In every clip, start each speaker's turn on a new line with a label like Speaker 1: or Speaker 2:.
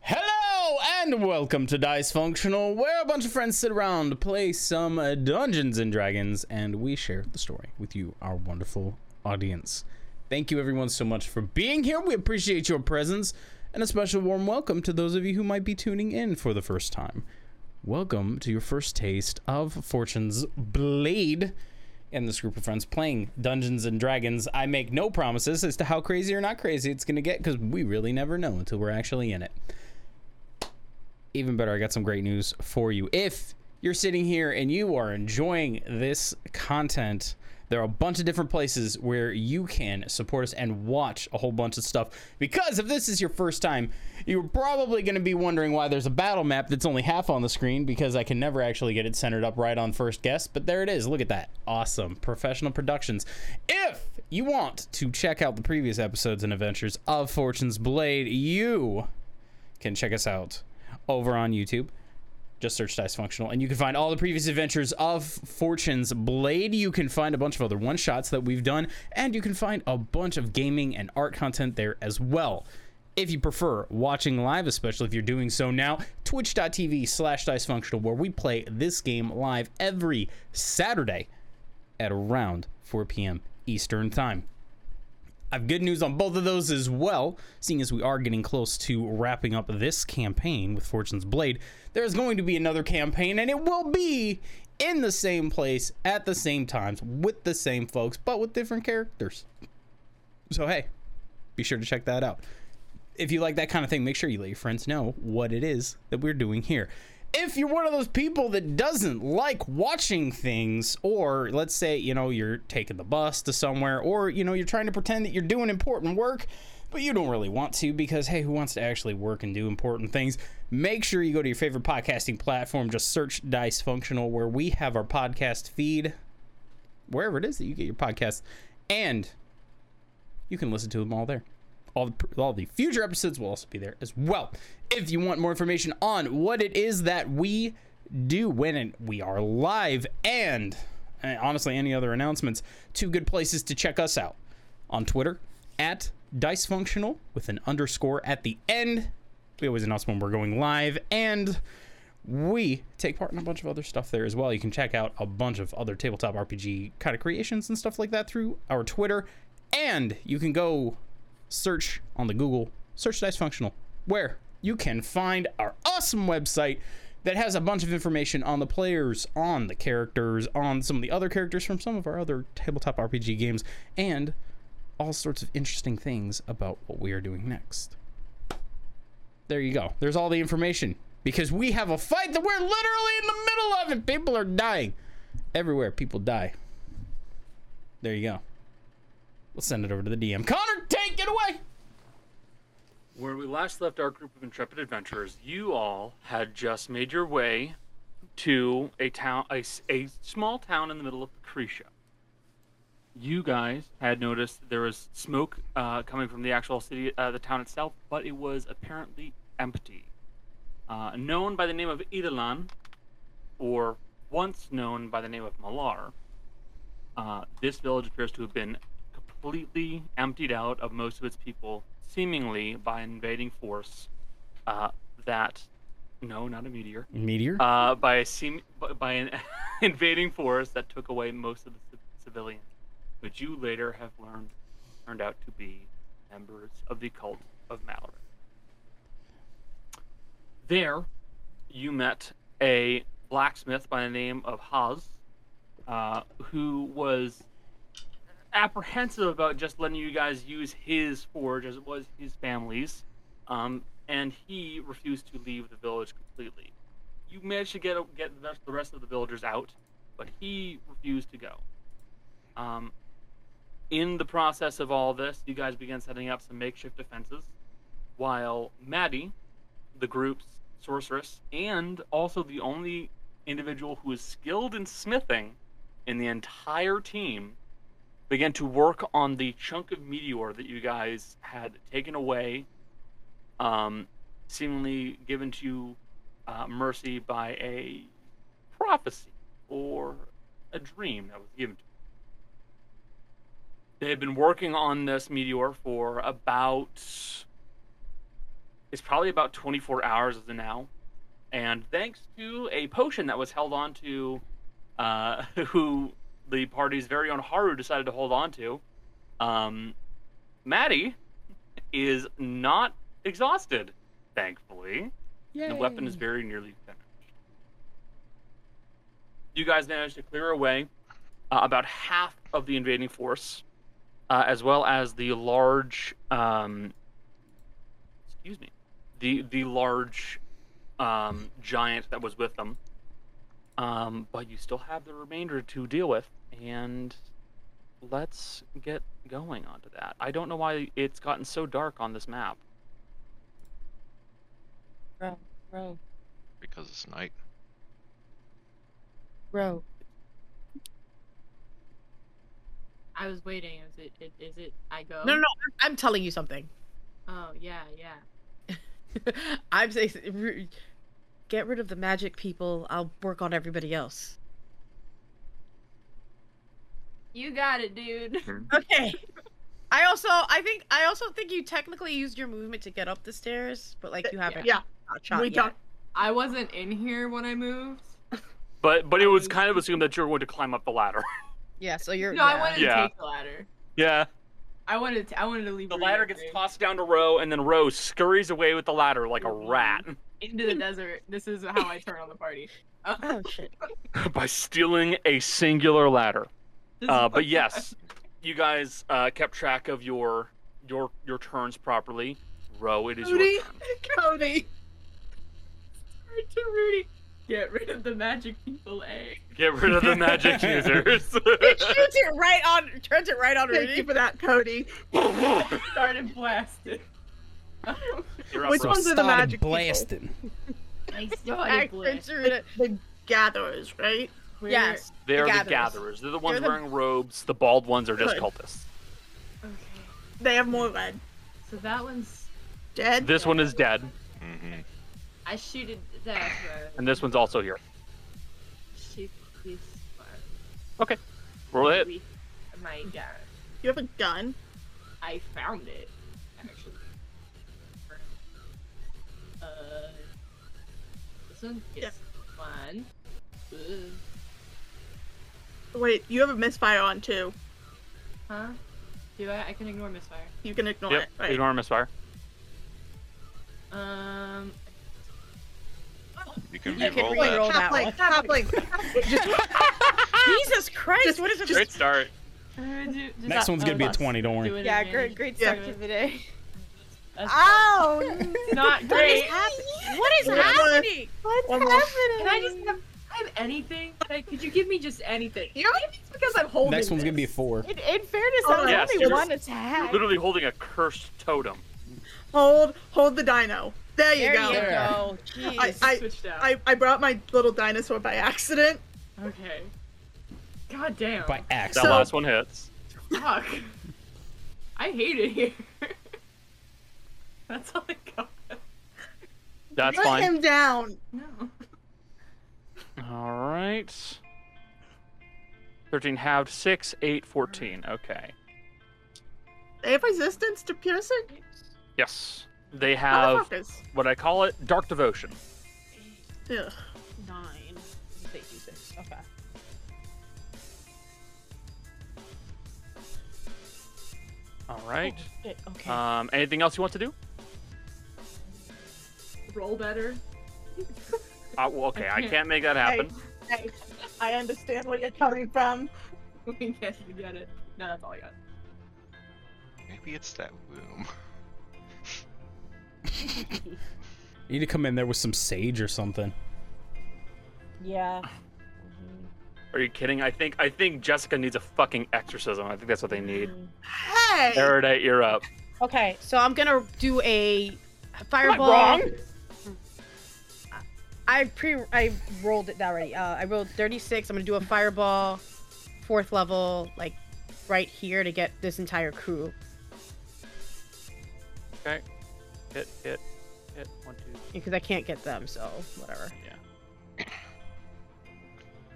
Speaker 1: Hello and welcome to Dice Functional, where a bunch of friends sit around to play some uh, Dungeons and Dragons, and we share the story with you, our wonderful audience. Thank you, everyone, so much for being here. We appreciate your presence, and a special warm welcome to those of you who might be tuning in for the first time. Welcome to your first taste of Fortune's Blade and this group of friends playing Dungeons and Dragons. I make no promises as to how crazy or not crazy it's going to get because we really never know until we're actually in it even better, I got some great news for you. If you're sitting here and you are enjoying this content, there are a bunch of different places where you can support us and watch a whole bunch of stuff. Because if this is your first time, you're probably going to be wondering why there's a battle map that's only half on the screen because I can never actually get it centered up right on first guess. But there it is. Look at that. Awesome. Professional Productions. If you want to check out the previous episodes and adventures of Fortune's Blade, you can check us out over on YouTube. Just search Dysfunctional, and you can find all the previous adventures of Fortune's Blade. You can find a bunch of other one shots that we've done, and you can find a bunch of gaming and art content there as well. If you prefer watching live, especially if you're doing so now, twitch.tv slash dysfunctional, where we play this game live every Saturday at around 4 p.m. Eastern Time. I've good news on both of those as well, seeing as we are getting close to wrapping up this campaign with Fortune's Blade. There's going to be another campaign, and it will be in the same place at the same times with the same folks, but with different characters. So, hey, be sure to check that out if you like that kind of thing, make sure you let your friends know what it is that we're doing here. If you're one of those people that doesn't like watching things, or let's say, you know, you're taking the bus to somewhere, or, you know, you're trying to pretend that you're doing important work, but you don't really want to because, hey, who wants to actually work and do important things? Make sure you go to your favorite podcasting platform. Just search Dice Functional, where we have our podcast feed, wherever it is that you get your podcasts, and you can listen to them all there all the, all the future episodes will also be there as well. If you want more information on what it is that we do when it, we are live and, and honestly any other announcements, two good places to check us out on Twitter at dysfunctional with an underscore at the end. We always announce when we're going live and we take part in a bunch of other stuff there as well. You can check out a bunch of other tabletop RPG kind of creations and stuff like that through our Twitter. And you can go search on the Google search Dice Functional, where you can find our awesome website that has a bunch of information on the players, on the characters, on some of the other characters from some of our other tabletop RPG games, and all sorts of interesting things about what we are doing next there you go. There's all the information because we have a fight that we're literally in the middle of and people are dying. Everywhere people die. There you go. Let's send it over to the DM. Connor, take it away.
Speaker 2: Where we last left our group of intrepid adventurers, you all had just made your way to a town, a, s- a small town in the middle of Cretia. You guys had noticed there was smoke uh, coming from the actual city, uh, the town itself, but it was apparently empty. Uh, known by the name of Idalan, or once known by the name of Malar, uh, this village appears to have been completely emptied out of most of its people, seemingly by an invading force. Uh, that, no, not a meteor.
Speaker 1: Meteor?
Speaker 2: Uh, by a seem by- by an invading force that took away most of the civ- civilians, which you later have learned turned out to be members of the cult of Mallory. There, you met a blacksmith by the name of Haz, uh, who was apprehensive about just letting you guys use his forge as it was his family's, um, and he refused to leave the village completely. You managed to get get the rest- the rest of the villagers out, but he refused to go. Um, in the process of all this, you guys began setting up some makeshift defenses, while Maddie, the group's sorceress, and also the only individual who is skilled in smithing in the entire team, began to work on the chunk of meteor that you guys had taken away, um, seemingly given to you, uh, mercy by a prophecy or a dream that was given to you. They had been working on this meteor for about it's probably about 24 hours of the now. And thanks to a potion that was held on to, uh, who the party's very own Haru decided to hold on to, um, Maddie is not exhausted, thankfully. The weapon is very nearly finished. You guys managed to clear away uh, about half of the invading force, uh, as well as the large um, excuse me, the the large um, giant that was with them. Um, but you still have the remainder to deal with, and let's get going onto that. I don't know why it's gotten so dark on this map.
Speaker 3: Row, row,
Speaker 4: because it's night.
Speaker 3: row.
Speaker 5: I was waiting. Is it, it? Is it? I go.
Speaker 3: No, no, no. I'm- I'm telling you something.
Speaker 5: Oh yeah, yeah.
Speaker 3: I'm saying, r- get rid of the magic people. I'll work on everybody else.
Speaker 5: You got it, dude.
Speaker 3: Okay. I also, I think, I also think you technically used your movement to get up the stairs, but like you haven't
Speaker 6: Yeah,
Speaker 3: got shot
Speaker 6: we
Speaker 3: yet.
Speaker 6: got-
Speaker 5: I wasn't in here when I moved.
Speaker 2: But but it was
Speaker 5: Um,
Speaker 2: kind of assumed that you were going to climb up the ladder.
Speaker 3: Yeah, so you're.
Speaker 5: No,
Speaker 3: yeah.
Speaker 5: I wanted
Speaker 2: Yeah.
Speaker 5: to take the ladder.
Speaker 2: yeah,
Speaker 5: I wanted to. I wanted to leave.
Speaker 2: the
Speaker 5: Rita
Speaker 2: ladder gets
Speaker 5: there.
Speaker 2: tossed down to Row, and then Row scurries away with the ladder like a rat
Speaker 5: into the desert. This is how I turn on the party. Uh,
Speaker 3: Oh shit.
Speaker 2: by stealing a singular ladder.
Speaker 5: this is
Speaker 2: Uh, but
Speaker 5: fucking-
Speaker 2: yes, you guys uh, kept track of your your your turns properly. Row, it is your
Speaker 6: Rudy,
Speaker 2: turn.
Speaker 6: Cody.
Speaker 5: to Rudy. Get rid of the magic people, eh?
Speaker 2: Get rid of the magic users.
Speaker 3: It shoots it right on. Turns it right on
Speaker 6: Thank you
Speaker 3: Rudy.
Speaker 6: for that, Cody.
Speaker 5: Started blasting.
Speaker 2: You're up,
Speaker 6: Which
Speaker 2: Row.
Speaker 6: one's- are the magic people?
Speaker 1: blasting.
Speaker 5: I
Speaker 6: Back
Speaker 5: started
Speaker 3: Turns it right-
Speaker 6: The gatherers, right?
Speaker 3: Yes.
Speaker 2: They are the
Speaker 3: gatherers.
Speaker 2: gatherers. They're the ones
Speaker 3: They're the-
Speaker 2: wearing robes. The bald ones are just
Speaker 6: Good.
Speaker 2: cultists.
Speaker 5: Okay.
Speaker 6: They have more red.
Speaker 5: So that one's.
Speaker 6: Dead.
Speaker 2: This one is dead,
Speaker 4: Mm-hmm.
Speaker 5: I shooted that.
Speaker 2: and this one's also here.
Speaker 5: Shoot this far.
Speaker 2: Roll it.
Speaker 5: We- My God,
Speaker 6: You have a gun.
Speaker 5: I found it. Actually. Uh, this one gets one. Ugh.
Speaker 6: Wait, you have a misfire on too.
Speaker 5: Huh? Do I? I can ignore misfire.
Speaker 6: You can ignore
Speaker 2: Yep.
Speaker 6: it. Right.
Speaker 2: Ignore misfire.
Speaker 5: Um.
Speaker 4: You can
Speaker 3: You can
Speaker 4: re-roll
Speaker 3: re-roll.
Speaker 4: that.
Speaker 3: that
Speaker 6: half
Speaker 3: one.
Speaker 6: length, half length.
Speaker 3: Jesus Christ! what is it?
Speaker 2: Great start.
Speaker 5: I'm gonna do- just-
Speaker 1: Next one's gonna be a
Speaker 5: plus.
Speaker 1: twenty. Don't
Speaker 5: Do
Speaker 1: worry.
Speaker 5: it
Speaker 7: Yeah,
Speaker 5: again.
Speaker 7: great, great
Speaker 5: Do
Speaker 7: start
Speaker 5: it.
Speaker 7: to the day.
Speaker 5: That's
Speaker 7: Oh,
Speaker 3: What
Speaker 5: not
Speaker 3: is
Speaker 5: great.
Speaker 3: happening? What is
Speaker 6: Yeah.
Speaker 3: happening?
Speaker 7: what's
Speaker 6: One more.
Speaker 7: happening?
Speaker 5: Can I just have, I have anything? Like, could you give me just anything?
Speaker 6: You know, maybe it's because I'm holding.
Speaker 1: Next one's gonna be a
Speaker 6: this.
Speaker 1: four.
Speaker 7: In, in fairness,
Speaker 6: Oh,
Speaker 7: that was
Speaker 2: yes,
Speaker 7: only
Speaker 2: you're-
Speaker 7: one
Speaker 2: You're
Speaker 7: attack.
Speaker 2: literally holding a cursed totem.
Speaker 6: Hold, hold the dino. There you
Speaker 3: There
Speaker 6: go.
Speaker 3: you
Speaker 1: There.
Speaker 3: go.
Speaker 6: I,
Speaker 3: Jeez.
Speaker 6: I,
Speaker 5: switched out.
Speaker 6: I, I brought my little dinosaur by accident.
Speaker 5: Okay. God damn.
Speaker 1: By axe.
Speaker 2: That
Speaker 6: So-
Speaker 2: last one hits.
Speaker 5: Fuck. I hate it here. That's all I got.
Speaker 2: That's
Speaker 6: Put
Speaker 2: fine.
Speaker 6: him down.
Speaker 5: No.
Speaker 2: All right. 13 halved, 6, 8, 14. Okay.
Speaker 6: They have resistance to piercing.
Speaker 2: Yes. They have
Speaker 6: Motherfuckers.
Speaker 2: what I call it dark devotion.
Speaker 6: Ugh.
Speaker 3: Nine. They use it. Okay.
Speaker 2: All right.
Speaker 6: Oh,
Speaker 3: Shit, Okay.
Speaker 2: Um, anything else you want to do?
Speaker 5: Roll better.
Speaker 2: Uh, well, okay, I
Speaker 5: can't.
Speaker 2: can't make that happen.
Speaker 6: Hey, I understand where you're coming from.
Speaker 5: yes, we get it. No, that's all I got.
Speaker 4: Maybe it's that womb.
Speaker 1: You need to come in there with some sage or something.
Speaker 7: Yeah.
Speaker 2: Are you kidding? I think I think Jessica needs a fucking exorcism. I think that's what they need.
Speaker 6: Hey!
Speaker 2: Erudite, you're up.
Speaker 7: Okay.
Speaker 3: So I'm gonna do a fireball.
Speaker 2: wrong?
Speaker 3: I pre I rolled it already. Uh, I rolled 36. I'm gonna do a fireball, fourth level, like right here to get this entire crew.
Speaker 2: Okay. Hit, hit, hit. One, two,
Speaker 3: because I can't get them, so whatever.
Speaker 2: Yeah.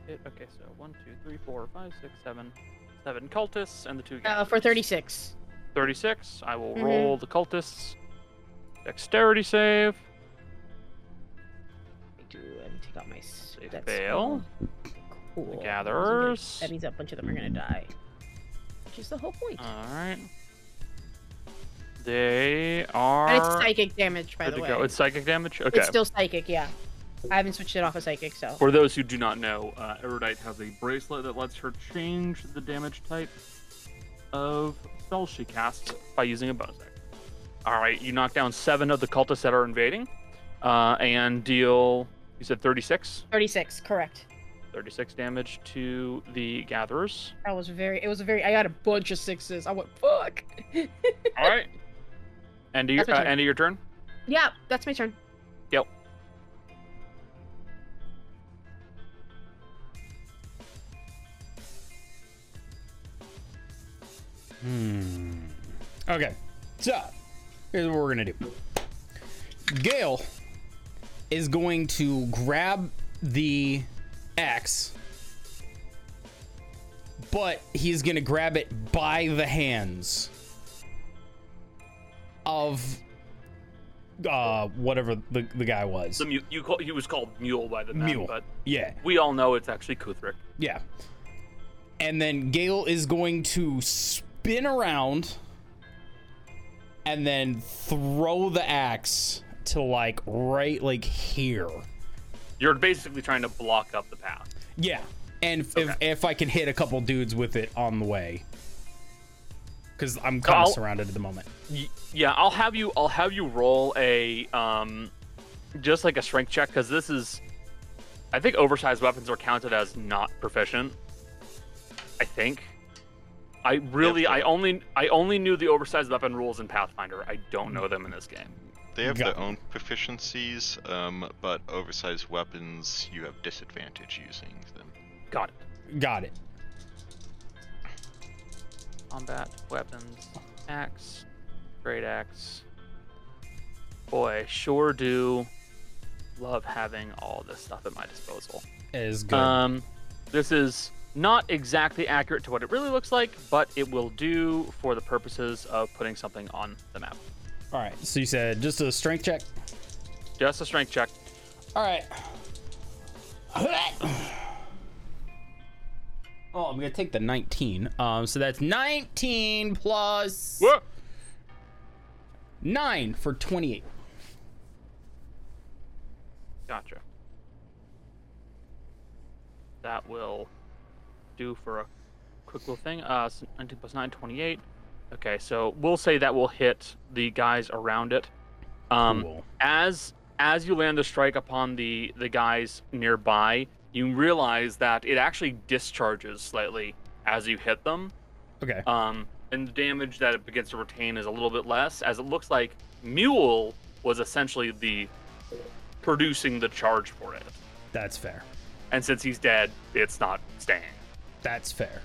Speaker 2: It, okay, so one, two, three, four, five, six, seven, seven cultists and the two
Speaker 3: Uh,
Speaker 2: gangs.
Speaker 3: for 36.
Speaker 2: 36. I will
Speaker 3: Mhm.
Speaker 2: roll the cultists. Dexterity save.
Speaker 3: I do. Let me take out my. s-
Speaker 2: They
Speaker 3: that's
Speaker 2: fail.
Speaker 3: Cool. Those are gonna-
Speaker 2: gatherers.
Speaker 3: That means a bunch of them are gonna die. Which is the whole point.
Speaker 2: Alright. They are.
Speaker 3: and it's psychic damage, by
Speaker 2: good
Speaker 3: the
Speaker 2: to
Speaker 3: way.
Speaker 2: go. It's psychic damage? Okay.
Speaker 3: It's still psychic, yeah. I haven't switched it off of psychic, so.
Speaker 2: For those who do not know, uh, Erudite has a bracelet that lets her change the damage type of spells she casts by using a bonus action. All right, you knock down seven of the cultists that are invading, uh, and deal. You said 36,
Speaker 3: 36, correct.
Speaker 2: 36 damage to the gatherers.
Speaker 3: That was very. It was a very. I got a bunch of sixes. I went fuck.
Speaker 2: All right. End of your
Speaker 3: That's my
Speaker 2: uh,
Speaker 3: turn.
Speaker 2: end of your turn.
Speaker 3: yeah, that's my turn.
Speaker 2: Yep.
Speaker 1: Hmm. Okay. So, here's what we're going to do Gail is going to grab the axe, but he's going to grab it by the hands of uh whatever the, the guy was.
Speaker 2: The mule, you call, he was called Mule by the men,
Speaker 1: Mule.
Speaker 2: but
Speaker 1: yeah.
Speaker 2: we all know it's actually Kuthric.
Speaker 1: Yeah. And then Gale is going to spin around and then throw the axe to like right like here.
Speaker 2: You're basically trying to block up the path.
Speaker 1: Yeah. And if, if,
Speaker 2: Okay.
Speaker 1: if I can hit a couple dudes with it on the way. Cause I'm kinda
Speaker 2: I'll-
Speaker 1: surrounded at the moment.
Speaker 2: Y- yeah i'll have you i'll have you roll a um just like a strength check because this is i think oversized weapons are counted as not proficient i think i really i only i only knew the oversized weapon rules in pathfinder i don't know them in this game
Speaker 4: They have
Speaker 1: Got
Speaker 4: their own proficiencies, um, but oversized weapons you have disadvantage using them.
Speaker 2: got it
Speaker 1: Got it.
Speaker 2: combat weapons axe great axe boy I sure do love having all this stuff at my disposal
Speaker 1: It is good.
Speaker 2: Um, this is not exactly accurate to what it really looks like, but it will do for the purposes of putting something on the map.
Speaker 1: Alright, so you said just a strength check?
Speaker 2: Just a strength check.
Speaker 1: Alright. Oh, I'm gonna take the 19. Um, so that's 19 plus nine for 28.
Speaker 2: Gotcha. That will do for a quick little thing. Uh, s- 19 plus 9, 28. Okay, so we'll say that will hit the guys around it. Um,
Speaker 1: Cool.
Speaker 2: as as you land the strike upon the the guys nearby, you realize that it actually discharges slightly as you hit them.
Speaker 1: Okay.
Speaker 2: Um, and the damage that it begins to retain is a little bit less, as it looks like Mule was essentially the producing the charge for it.
Speaker 1: That's fair.
Speaker 2: And since he's dead, it's not staying.
Speaker 1: That's fair.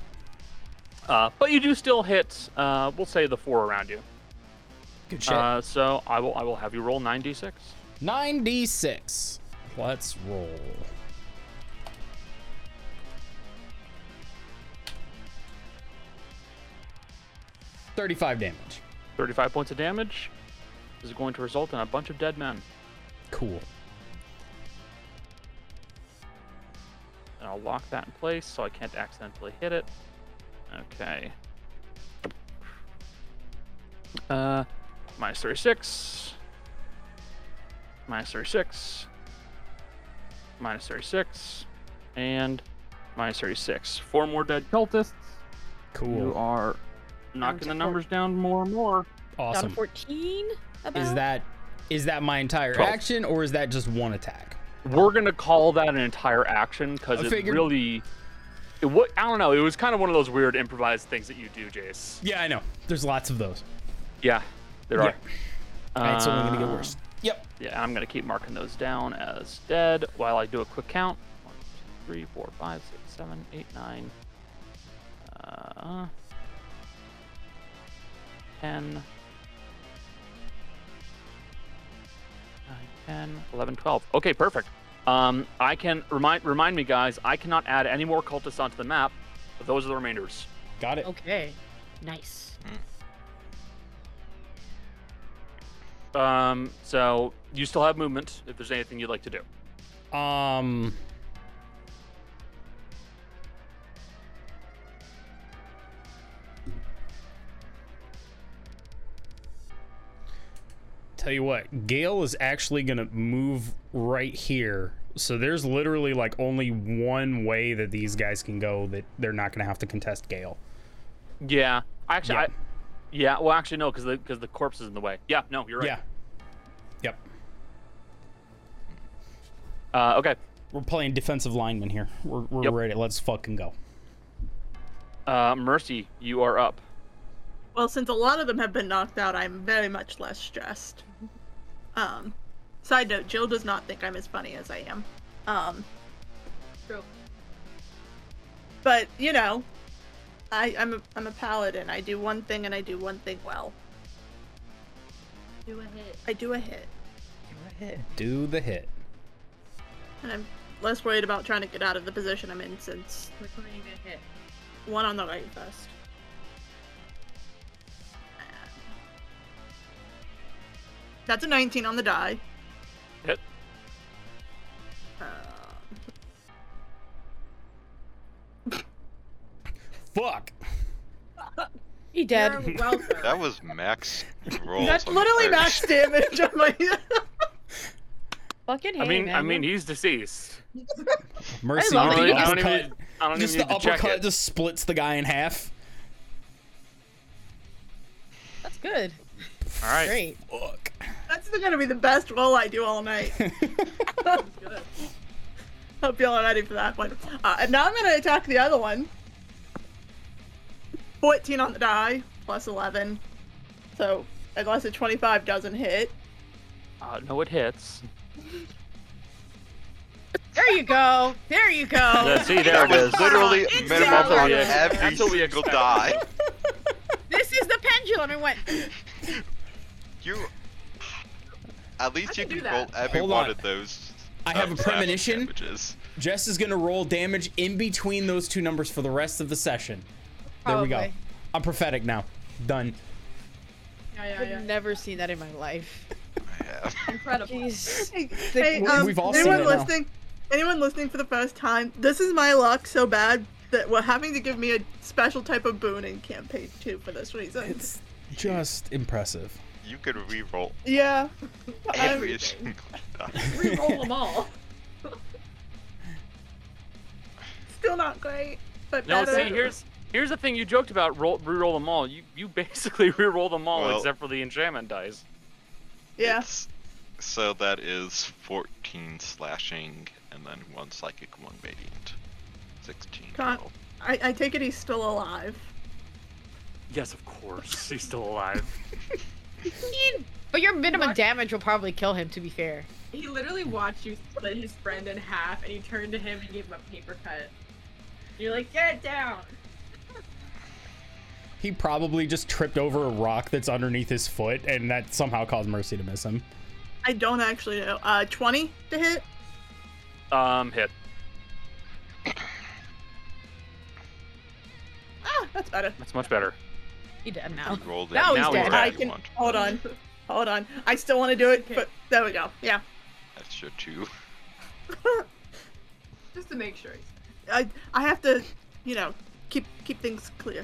Speaker 2: Uh, but you do still hit. Uh, we'll say the four around you.
Speaker 1: Good shit.
Speaker 2: Uh, so I will I will have you roll nine d six.
Speaker 1: 9d6. Let's roll. Thirty-five damage.
Speaker 2: 35 points of damage. This is going to result in a bunch of dead men.
Speaker 1: Cool.
Speaker 2: And I'll lock that in place so I can't accidentally hit it. Okay. Uh, minus 36. Minus 36. minus 36, and minus 36. Four more dead cultists. You
Speaker 1: Cool.
Speaker 2: are knocking the numbers down more and
Speaker 3: Down
Speaker 2: more.
Speaker 3: to
Speaker 1: Awesome.
Speaker 3: 14? About?
Speaker 1: Is that is that my entire
Speaker 2: Twelve.
Speaker 1: action or is that just one attack?
Speaker 2: We're gonna call that an entire action because
Speaker 1: I
Speaker 2: it
Speaker 1: figured-
Speaker 2: really. It, wa I don't know. It was kind of one of those weird improvised things that you do, Jace.
Speaker 1: Yeah, I know. There's lots of those.
Speaker 2: Yeah, there
Speaker 1: Yeah.
Speaker 2: are.
Speaker 1: All right, so I'm gonna get
Speaker 2: Uh,
Speaker 1: worse. Yep.
Speaker 2: Yeah, I'm gonna keep marking those down as dead while I do a quick count. One, two, three, four, five, six, seven, eight, nine. Uh, ten. Nine, 10, 11, 12. Okay, perfect. Um, I can remind remind me, guys. I cannot add any more cultists onto the map, but those are the remainders.
Speaker 1: Got it.
Speaker 3: Okay. Nice.
Speaker 2: Um, so you still have movement if there's anything you'd like to do.
Speaker 1: Um. Tell you what, Gale is actually gonna move right here. So there's literally like only one way that these guys can go that they're not gonna have to contest Gale.
Speaker 2: Yeah. Actually,
Speaker 1: Yeah.
Speaker 2: I, yeah. Well, actually, no, because the because the corpse is in the way. Yeah. No, you're
Speaker 1: Yeah.
Speaker 2: right.
Speaker 1: Yep.
Speaker 2: Uh, okay.
Speaker 1: We're playing defensive lineman here. We're, we're
Speaker 2: Yep.
Speaker 1: ready. Let's fucking go.
Speaker 2: Uh, Mercy, you are up.
Speaker 6: Well, since a lot of them have been knocked out, I'm very much less stressed. Um, side note: Jill does not think I'm as funny as I am. Um,
Speaker 5: True.
Speaker 6: but you know, I, I'm a, I'm a paladin. I do one thing and I do one thing well.
Speaker 5: Do a hit.
Speaker 6: I do a hit,
Speaker 1: Do the hit.
Speaker 6: and I'm less worried about trying to get out of the position I'm in since
Speaker 5: Which one are you gonna hit?
Speaker 6: One on the right first. That's a 19 on the die.
Speaker 2: Hit.
Speaker 6: Um,
Speaker 1: Fuck.
Speaker 3: He dead.
Speaker 6: you're welcome.
Speaker 4: That was max rolls.
Speaker 6: That's
Speaker 4: on the
Speaker 6: literally
Speaker 4: first.
Speaker 6: max damage on my.
Speaker 3: Fucking
Speaker 2: I
Speaker 3: hey,
Speaker 2: mean,
Speaker 3: man.
Speaker 2: I mean, he's deceased.
Speaker 1: Mercy.
Speaker 6: I
Speaker 2: I
Speaker 6: love
Speaker 1: with the
Speaker 2: don't, really- I don't
Speaker 1: uppercut.
Speaker 2: even. I don't
Speaker 1: just
Speaker 2: even
Speaker 1: the
Speaker 2: need to check
Speaker 1: uppercut
Speaker 2: it.
Speaker 1: just splits the guy in half.
Speaker 3: That's good.
Speaker 2: All right.
Speaker 3: Great.
Speaker 1: Fuck.
Speaker 6: That's gonna be the best roll I do all night.
Speaker 2: Oh,
Speaker 5: Good.
Speaker 6: Hope y'all are ready for that one. Uh, and now I'm gonna attack the other one. 14 on the die, plus 11. So, unless a 25 doesn't hit.
Speaker 2: Uh, no, it hits.
Speaker 3: There you go. There you
Speaker 1: Oh.
Speaker 3: go.
Speaker 2: Yeah, see, there
Speaker 4: That
Speaker 2: it is.
Speaker 4: was literally
Speaker 6: It's
Speaker 4: minimum
Speaker 2: down.
Speaker 4: on
Speaker 2: Yeah.
Speaker 4: every
Speaker 2: That's what we
Speaker 4: single
Speaker 2: expected.
Speaker 4: die.
Speaker 3: this is the pendulum. It went.
Speaker 4: You. At least you
Speaker 5: can
Speaker 4: can
Speaker 5: do that.
Speaker 4: roll every
Speaker 1: Hold
Speaker 4: one
Speaker 1: on.
Speaker 4: of those.
Speaker 1: I have
Speaker 4: um,
Speaker 1: a
Speaker 4: slashing
Speaker 1: premonition.
Speaker 4: damages.
Speaker 1: Jess is gonna roll damage in between those two numbers for the rest of the session. There we go.
Speaker 3: Probably.
Speaker 1: I'm prophetic now. Done.
Speaker 5: Yeah,
Speaker 3: I've
Speaker 5: yeah, yeah.
Speaker 3: never seen that in my life.
Speaker 4: I have.
Speaker 5: Incredible.
Speaker 3: Jeez.
Speaker 6: Hey,
Speaker 3: They-
Speaker 6: hey,
Speaker 1: we-
Speaker 6: um,
Speaker 1: we've all seen
Speaker 6: anyone
Speaker 1: it now.
Speaker 6: listening, anyone listening for the first time, this is my luck so bad that we're having to give me a special type of boon in campaign two for this reason.
Speaker 1: It's just impressive.
Speaker 4: You could re-roll
Speaker 6: yeah,
Speaker 4: every
Speaker 6: Everything.
Speaker 4: single die.
Speaker 5: Reroll them all.
Speaker 6: still not great, but
Speaker 2: No,
Speaker 6: better.
Speaker 2: see, here's here's the thing you joked about. Roll, re-roll them all. You you basically re-roll them all
Speaker 4: Well-
Speaker 2: except for the enchantment dice.
Speaker 6: yeah,
Speaker 4: It's- So that is 14 slashing, and then one psychic, one radiant. 16
Speaker 6: Con-
Speaker 4: total.
Speaker 6: I, I take it he's still alive.
Speaker 2: Yes, of course. He's still alive.
Speaker 3: But your minimum damage will probably kill him. To be fair.
Speaker 5: He literally watched you split his friend in half, and he turned to him and gave him a paper cut. You're like, get down.
Speaker 1: He probably just tripped over a rock that's underneath his foot, and that somehow caused Mercy to miss him.
Speaker 6: I don't actually know. Uh, 20 to hit.
Speaker 2: um, hit.
Speaker 6: Ah, that's better.
Speaker 2: That's much better.
Speaker 3: He dead now.
Speaker 4: Roll the
Speaker 3: Now he's
Speaker 2: Now
Speaker 3: dead.
Speaker 2: he's
Speaker 6: I
Speaker 2: dead.
Speaker 6: can
Speaker 4: one.
Speaker 6: hold on, hold on. I still want to do it, but there we go. Yeah,
Speaker 4: That's your two.
Speaker 5: Just to make sure.
Speaker 6: I I have to, you know, keep keep things clear.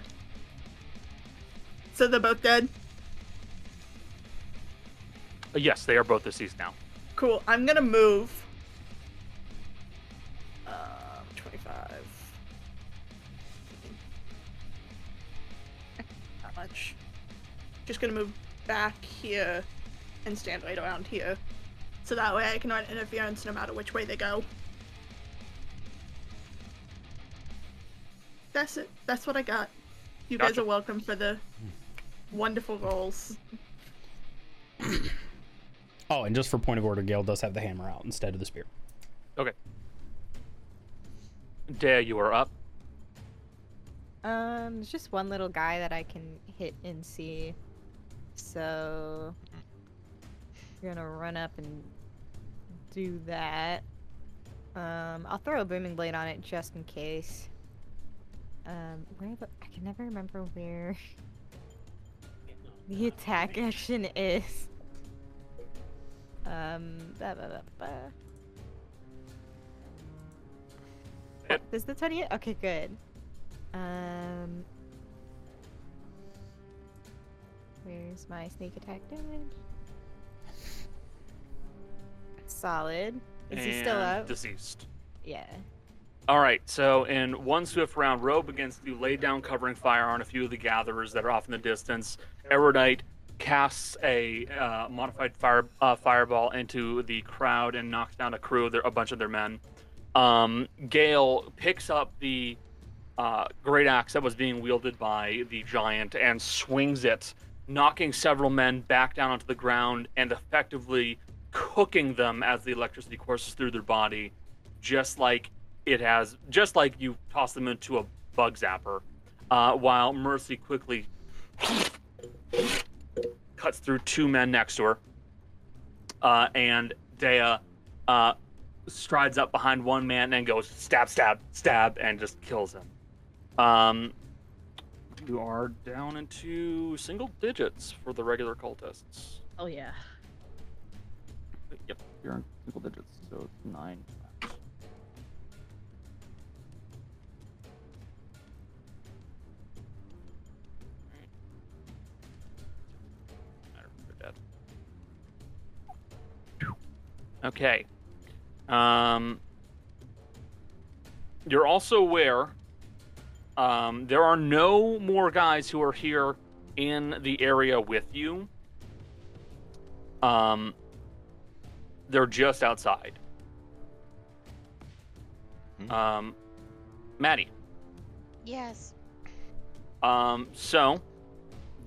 Speaker 6: So they're both dead.
Speaker 2: Uh, yes, they are both deceased now.
Speaker 6: Cool. I'm gonna move Um, much. Just gonna move back here and stand right around here. So that way I cannot interference no matter which way they go. That's it. That's what I got. You guys
Speaker 2: Gotcha.
Speaker 6: are welcome for the wonderful rolls.
Speaker 1: Oh, and just for point of order, Gale does have the hammer out instead of the spear.
Speaker 2: Okay. Dea, you are up.
Speaker 8: Um, there's just one little guy that I can hit and see. So you're gonna run up and do that. Um, I'll throw a booming blade on it just in case. Um, where the I can never remember where the attack action is. Um, ba ba ba ba.
Speaker 2: Yep.
Speaker 8: Is the 20? Okay, good. Um. Where's my sneak attack damage? Solid. Is he still
Speaker 2: and
Speaker 8: up?
Speaker 2: Deceased.
Speaker 8: Yeah.
Speaker 2: All right. So in one swift round, Roe begins to lay down covering fire on a few of the gatherers that are off in the distance. Erudite casts a uh, modified fire uh, fireball into the crowd and knocks down a crew of their, a bunch of their men. Um, Gale picks up the uh, great axe that was being wielded by the giant and swings it, knocking several men back down onto the ground and effectively cooking them as the electricity courses through their body, just like it has, just like you toss them into a bug zapper. Uh, while Mercy quickly cuts through two men next to her, uh, and Dea uh, strides up behind one man and goes stab, stab, stab, and just kills him. Um, you are down into single digits for the regular cultists.
Speaker 3: Oh yeah.
Speaker 2: Yep, you're in single digits, so it's nine. Okay. Um, you're also aware um, there are no more guys who are here in the area with you. Um, they're just outside.
Speaker 4: Hmm.
Speaker 2: Um, Maddie.
Speaker 9: Yes.
Speaker 2: Um, so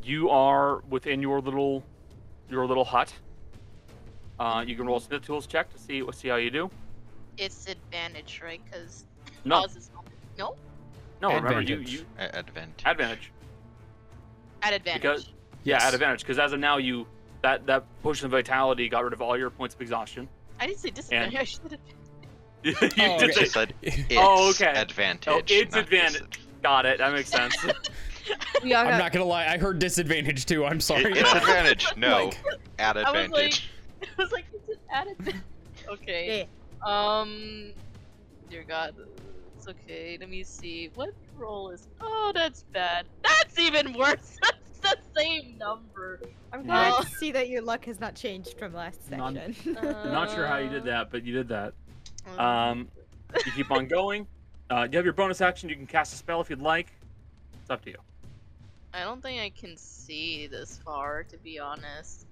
Speaker 2: you are within your little your little hut. Uh, you can roll a Smith Tools check to see see how you do.
Speaker 9: It's advantage, right? Because
Speaker 2: No,
Speaker 9: is open. No?
Speaker 2: no, remember you
Speaker 1: Advantage.
Speaker 2: you
Speaker 4: A- advantage.
Speaker 2: advantage.
Speaker 9: At advantage.
Speaker 2: Because- Yeah, at advantage because as of now you that that potion of vitality got rid of all your points of exhaustion.
Speaker 9: I didn't say disadvantage. I should have.
Speaker 2: you
Speaker 1: Oh,
Speaker 2: did
Speaker 4: She
Speaker 1: okay.
Speaker 2: say-
Speaker 4: said it's
Speaker 2: Oh, okay.
Speaker 4: advantage.
Speaker 2: Oh, it's
Speaker 4: not
Speaker 2: advan-
Speaker 4: disadvantage.
Speaker 2: Got it. That makes sense.
Speaker 8: We all
Speaker 1: I'm
Speaker 8: got
Speaker 1: not gonna lie, I heard disadvantage too. I'm sorry.
Speaker 4: It- it's advantage. No,
Speaker 1: Like-
Speaker 4: at
Speaker 9: I was like-
Speaker 4: advantage.
Speaker 9: I was like, it's an advantage. okay. Um. Dear God. It's okay. Let me see. What roll is. Oh, that's bad. That's even worse. that's the same number.
Speaker 8: I'm
Speaker 2: Yeah.
Speaker 8: glad to see that your luck has not changed from last
Speaker 2: None.
Speaker 8: session.
Speaker 2: Not sure how you did that, but you did that.
Speaker 9: Um,
Speaker 2: Um, you keep on going. Uh, you have your bonus action. You can cast a spell if you'd like. It's up to you.
Speaker 9: I don't think I can see this far, to be honest.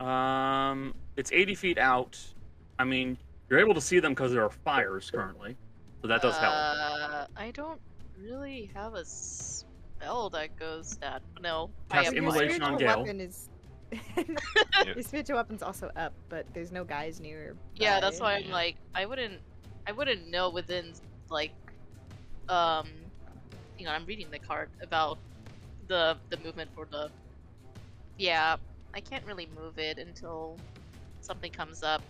Speaker 2: Um, it's 80 feet out. I mean, you're able to see them because there are fires currently, so that does help.
Speaker 9: Uh, I don't really have a spell that goes that. No, I
Speaker 2: Cast
Speaker 9: have
Speaker 8: Your
Speaker 9: one.
Speaker 2: immolation on
Speaker 8: spiritual
Speaker 2: Gale.
Speaker 8: Weapon is... Your spiritual weapon's also up, but there's no guys near.
Speaker 9: Yeah, that's why I'm
Speaker 4: Yeah.
Speaker 9: like, I wouldn't, I wouldn't know within like, um, you know, I'm reading the card about the the movement for the. Yeah, I can't really move it until something comes up.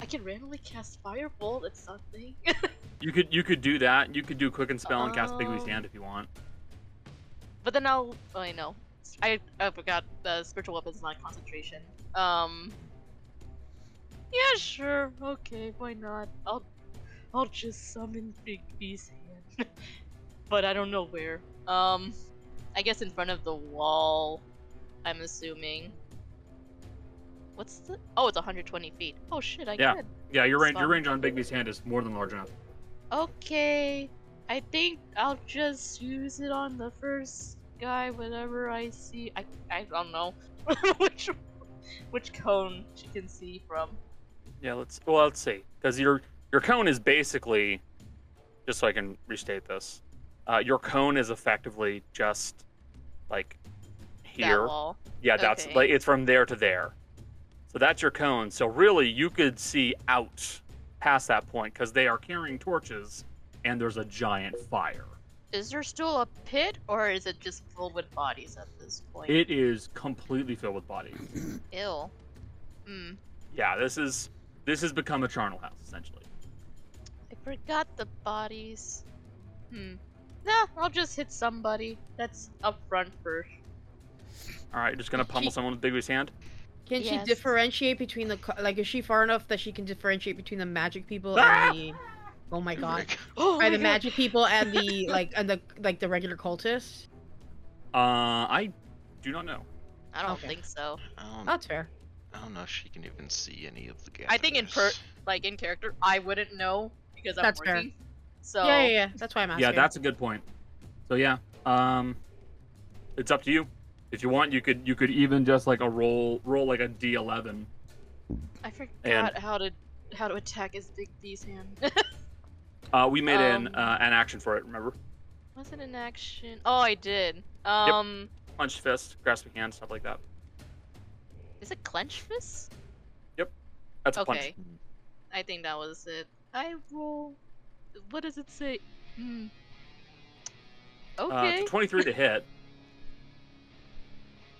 Speaker 9: I can randomly cast firebolt at something.
Speaker 2: You could you could do that. You could do quicken spell and cast Bigby's
Speaker 9: Um,
Speaker 2: hand if you want.
Speaker 9: But then I'll. Oh, I know. I, I forgot the spiritual weapon's not concentration. Um. Yeah, sure. Okay, why not? I'll. I'll just summon Big B's hand. but I don't know where. Um. I guess in front of the wall. I'm assuming. What's the? Oh, it's 120 feet. Oh shit! I
Speaker 2: Yeah.
Speaker 9: could.
Speaker 2: Yeah, your range your
Speaker 9: Spot.
Speaker 2: range on Bigby's hand is more than large enough.
Speaker 9: Okay. I think I'll just use it on the first guy whenever I see. I, I don't know which which cone she can see from.
Speaker 2: Yeah, let's. Well, let's see, because your your cone is basically, just so I can restate this, uh, your cone is effectively just like here.
Speaker 9: That wall.
Speaker 2: Yeah, that's
Speaker 9: Okay.
Speaker 2: like it's from there to there. So that's your cone. So really, you could see out past that point because they are carrying torches, and there's a giant fire.
Speaker 9: Is there still a pit, or is it just filled with bodies at this point?
Speaker 2: It is completely filled with bodies.
Speaker 9: Ill. Hmm.
Speaker 2: Yeah, this is this has become a charnel house essentially.
Speaker 9: I forgot the bodies. Hmm. Nah, I'll just hit somebody. That's up front first.
Speaker 2: All right, just gonna pummel someone with Bigby's hand.
Speaker 3: Can
Speaker 9: Yes.
Speaker 3: she differentiate between the co- like? Is she far enough that she can differentiate between the magic people
Speaker 2: Ah!
Speaker 3: and the? Oh my god!
Speaker 9: Oh
Speaker 3: Are
Speaker 9: my
Speaker 3: the
Speaker 9: God.
Speaker 3: magic people and the like and the like the regular cultists?
Speaker 2: Uh, I do not know.
Speaker 9: I don't
Speaker 3: Okay.
Speaker 9: think so.
Speaker 4: I don't,
Speaker 3: That's fair.
Speaker 4: Um, I don't know if she can even see any of the guys.
Speaker 9: I think in per like in character, I wouldn't know because I'm
Speaker 3: That's fair.
Speaker 9: working. So
Speaker 3: Yeah, yeah, yeah. That's why I'm asking.
Speaker 2: yeah, that's a good point. So yeah, um, it's up to you. If you want, you could you could even just like a roll roll like a d11.
Speaker 9: I forgot
Speaker 2: And-
Speaker 9: how to how to attack his big beast hand.
Speaker 2: Uh, we made an
Speaker 9: Um.
Speaker 2: uh, an action for it. Remember,
Speaker 9: Was it an action? Oh, I did. Um,
Speaker 2: clenched fist, grasping hand, stuff like that.
Speaker 9: is it clench fist?
Speaker 2: That's a punch.
Speaker 9: Okay, I think that was it. I roll. What does it say? Hmm.
Speaker 2: Uh, it's
Speaker 9: Okay.
Speaker 2: a 23 to hit.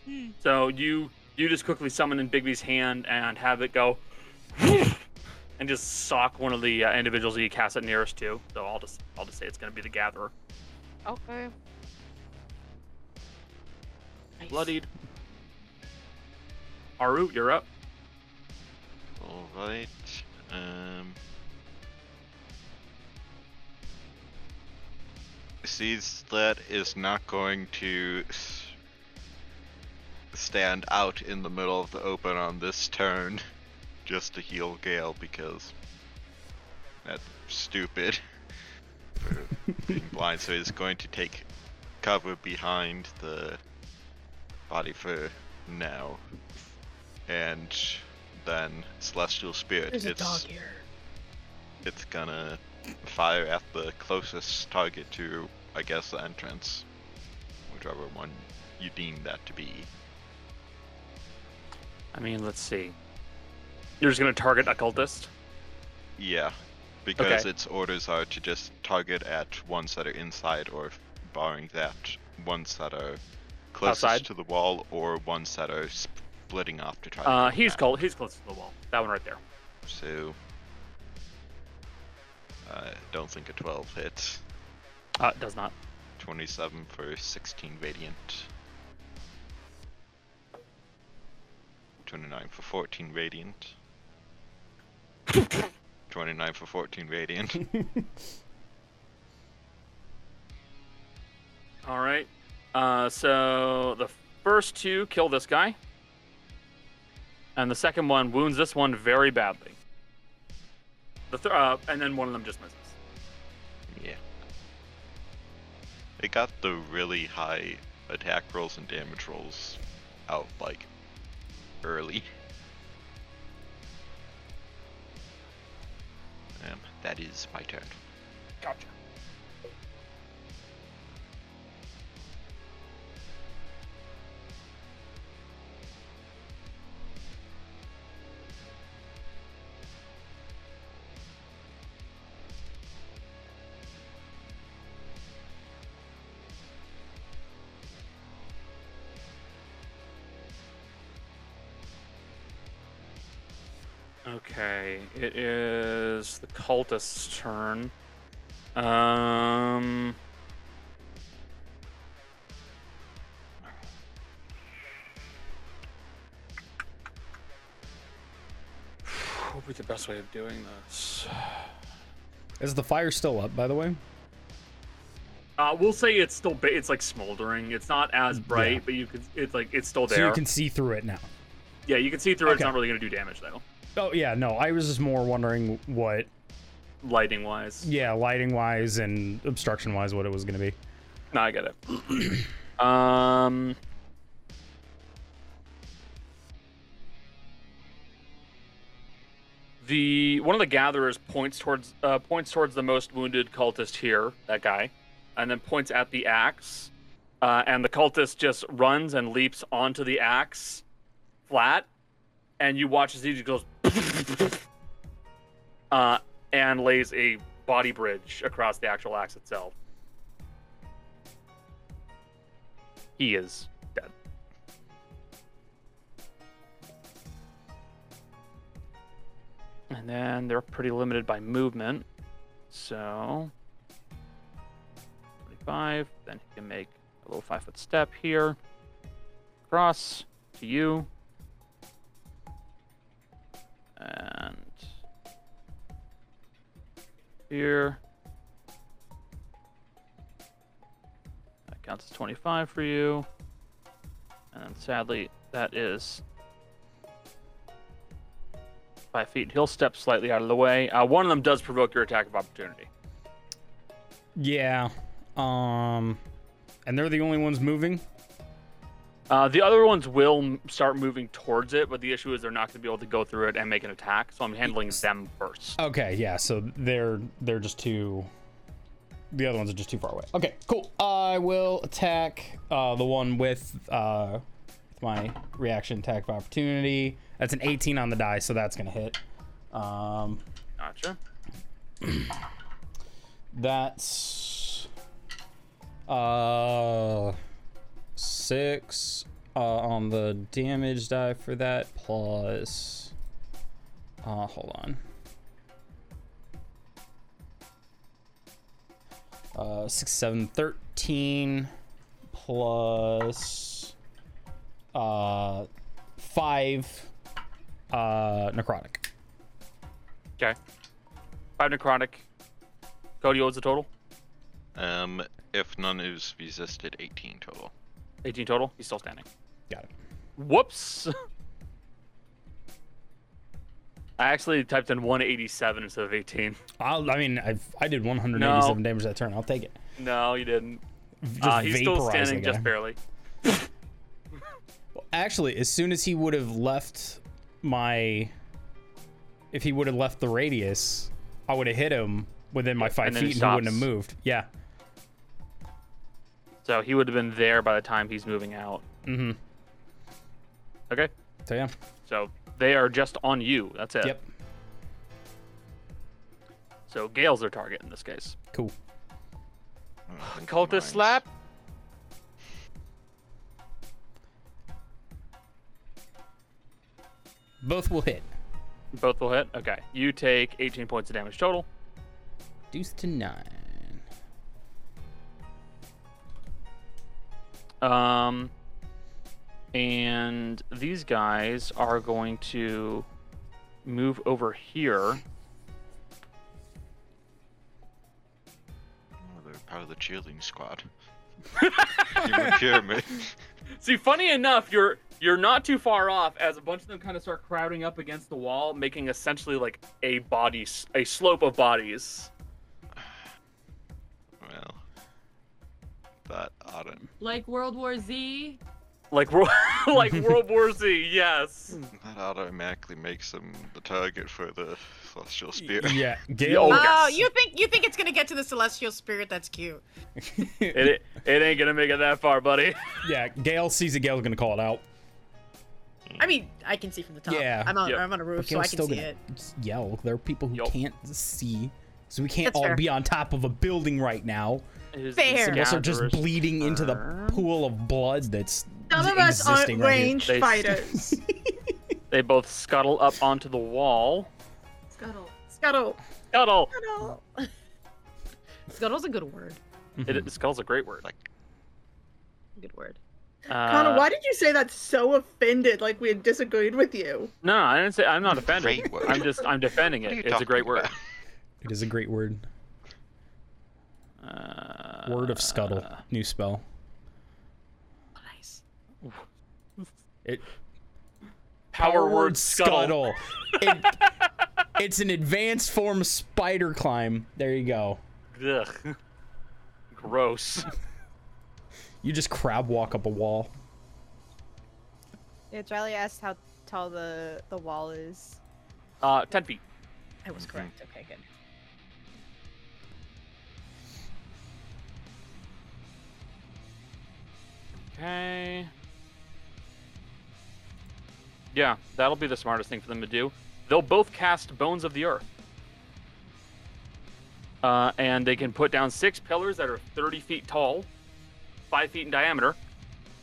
Speaker 9: Hmm.
Speaker 2: So you you just quickly summon in Bigby's hand and have it go, and just sock one of the uh, individuals that you cast it nearest to. So I'll just I'll just say it's gonna be the gatherer.
Speaker 9: Okay. Nice.
Speaker 2: Bloodied. Aru, you're up.
Speaker 4: All right. Um. Sees that is not going to s- stand out in the middle of the open on this turn, just to heal Gale because that's stupid for being blind. So he's going to take cover behind the body for now, and then Celestial Spirit.
Speaker 3: There's a
Speaker 4: it's
Speaker 3: dog here.
Speaker 4: it's gonna fire at the closest target to, I guess, the entrance, whichever one you deem that to be.
Speaker 2: I mean, let's see. You're just gonna target a cultist.
Speaker 4: Yeah, because
Speaker 2: Okay.
Speaker 4: its orders are to just target at ones that are inside, or barring that, ones that are closest
Speaker 2: Outside?
Speaker 4: to the wall, or ones that are splitting off to try. to
Speaker 2: Uh,
Speaker 4: get
Speaker 2: he's
Speaker 4: back.
Speaker 2: called. He's close to the wall. That one right there.
Speaker 4: So, I don't think a 12 hits.
Speaker 2: Uh, does not.
Speaker 4: 27 for 16 radiant. 29 for 14 radiant. 29 for 14 radiant.
Speaker 2: All right. Uh, so the first two kill this guy, and the second one wounds this one very badly. The th- uh, and then one of them just misses.
Speaker 4: yeah. It got the really high attack rolls and damage rolls out like early. Um, that is my turn.
Speaker 2: Gotcha. Okay, it is the cultist's turn. Um. What would be the best way of doing this?
Speaker 1: Is the fire still up, by the way?
Speaker 2: Uh, we'll say it's still ba- it's like smoldering. It's not as bright,
Speaker 1: Yeah.
Speaker 2: but you can it's like it's still there.
Speaker 1: So you can see through it now.
Speaker 2: Yeah, you can see through it. It's
Speaker 1: Okay.
Speaker 2: not really gonna do damage though,
Speaker 1: Oh yeah, no. I was just more wondering what,
Speaker 2: lighting wise.
Speaker 1: yeah, lighting wise and obstruction wise, what it was gonna be.
Speaker 2: No, I get it. Um. The one of the gatherers points towards uh, points towards the most wounded cultist here, that guy, and then points at the axe, uh, and the cultist just runs and leaps onto the axe, flat, and you watch as he just goes, uh, and lays a body bridge across the actual axe itself. He is dead. And then they're pretty limited by movement. So 25. Then he can make a little five foot step here. Cross to you. And here. That counts as 25 for you. And sadly, that is five feet. He'll step slightly out of the way. Uh, one of them does provoke your attack of opportunity.
Speaker 1: Yeah. Um, and they're the only ones moving.
Speaker 2: Uh, the other ones will m- start moving towards it, but the issue is they're not going to be able to go through it and make an attack. So I'm handling them first.
Speaker 1: Okay, yeah. So they're they're just too. The other ones are just too far away. Okay, cool. I will attack uh, the one with uh, with my reaction attack of opportunity. That's an 18 on the die, so that's gonna hit. Um,
Speaker 2: Gotcha.
Speaker 1: that's uh six uh, on the damage die for that plus. Uh, hold on. Uh, six, seven, 13 plus uh, five uh, necrotic.
Speaker 2: Okay. Five necrotic. Cody, what was the total?
Speaker 4: Um, if none is resisted, 18 total.
Speaker 2: 18 total. He's still standing.
Speaker 1: Got it.
Speaker 2: Whoops. I actually typed in 187 instead of 18.
Speaker 1: I'll, I mean, I've, I did 187 damage that turn. I'll take it.
Speaker 2: No, you didn't.
Speaker 1: Just
Speaker 2: Uh, he's still
Speaker 1: vaporize the
Speaker 2: standing
Speaker 1: guy.
Speaker 2: just barely.
Speaker 1: Actually, as soon as he would have left my, if he would have left the radius, I would have hit him within my five
Speaker 2: And then he
Speaker 1: feet, and he wouldn't have
Speaker 2: stops.
Speaker 1: moved. Yeah.
Speaker 2: So he would have been there by the time he's moving out.
Speaker 1: Mm-hmm.
Speaker 2: Okay.
Speaker 1: So yeah.
Speaker 2: So they are just on you. That's it.
Speaker 1: Yep.
Speaker 2: So Gale's their target in this case.
Speaker 1: Cool.
Speaker 4: I don't think mine-
Speaker 2: Cultist slap.
Speaker 1: Both will hit.
Speaker 2: Both will hit. Okay. You take 18 points of damage total.
Speaker 1: Deuce to nine.
Speaker 2: Um, and these guys are going to move over here.
Speaker 4: Oh, they're part of the cheerleading squad. Human pyramid.
Speaker 2: See, funny enough, you're you're not too far off as a bunch of them kind of start crowding up against the wall, making essentially like a body s- a slope of bodies.
Speaker 4: Well, that oughtn't.
Speaker 5: Like World War Z.
Speaker 2: Like wor- like World War Z. Yes.
Speaker 4: That automatically makes them the target for the celestial spear.
Speaker 1: Yeah.
Speaker 2: Oh,
Speaker 1: Gale.
Speaker 3: Oh,
Speaker 2: yes.
Speaker 3: you think you think it's gonna get to the celestial spirit? That's cute.
Speaker 2: It it ain't gonna make it that far, buddy.
Speaker 1: yeah. Gale sees it. Gale's gonna call it out.
Speaker 3: I mean, I can see from the top.
Speaker 1: Yeah.
Speaker 3: I'm on,
Speaker 2: Yep.
Speaker 3: I'm on a roof,
Speaker 1: Okay,
Speaker 3: so
Speaker 1: I'm
Speaker 3: I can
Speaker 1: still
Speaker 3: see
Speaker 1: gonna
Speaker 3: it.
Speaker 1: just yell. There are people who
Speaker 2: Yup.
Speaker 1: can't see, so we can't
Speaker 3: That's
Speaker 1: all
Speaker 3: fair.
Speaker 1: be on top of a building right now.
Speaker 2: Is
Speaker 3: Fair.
Speaker 1: Some of us are just
Speaker 2: Gatherer's
Speaker 1: bleeding into the
Speaker 2: turn.
Speaker 1: pool of blood that's
Speaker 6: Some of us aren't
Speaker 1: existing right here.
Speaker 6: ranged
Speaker 2: They-
Speaker 6: fighters.
Speaker 2: They both scuttle up onto the wall.
Speaker 6: Scuttle. Scuttle.
Speaker 2: Scuttle.
Speaker 6: Scuttle.
Speaker 3: Scuttle's a good word.
Speaker 2: It, scuttle's a great word.
Speaker 4: Like,
Speaker 3: Good word.
Speaker 2: Uh,
Speaker 6: Connor, why did you say that so offended, like we had disagreed with you?
Speaker 2: No, I didn't say. I'm not offended.
Speaker 4: Great word.
Speaker 2: I'm just. I'm defending
Speaker 4: what
Speaker 2: it.
Speaker 4: are you
Speaker 2: It's a great
Speaker 4: talking
Speaker 2: word.
Speaker 4: about?
Speaker 1: It is a great word.
Speaker 2: Uh,
Speaker 1: Word of scuttle. New spell.
Speaker 3: Nice.
Speaker 1: It,
Speaker 2: Power word
Speaker 1: scuttle.
Speaker 2: scuttle.
Speaker 1: It- it's an advanced form spider climb. There you go.
Speaker 2: Ugh. Gross.
Speaker 1: You just crab walk up a wall.
Speaker 8: Yeah, Charlie asked how tall the the wall is.
Speaker 2: Uh, ten feet.
Speaker 3: I was correct. Okay, good.
Speaker 2: Okay. Yeah, that'll be the smartest thing for them to do. They'll both cast Bones of the Earth. Uh, and they can put down six pillars that are 30 feet tall, five feet in diameter,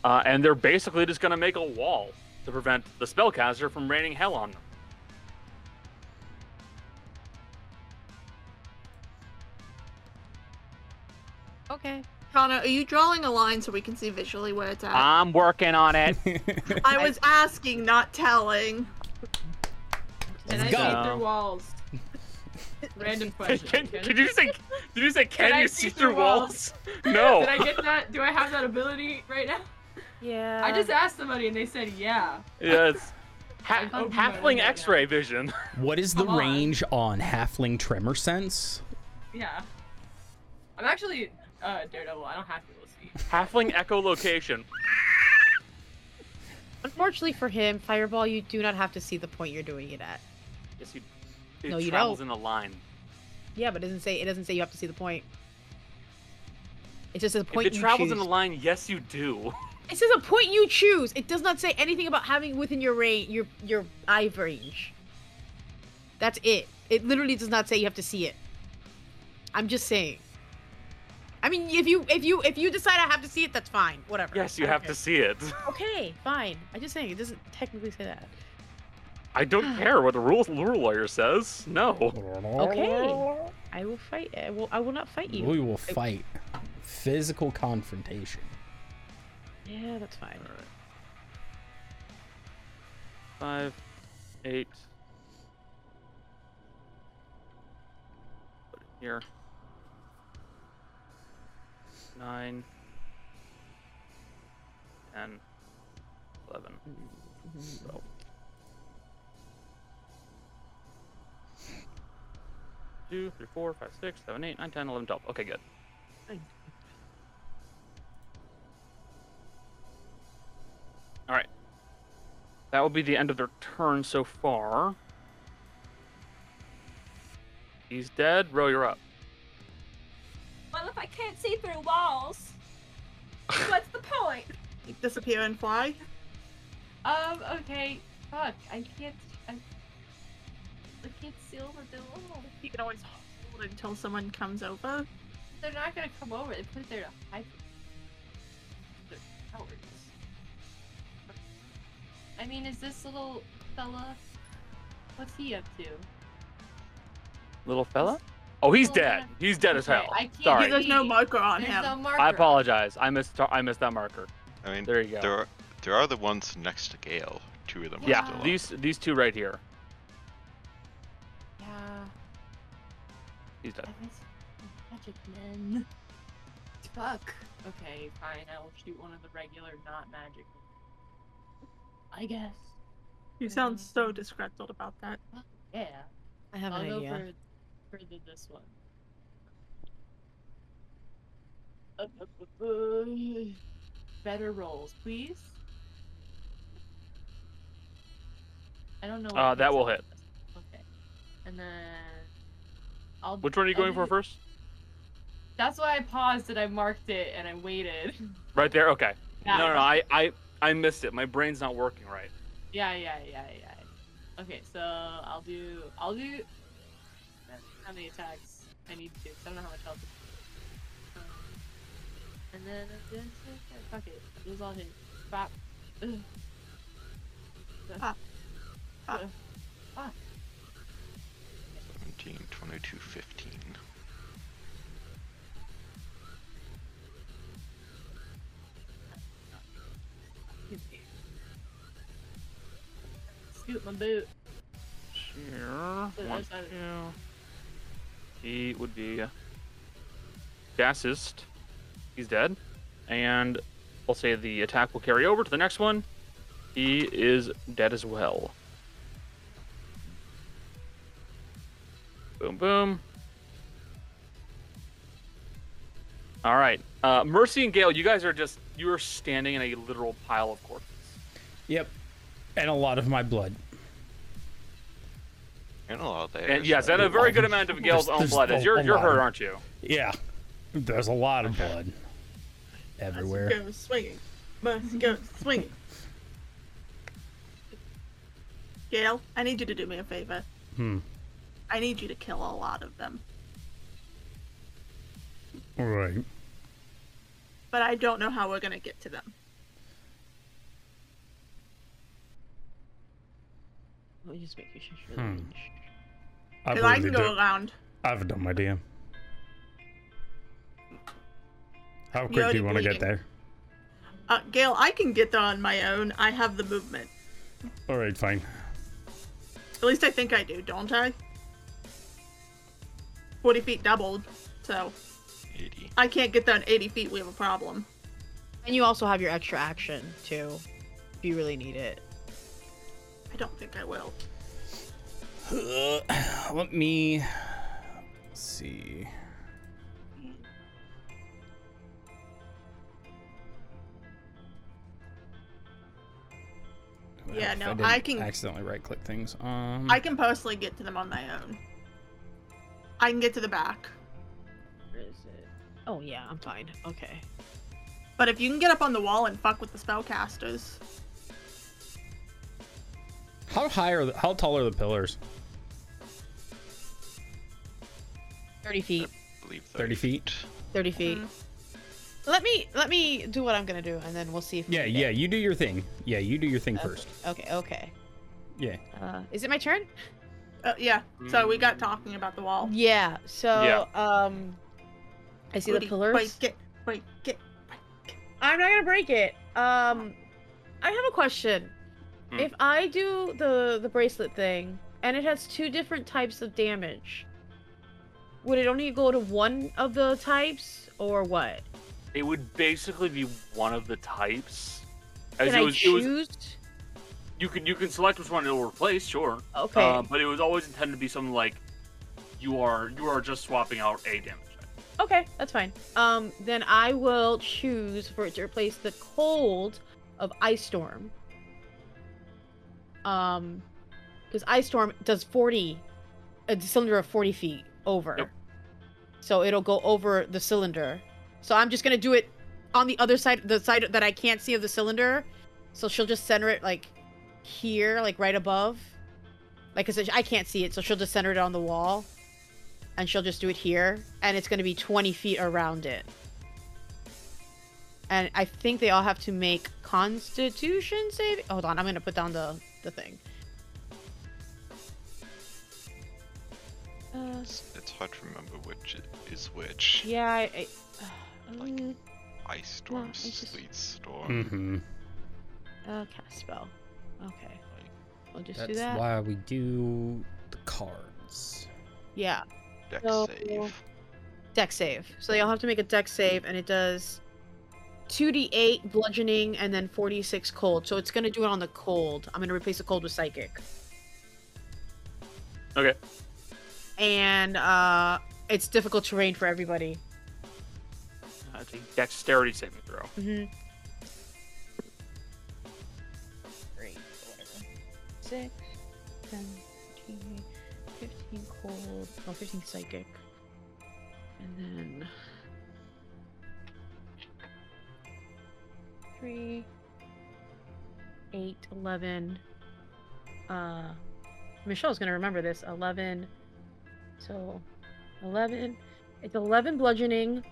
Speaker 2: uh, and they're basically just going to make a wall to prevent the spellcaster from raining hell on them.
Speaker 9: Okay.
Speaker 6: Connor, are you drawing a line so we can see visually where it's at?
Speaker 2: Ah. I'm working on it. Uh,
Speaker 6: I was asking, not telling.
Speaker 5: And I
Speaker 1: go.
Speaker 5: see through walls. Random question.
Speaker 2: can, did you say? Did you say? Can
Speaker 5: I
Speaker 2: you
Speaker 5: see
Speaker 2: see
Speaker 5: through
Speaker 2: through walls? No.
Speaker 5: Did I get that? Do I have that ability right now?
Speaker 3: Yeah.
Speaker 5: I just asked somebody and they said yeah.
Speaker 2: Yes. Ha-
Speaker 5: I'm open
Speaker 2: halfling
Speaker 5: minded right
Speaker 2: X-ray vision.
Speaker 1: What is the
Speaker 5: Come on.
Speaker 1: range on halfling tremor sense?
Speaker 5: Yeah. I'm actually uh, Daredevil. I don't have to see.
Speaker 2: halfling echolocation.
Speaker 3: Unfortunately for him, Fireball, you do not have to see the point you're doing it at.
Speaker 2: Yes, you. It
Speaker 3: No, you
Speaker 2: travels
Speaker 3: don't.
Speaker 2: in a line.
Speaker 3: Yeah, but it doesn't say it doesn't say you have to see the point. It just says a point
Speaker 2: if it
Speaker 3: you
Speaker 2: travels
Speaker 3: choose.
Speaker 2: in a line, yes, you do.
Speaker 3: It says a point you choose. It does not say anything about having within your range, your your eye range. That's it. It literally does not say you have to see it. I'm just saying. I mean, if you if you if you decide I have to see it, that's fine. Whatever.
Speaker 2: Yes, you have to see it.
Speaker 3: Okay, fine. I'm just saying it doesn't technically say that.
Speaker 2: I don't care what the rules rule lawyer says. No.
Speaker 3: Okay. I will fight. I will. I will not fight you.
Speaker 1: Oh. We will fight. Physical confrontation.
Speaker 3: Yeah, that's fine.
Speaker 2: Five, eight. Put it here. Nine. Ten. Eleven. Twelve. Two, three, four, five, six, seven, eight, nine, ten, eleven, twelve. Okay, good. All right. That will be the end of their turn so far. He's dead. Row, you're up.
Speaker 5: Well, if I can't see through walls, what's the point?
Speaker 6: Disappear and fly.
Speaker 5: Um. Okay. Fuck. I can't. I, I can't seal the wall.
Speaker 6: You can always hold it until someone comes over.
Speaker 5: They're not gonna come over. They put it there to hide. from- They're cowards. I mean, is this little fella? What's he up to?
Speaker 2: Little fella? Oh, he's
Speaker 5: Oh,
Speaker 2: dead.
Speaker 5: man.
Speaker 2: He's dead as
Speaker 5: Okay,
Speaker 2: hell.
Speaker 5: I can't
Speaker 2: Sorry.
Speaker 5: do
Speaker 6: There's no
Speaker 5: Hey,
Speaker 6: marker on
Speaker 5: There's
Speaker 6: him.
Speaker 5: no marker.
Speaker 2: I apologize. I missed I missed that marker.
Speaker 4: I mean,
Speaker 2: There you go.
Speaker 4: there are there are the ones next to Gale. Two of them.
Speaker 2: yeah,
Speaker 4: are still up.
Speaker 2: these these two right here.
Speaker 5: Yeah.
Speaker 2: He's dead.
Speaker 5: I miss Magic men. Fuck. Okay, fine. I will shoot one of the regular, not magic. I guess.
Speaker 6: You sound so disgruntled about that.
Speaker 5: Yeah.
Speaker 3: I have
Speaker 5: I'll
Speaker 3: an
Speaker 5: go
Speaker 3: idea.
Speaker 5: for, for the, this one. Uh, uh, uh, Better rolls, please. I don't know. what
Speaker 2: Uh, that
Speaker 5: comes
Speaker 2: will
Speaker 5: up
Speaker 2: hit.
Speaker 5: with this. Okay. And then I'll.
Speaker 2: Which one are you
Speaker 5: I'll
Speaker 2: going for
Speaker 5: do-
Speaker 2: first?
Speaker 5: That's why I paused and I marked it and I waited.
Speaker 2: Right there. Okay.
Speaker 5: Yeah.
Speaker 2: No, no, no. I I I missed it. My brain's not working right.
Speaker 5: Yeah, yeah, yeah, yeah. Okay, so I'll do. I'll do. How many attacks I need to? 'cause I don't know how much health. it is. Um, and then fuck it, those all hit. Bop. Ugh.
Speaker 6: Bop. Bop.
Speaker 5: Ugh.
Speaker 4: 17, 22, 15.
Speaker 5: Scoot my boot.
Speaker 2: Here.
Speaker 8: Oh,
Speaker 5: Wait,
Speaker 2: One,
Speaker 5: where's that?
Speaker 2: two. He would be Bassist. He's dead. And I'll say the attack will carry over to the next one. He is dead as well. Boom, boom. All right, uh, Mercy and Gale, you guys are just you are standing in a literal pile of corpses.
Speaker 1: Yep. And a lot of my blood.
Speaker 4: And a lot of
Speaker 2: And yes, and a very good amount of Gale's
Speaker 1: There's-
Speaker 2: own
Speaker 1: there's
Speaker 2: blood. As
Speaker 1: a-
Speaker 2: you're
Speaker 1: a
Speaker 2: you're
Speaker 1: lot.
Speaker 2: hurt, aren't you?
Speaker 1: Yeah. There's a lot of blood everywhere.
Speaker 6: Must go swinging. Must go swinging. Gail, I need you to do me a favor.
Speaker 1: Hmm.
Speaker 6: I need you to kill a lot of them.
Speaker 1: All right.
Speaker 6: But I don't know how we're gonna get to them.
Speaker 7: Let me just make sure for
Speaker 1: Hmm.
Speaker 7: the range.
Speaker 1: I,
Speaker 6: Because I
Speaker 1: really
Speaker 6: can
Speaker 1: do.
Speaker 6: go around.
Speaker 1: I have a dumb idea. How quick do
Speaker 6: already
Speaker 1: you want to get
Speaker 6: bleeding.
Speaker 1: there?
Speaker 6: Uh, Gail, I can get there on my own. I have the movement.
Speaker 1: All right, fine.
Speaker 6: At least I think I do, don't I? 40 feet doubled. So,
Speaker 4: 80.
Speaker 6: I can't get there in 80 feet. We have a problem.
Speaker 3: And you also have your extra action too, if you really need it.
Speaker 6: I don't think I will.
Speaker 1: Let me see.
Speaker 6: Yeah,
Speaker 1: If
Speaker 6: no,
Speaker 1: didn't
Speaker 6: I can-
Speaker 1: accidentally right-click things. Um,
Speaker 3: Hmm.
Speaker 6: I can personally get to them on my own. I can get to the back.
Speaker 7: Where is it?
Speaker 3: Oh yeah, I'm fine. Okay.
Speaker 6: But if you can get up on the wall and fuck with the spellcasters,
Speaker 1: how high are the, how tall are the pillars?
Speaker 3: Thirty feet.
Speaker 4: I believe
Speaker 1: 30 feet.
Speaker 3: Thirty feet. Let me let me do what I'm gonna do, and then we'll see if. we
Speaker 1: Yeah,
Speaker 3: need
Speaker 1: yeah.
Speaker 3: it.
Speaker 1: You do your thing. Yeah, you do your thing first.
Speaker 3: Okay. Okay.
Speaker 1: Yeah.
Speaker 3: Uh, is it my turn?
Speaker 6: uh, yeah. So we
Speaker 1: Hmm.
Speaker 6: got talking about the wall.
Speaker 3: Yeah. So
Speaker 2: Yeah.
Speaker 3: um, I see the
Speaker 6: Booty,
Speaker 3: pillars.
Speaker 6: Break it, break it.
Speaker 3: I'm not gonna break it. Um, I have a question.
Speaker 2: Hmm.
Speaker 3: If I do the the bracelet thing, and it has two different types of damage, would it only go to one of the types, or what?
Speaker 2: It would basically be one of the types. As
Speaker 3: Can
Speaker 2: it
Speaker 3: I
Speaker 2: was, it was
Speaker 3: choose?
Speaker 2: you can you can select which one it will replace, sure.
Speaker 3: Okay.
Speaker 2: Uh, but it was always intended to be something like you are you are just swapping out a damage. type.
Speaker 3: Okay, that's fine. Um, then I will choose for it to replace the cold of ice storm. Um, because ice storm does forty, a cylinder of forty feet over.
Speaker 2: Yep.
Speaker 3: So it'll go over the cylinder. So I'm just gonna do it on the other side, the side that I can't see of the cylinder. So she'll just center it like here, like right above. Like, cause I can't see it, so she'll just center it on the wall and she'll just do it here and it's going to be 20 feet around it and i think they all have to make constitution save hold on i'm going to put down the the thing uh,
Speaker 4: It's, it's hard to remember which i- is which.
Speaker 3: yeah i, I
Speaker 4: Like-
Speaker 3: mm,
Speaker 4: Ice storm,
Speaker 3: I just-
Speaker 4: sleet storm.
Speaker 1: Mm-hmm.
Speaker 3: uh, cast spell okay we'll just do
Speaker 1: That's
Speaker 3: that
Speaker 1: why we do the cards.
Speaker 3: yeah
Speaker 4: Deck
Speaker 3: So-
Speaker 4: save.
Speaker 3: deck save so they all have to make a deck save and it does 2d8 bludgeoning and then 46 cold so it's going to do it on the cold i'm going to replace the cold with psychic
Speaker 2: Okay.
Speaker 3: and uh, it's difficult terrain for everybody.
Speaker 2: Uh, it's a dexterity saving throw.
Speaker 3: Mm-hmm.
Speaker 7: Great. Whatever. Six, ten, fifteen, fifteen cold.
Speaker 3: Oh, 15 psychic.
Speaker 7: And then
Speaker 3: Three, eight, eleven. Uh, Michelle's gonna remember this. Eleven. So, eleven. It's eleven bludgeoning.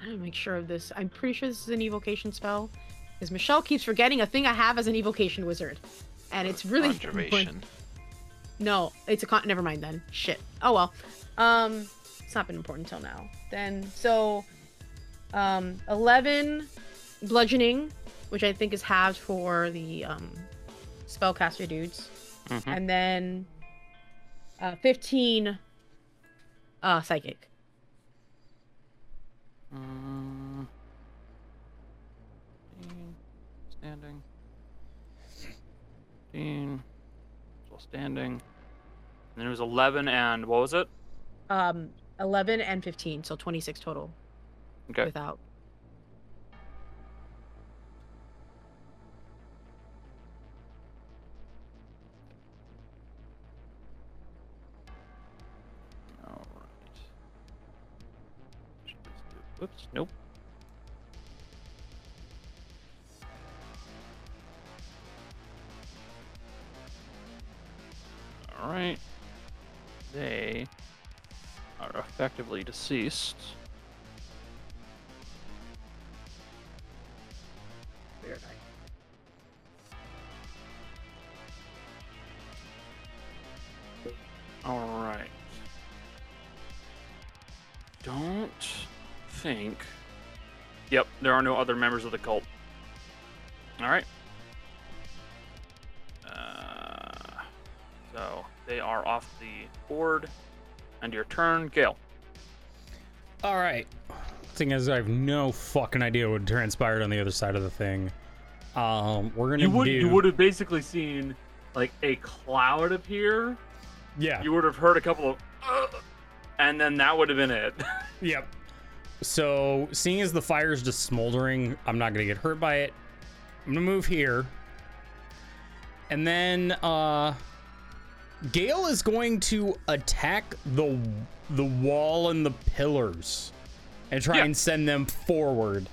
Speaker 3: I gotta make sure of this. I'm pretty sure this is an evocation spell, because Michelle keeps forgetting a thing I have as an evocation wizard, and it's really
Speaker 4: Conjuration.
Speaker 3: No, it's a con. Never mind then. Shit. Oh well. Um, it's not been important till now. Then so, um, eleven bludgeoning, which I think is halved for the um, spellcaster dudes,
Speaker 2: Mhm.
Speaker 3: and then uh, fifteen uh, psychic. Uh,
Speaker 2: Um, standing. Dean. Still standing. And then it was 11 and what was it?
Speaker 3: Um, eleven and fifteen, so twenty-six total.
Speaker 2: Okay.
Speaker 3: without.
Speaker 2: All right. Whoops. Nope. All right. They are effectively deceased.
Speaker 6: Weird.
Speaker 2: All right. Don't think. Yep, there are no other members of the cult. All right. Uh, so they are off the board. And your turn, Gale.
Speaker 1: All right. Thing is, I have no fucking idea what transpired on the other side of the thing. Um, we're gonna
Speaker 2: You would
Speaker 1: do.
Speaker 2: you would have basically seen like a cloud appear.
Speaker 1: yeah.
Speaker 2: You would have heard a couple of, "Ugh," and then that would have been it.
Speaker 1: Yep. So, seeing as the fire's just smoldering, I'm not gonna get hurt by it. I'm gonna move here, and then uh, Gale is going to attack the the wall and the pillars, and try
Speaker 2: Yeah.
Speaker 1: and send them forward,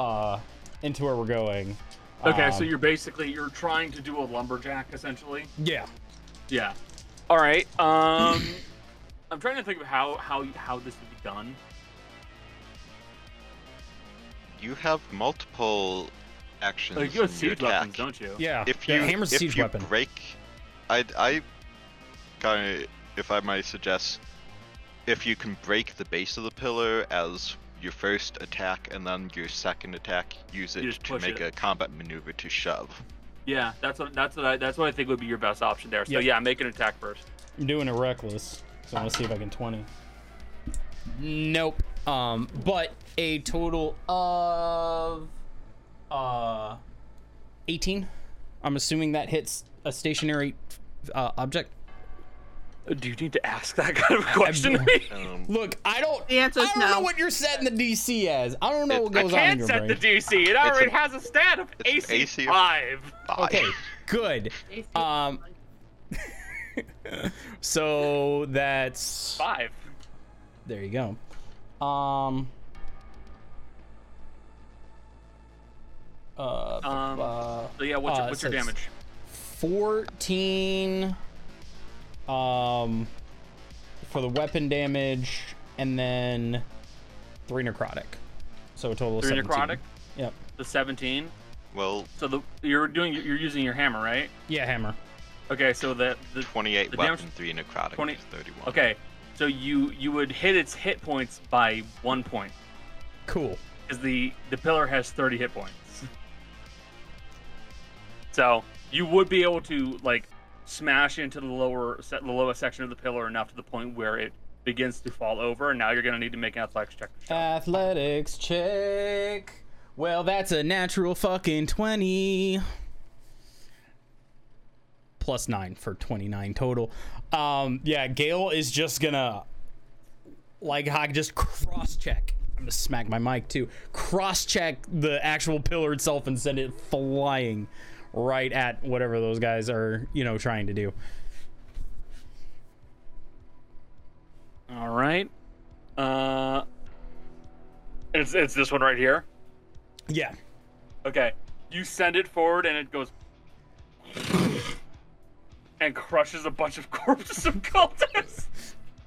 Speaker 1: uh, into where we're going.
Speaker 2: okay, so
Speaker 1: Um,
Speaker 2: you're basically you're trying to do a lumberjack essentially.
Speaker 1: yeah.
Speaker 2: Yeah. All right. Um, I'm trying to think of how how how this would be done.
Speaker 4: You have multiple actions.
Speaker 2: Like you have
Speaker 4: in your
Speaker 2: siege weapons,
Speaker 4: attack.
Speaker 2: don't you?
Speaker 1: Yeah.
Speaker 4: If
Speaker 1: yeah,
Speaker 4: you
Speaker 1: hammer's a
Speaker 4: if
Speaker 1: siege
Speaker 4: you
Speaker 1: weapon.
Speaker 4: break, I I kind of if I might suggest, if you can break the base of the pillar as your first attack and then your second attack, use it
Speaker 2: just
Speaker 4: to
Speaker 2: push
Speaker 4: make
Speaker 2: it.
Speaker 4: a combat maneuver to shove.
Speaker 2: Yeah. That's what that's what I that's what I think would be your best option there. So
Speaker 1: Yep.
Speaker 2: yeah, make an attack first.
Speaker 1: I'm doing it reckless, so I want to see if I can 20. Nope. Um, but a total of uh 18. I'm assuming that hits a stationary uh, object.
Speaker 2: Uh, Do you need to ask that kind of question?
Speaker 1: I-
Speaker 4: Um,
Speaker 1: Look, I don't.
Speaker 6: The answer is
Speaker 1: I don't
Speaker 6: no.
Speaker 1: know what you're setting the DC as. I don't know what
Speaker 4: I
Speaker 1: goes on in
Speaker 2: Can't
Speaker 1: your
Speaker 2: set
Speaker 1: brain.
Speaker 2: the DC. It already
Speaker 4: a-
Speaker 2: has a stat of
Speaker 4: it's an
Speaker 2: AC,
Speaker 4: AC of-
Speaker 2: five.
Speaker 4: bye.
Speaker 1: Okay, good.
Speaker 5: AC.
Speaker 1: Um, so that's
Speaker 2: Five.
Speaker 1: There you go. Um. Uh, b-
Speaker 2: Um,
Speaker 1: uh,
Speaker 2: So yeah, what's
Speaker 1: Uh,
Speaker 2: your, what's your
Speaker 1: so it's-
Speaker 2: damage?
Speaker 1: 14 um for the weapon damage and then 3 necrotic. So a total of
Speaker 2: Three
Speaker 1: 17.
Speaker 2: necrotic.
Speaker 1: Yep.
Speaker 2: The seventeen.
Speaker 4: Well,
Speaker 2: So the you're doing you're using your hammer, right?
Speaker 1: Yeah, hammer.
Speaker 2: Okay. So the the
Speaker 4: 28
Speaker 2: The damage-
Speaker 4: weapon, three necrotic,
Speaker 2: 20
Speaker 4: 31.
Speaker 2: okay. So you you would hit its hit points by one point.
Speaker 1: Cool.
Speaker 2: because the the pillar has 30 hit points. So you would be able to like smash into the lower se- the lowest section of the pillar enough to the point where it begins to fall over, and now you're gonna need to make an athletics check. to shove.
Speaker 1: Athletics check. Well, that's a natural fucking 20. Plus 9 for 29 total. Um, yeah, Gale is just gonna, like, I just cross check. I'm gonna smack my mic too. Cross check the actual pillar itself and send it flying right at whatever those guys are, you know, trying to do.
Speaker 2: All right. Uh, it's it's this one right here.
Speaker 1: Yeah.
Speaker 2: Okay, you send it forward, and it goes. And crushes a bunch of corpses of cultists,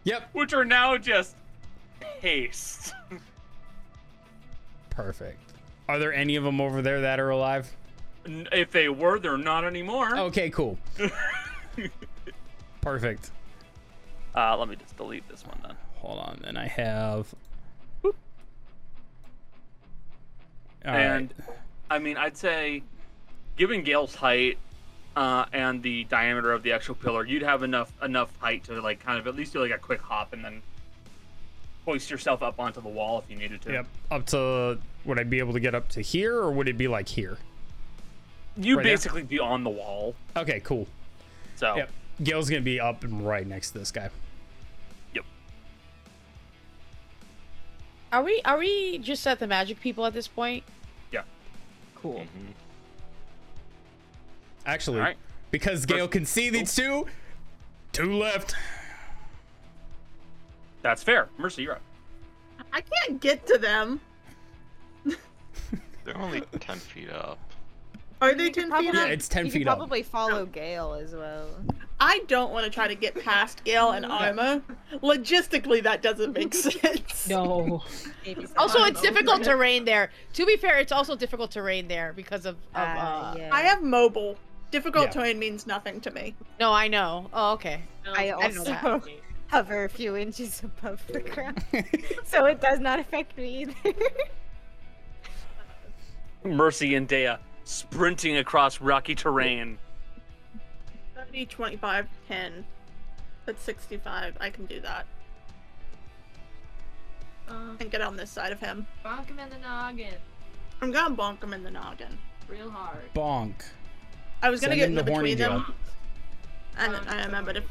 Speaker 1: Yep.
Speaker 2: which are now just paste.
Speaker 1: Perfect. Are there any of them over there that are alive?
Speaker 2: N- If they were, they're not anymore.
Speaker 1: Okay, cool. Perfect.
Speaker 2: Uh, let me just delete this one then.
Speaker 1: Hold on. Then I have. All right.
Speaker 2: and I mean, I'd say, given Gale's height uh, and the diameter of the actual pillar, you'd have enough enough height to like kind of at least do like a quick hop and then hoist yourself up onto the wall if you needed to.
Speaker 1: Yep. Up to. Would I be able to get up to here, or would it be like here?
Speaker 2: You
Speaker 1: Right there.
Speaker 2: basically be on the wall.
Speaker 1: Okay, cool.
Speaker 2: So
Speaker 1: Yep. Gail's gonna be up and right next to this guy.
Speaker 3: Are we are we just at the magic people at this point?
Speaker 8: Cool.
Speaker 4: Mhm.
Speaker 1: Mm-hmm. Actually,
Speaker 2: Alright.
Speaker 1: because Gale can see these two, two left.
Speaker 2: That's fair. Mercy, you're up.
Speaker 6: I can't get to them.
Speaker 4: They're only 10 feet up.
Speaker 6: Are they 10 feet
Speaker 8: probably-
Speaker 1: Yeah,
Speaker 6: up?
Speaker 1: it's ten
Speaker 8: you
Speaker 1: feet
Speaker 8: could
Speaker 1: up.
Speaker 8: probably follow Gale as well.
Speaker 6: I don't want to try to get past Gale
Speaker 3: Oh,
Speaker 6: and Arma. Logistically, that doesn't make sense.
Speaker 7: No.
Speaker 8: Maybe
Speaker 3: Also,
Speaker 8: someone-
Speaker 3: it's difficult terrain there. To be fair, it's also difficult terrain there because of. of
Speaker 8: Ah,
Speaker 3: uh,
Speaker 8: yeah.
Speaker 6: I have mobile. Difficult
Speaker 1: Yeah.
Speaker 6: terrain means nothing to me.
Speaker 3: No, I know. Oh, okay.
Speaker 8: I
Speaker 5: Um,
Speaker 3: also-
Speaker 5: that.
Speaker 8: hover a few inches above the ground, so it does not affect me either.
Speaker 2: Mercy and Dea sprinting across rocky terrain.
Speaker 6: 30, 25, 10. That's 65. I can do that.
Speaker 5: Uh,
Speaker 6: And get on this side of him.
Speaker 5: bonk him in the noggin
Speaker 6: I'm gonna bonk him in the noggin.
Speaker 5: real hard.
Speaker 1: Bonk.
Speaker 6: I was gonna
Speaker 1: Send
Speaker 6: get
Speaker 1: in
Speaker 6: in
Speaker 1: the horny
Speaker 6: between them,
Speaker 1: job.
Speaker 6: and then
Speaker 5: Bonk
Speaker 6: I
Speaker 5: the
Speaker 6: remembered if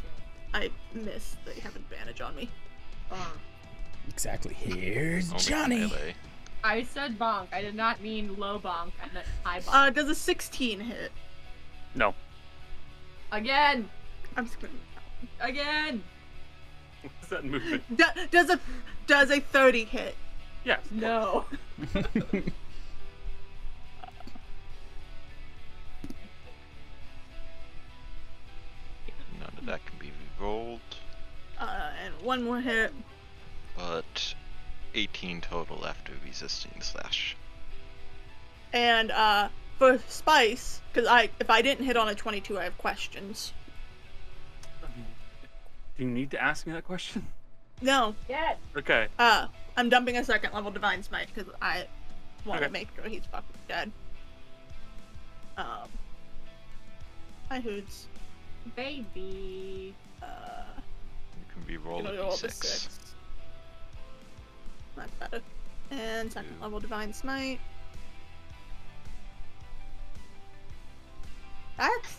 Speaker 5: noggin.
Speaker 6: I miss, they have advantage on me.
Speaker 5: Bonk.
Speaker 1: Exactly. Here's
Speaker 4: Only
Speaker 1: Johnny.
Speaker 4: melee.
Speaker 5: I said bonk. I did not mean low bonk. I meant high bonk.
Speaker 6: Uh, does a 16 hit?
Speaker 2: No.
Speaker 5: again,
Speaker 6: I'm just gonna.
Speaker 5: again.
Speaker 2: What's that movement?
Speaker 6: Do, does a does a 30 hit?
Speaker 2: Yes.
Speaker 5: No.
Speaker 4: None of that can be rolled,
Speaker 6: Uh, and one more hit.
Speaker 4: but 18 total after resisting the slash.
Speaker 6: And uh, for spice, because I if I didn't hit on a 22, I have questions.
Speaker 2: Do you need to ask me that question?
Speaker 6: No,
Speaker 5: Yes.
Speaker 2: Okay.
Speaker 6: uh, I'm dumping a second level divine smite because I want to
Speaker 2: Okay.
Speaker 6: make sure he's fucking dead. Um, hi hoods.
Speaker 5: Baby.
Speaker 6: Uh,
Speaker 4: You can be rolled
Speaker 6: gonna
Speaker 4: a
Speaker 6: go up to
Speaker 4: d6.
Speaker 6: six. That's better. And second
Speaker 4: Two.
Speaker 6: level divine smite. That's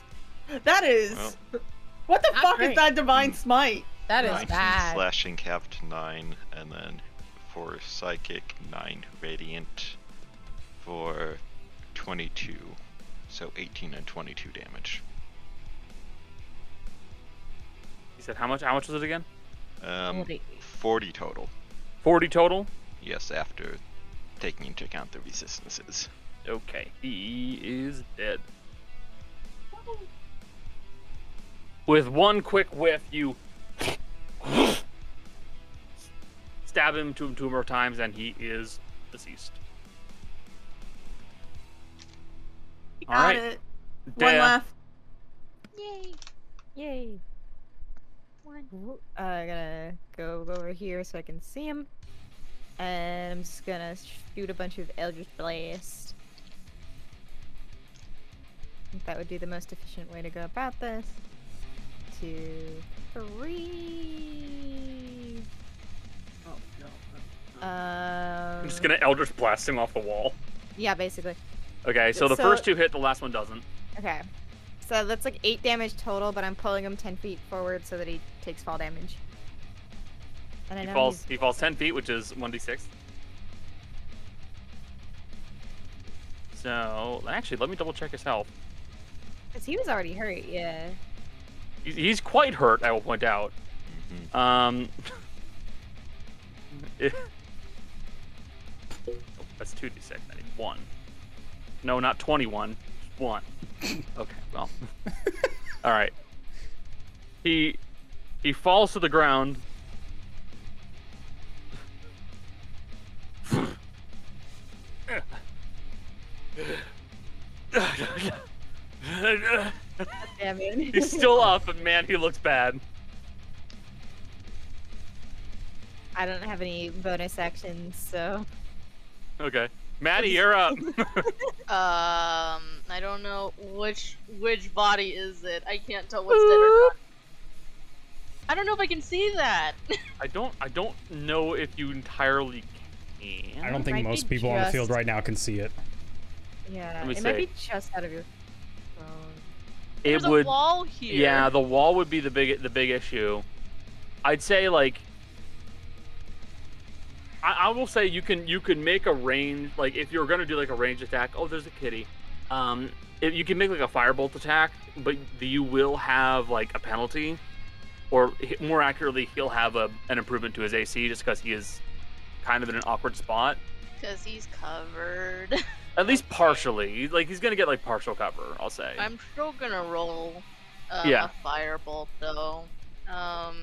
Speaker 6: that is.
Speaker 4: Well.
Speaker 6: What the
Speaker 3: Not
Speaker 6: fuck
Speaker 3: great.
Speaker 6: is that divine smite?
Speaker 3: That is
Speaker 4: 19
Speaker 3: bad.
Speaker 4: slashing half to 9, and then 4 psychic, 9 radiant, for 22. So 18 and 22 damage.
Speaker 2: He said how much? How much was it again?
Speaker 4: Um,
Speaker 7: Forty.
Speaker 4: 40 total.
Speaker 2: Forty total.
Speaker 4: Yes, after taking into account the resistances.
Speaker 2: Okay. E. He is dead. With one quick whiff, you stab him two, two more times, and he is deceased.
Speaker 6: You
Speaker 2: All
Speaker 6: Got
Speaker 2: right.
Speaker 6: it. One
Speaker 2: Dea,
Speaker 6: left.
Speaker 7: Yay.
Speaker 8: Yay!
Speaker 7: One.
Speaker 8: Ooh, uh, I'm gonna go over here so I can see him, and I'm just gonna shoot a bunch of Eldritch Blast. I think that would be the most efficient way to go about this. Two, three.
Speaker 5: Oh no.
Speaker 8: Um,
Speaker 2: I'm just gonna Eldritch blast him off the wall.
Speaker 8: Yeah, basically.
Speaker 2: Okay, so the
Speaker 8: So-
Speaker 2: first two hit, the last one doesn't.
Speaker 8: Okay. So that's like eight damage total, but I'm pulling him ten feet forward so that he takes fall damage. And I
Speaker 2: He
Speaker 8: know
Speaker 2: falls.
Speaker 8: he's-
Speaker 2: He falls ten feet, which is one d six. So actually, let me double check his health.
Speaker 8: Cause he was already hurt, yeah.
Speaker 2: He's, he's quite hurt. I will point out.
Speaker 4: Mhm.
Speaker 2: Um. it- Oh, that's two d six. I need one. No, not twenty one. One. Okay. Well. All right. He he falls to the ground.
Speaker 8: Damn it.
Speaker 2: He's still up, but man, he looks bad.
Speaker 8: I don't have any bonus actions, so
Speaker 2: Okay. Maddie, you're up.
Speaker 9: Um, I don't know which which body is it. I can't tell what's dead or not. I don't know if I can see that.
Speaker 2: I don't I don't know if you entirely can.
Speaker 1: I don't think
Speaker 8: Might be
Speaker 1: most people on the field
Speaker 8: just-
Speaker 1: right now can see it.
Speaker 8: yeah.
Speaker 2: Let me
Speaker 8: It might
Speaker 2: see.
Speaker 8: be just out of your phone.
Speaker 9: There's
Speaker 2: it would
Speaker 9: a wall here.
Speaker 2: Yeah, the wall would be the big the big issue. I'd say like I, I will say you can you can make a range like if you're gonna do like a range attack. Oh, there's a kitty. Um, if you can make like a firebolt attack, but you will have like a penalty, or h- more accurately, he'll have a, an improvement to his AC just because he is kind of in an awkward spot.
Speaker 9: Because he's covered.
Speaker 2: At least partially, like he's gonna get like partial cover. I'll say.
Speaker 9: I'm still gonna roll uh,
Speaker 2: Yeah.
Speaker 9: a firebolt though. Um,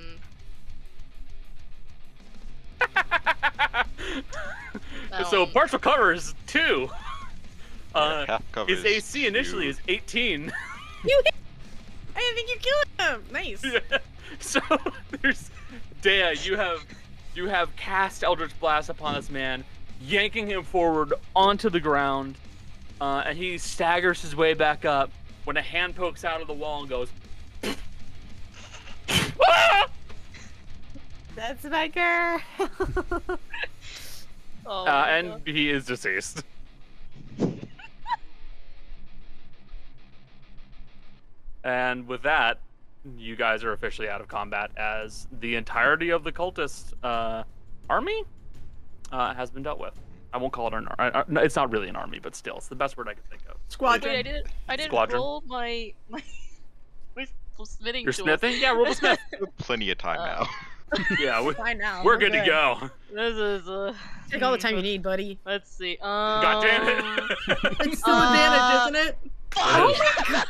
Speaker 2: so
Speaker 9: Um,
Speaker 2: partial cover is two. Uh,
Speaker 4: half cover
Speaker 2: his AC initially
Speaker 4: two.
Speaker 2: is 18.
Speaker 3: I think you killed him. Nice.
Speaker 2: so there's Dea, you have you have cast Eldritch Blast upon this man, yanking him forward onto the ground, uh, and he staggers his way back up when a hand pokes out of the wall and goes. "Ah!"
Speaker 8: That's my girl.
Speaker 9: oh
Speaker 2: Uh,
Speaker 9: my
Speaker 2: and
Speaker 9: God.
Speaker 2: he is deceased. and with that, you guys are officially out of combat as the entirety of the cultist uh, army uh, has been dealt with. I won't call it an army. It's not really an army, but still, it's the best word I can think of.
Speaker 9: wait, I
Speaker 6: Squadron.
Speaker 9: didn't. I didn't
Speaker 2: Squadron.
Speaker 9: roll my my my smitting.
Speaker 2: You're
Speaker 9: tool.
Speaker 2: smithing? Yeah, roll the smith.
Speaker 4: Plenty of time
Speaker 9: Uh,
Speaker 4: now.
Speaker 2: yeah, we,
Speaker 6: Why now?
Speaker 2: we're good to go.
Speaker 9: This is uh,
Speaker 3: Take all the time you need, buddy.
Speaker 9: Let's see. Um,
Speaker 2: God damn it!
Speaker 6: It's still
Speaker 9: Uh,
Speaker 6: advantage, isn't Oh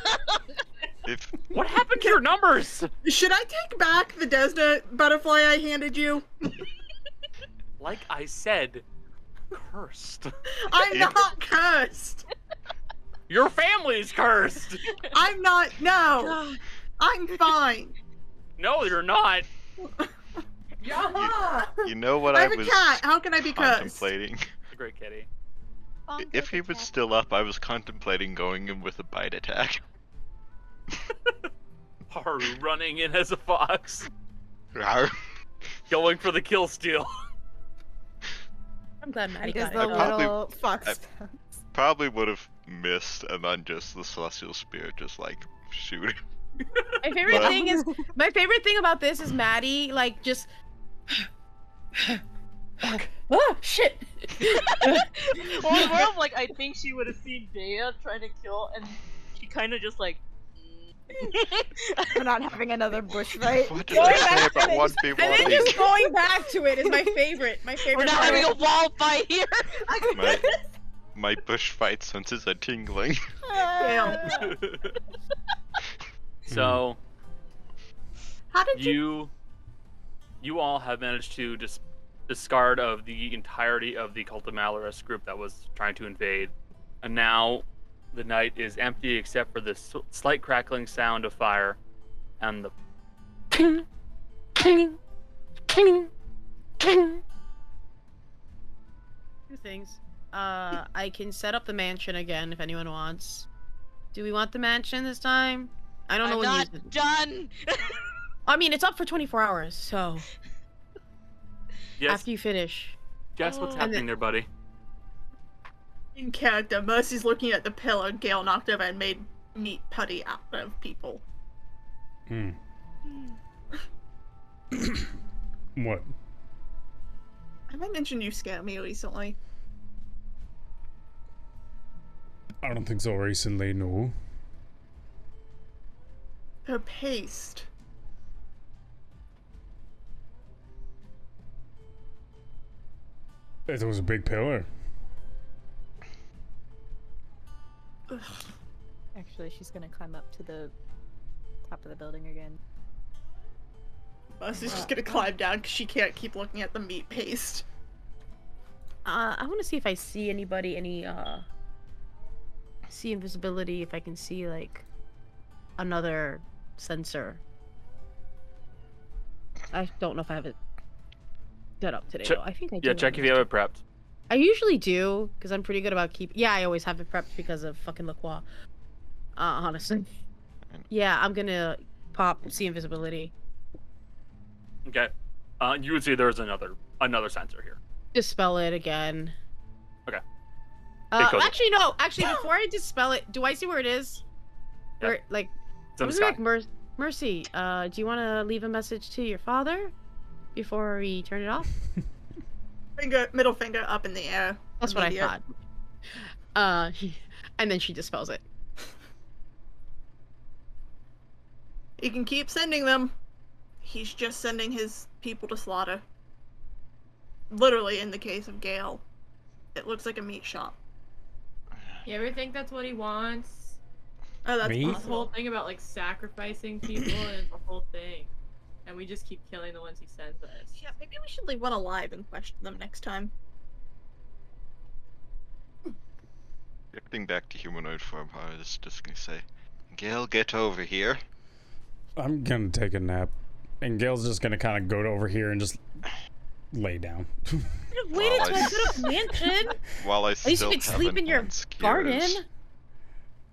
Speaker 4: If
Speaker 2: what happened to your numbers?
Speaker 6: it? Should I take back the Desna butterfly I handed you?
Speaker 2: Like I said, cursed.
Speaker 6: I'm
Speaker 4: Yeah.
Speaker 6: not cursed.
Speaker 2: Your family's cursed.
Speaker 6: I'm not. No, I'm fine.
Speaker 2: No, you're not.
Speaker 3: Uh-huh.
Speaker 6: Yaha!
Speaker 4: you know what I
Speaker 6: I'm a
Speaker 4: was
Speaker 6: cat. How can I be cursed?
Speaker 4: contemplating,
Speaker 2: It's a great kitty.
Speaker 7: Bongo
Speaker 4: if he was
Speaker 7: attack.
Speaker 4: still up, I was contemplating going in with a bite attack.
Speaker 2: Haru running in as a fox,
Speaker 4: Rawr.
Speaker 2: going for the kill steal.
Speaker 3: I'm glad Maddie
Speaker 8: Because
Speaker 3: got
Speaker 8: the
Speaker 3: it.
Speaker 4: probably-
Speaker 8: little fox.
Speaker 4: I-
Speaker 8: sounds.
Speaker 4: Probably would have missed, and then just the celestial spirit just like shoot.
Speaker 3: My favorite
Speaker 4: But-
Speaker 3: thing is my favorite thing about this is Maddie like just Oh shit.
Speaker 9: Or more of like I think she would have seen Dea trying to kill, and she kind of just like.
Speaker 8: We're not having another bush fight.
Speaker 4: What did I say
Speaker 3: back
Speaker 4: about
Speaker 3: and
Speaker 4: one
Speaker 3: then
Speaker 4: people?
Speaker 3: And then just going back to it is my favorite. My
Speaker 9: We're
Speaker 3: favorite.
Speaker 9: not
Speaker 3: part.
Speaker 9: having a wall fight here.
Speaker 4: My, my bush fight senses are tingling.
Speaker 3: Uh,
Speaker 6: Fail.
Speaker 2: so
Speaker 6: How did you?
Speaker 2: you, you all have managed to dis- discard of the entirety of the cult of Malorus group that was trying to invade, and now the night is empty except for the s- slight crackling sound of fire, and the ping, ping, ping, ping.
Speaker 3: Two things. Uh, I can set up the mansion again if anyone wants. Do we want the mansion this time? I don't know
Speaker 9: I'm
Speaker 3: when
Speaker 9: not
Speaker 3: you.
Speaker 9: done.
Speaker 3: I mean, it's up for 24 hours, so
Speaker 2: Yes,
Speaker 3: after you finish.
Speaker 2: guess what's
Speaker 9: Oh.
Speaker 2: happening there, buddy?
Speaker 6: In character, Mercy's looking at the pillar Gale knocked over and made meat putty out of people.
Speaker 1: Mm.
Speaker 3: Hmm.
Speaker 1: what?
Speaker 6: Have I mentioned you scare me recently?
Speaker 1: I don't think so recently, no.
Speaker 6: Her paste.
Speaker 1: It was a big pillar.
Speaker 6: Ugh.
Speaker 8: Actually, she's gonna climb up to the top of the building again.
Speaker 6: Mercy's just gonna climb down because she can't keep looking at the meat paste.
Speaker 3: Uh, I want to see if I see anybody, any uh, see invisibility. If I can see like another sensor. I don't know if I have it set up today.
Speaker 2: Check-
Speaker 3: though. I think I do.
Speaker 2: Yeah, check if
Speaker 3: have
Speaker 2: you have it prepped.
Speaker 3: I usually do because I'm pretty good about keep. Yeah, I always have it prepped because of fucking Lacroix. Uh, honestly. Yeah, I'm gonna pop see invisibility.
Speaker 2: Okay. Uh, you would see there's another another sensor here.
Speaker 3: Dispel it again.
Speaker 2: Okay.
Speaker 3: Uh,
Speaker 2: goes-
Speaker 3: actually, no. Actually, before I dispel it, do I see where it is?
Speaker 2: Yeah.
Speaker 3: Where, like,
Speaker 2: It's in the
Speaker 3: was
Speaker 2: sky.
Speaker 3: like Mer- Mercy? Uh, do you want to leave a message to your father before we turn it off?
Speaker 6: finger, middle finger up in the air.
Speaker 3: That's what I
Speaker 6: Immediate.
Speaker 3: thought. Uh, and then she dispels it.
Speaker 6: You can keep sending them. He's just sending his people to slaughter. Literally, in the case of Gale, it looks like a meat shop.
Speaker 5: You ever think that's what he wants?
Speaker 6: Oh, that's
Speaker 1: Me?
Speaker 5: This whole
Speaker 6: possible.
Speaker 5: thing about like sacrificing people and the whole thing, and we just keep killing the ones he sends us.
Speaker 6: Yeah, maybe we should leave one alive and question them next time.
Speaker 4: Shifting back to humanoid form, I was just gonna say, Gail, get over here.
Speaker 1: I'm gonna take a nap, and Gail's just gonna kind of go to over here and just lay down.
Speaker 4: Wait until I put
Speaker 3: up mansion.
Speaker 4: While I
Speaker 3: you
Speaker 4: still
Speaker 3: could sleep
Speaker 4: haven't
Speaker 3: in your
Speaker 4: found Skira's.
Speaker 3: garden.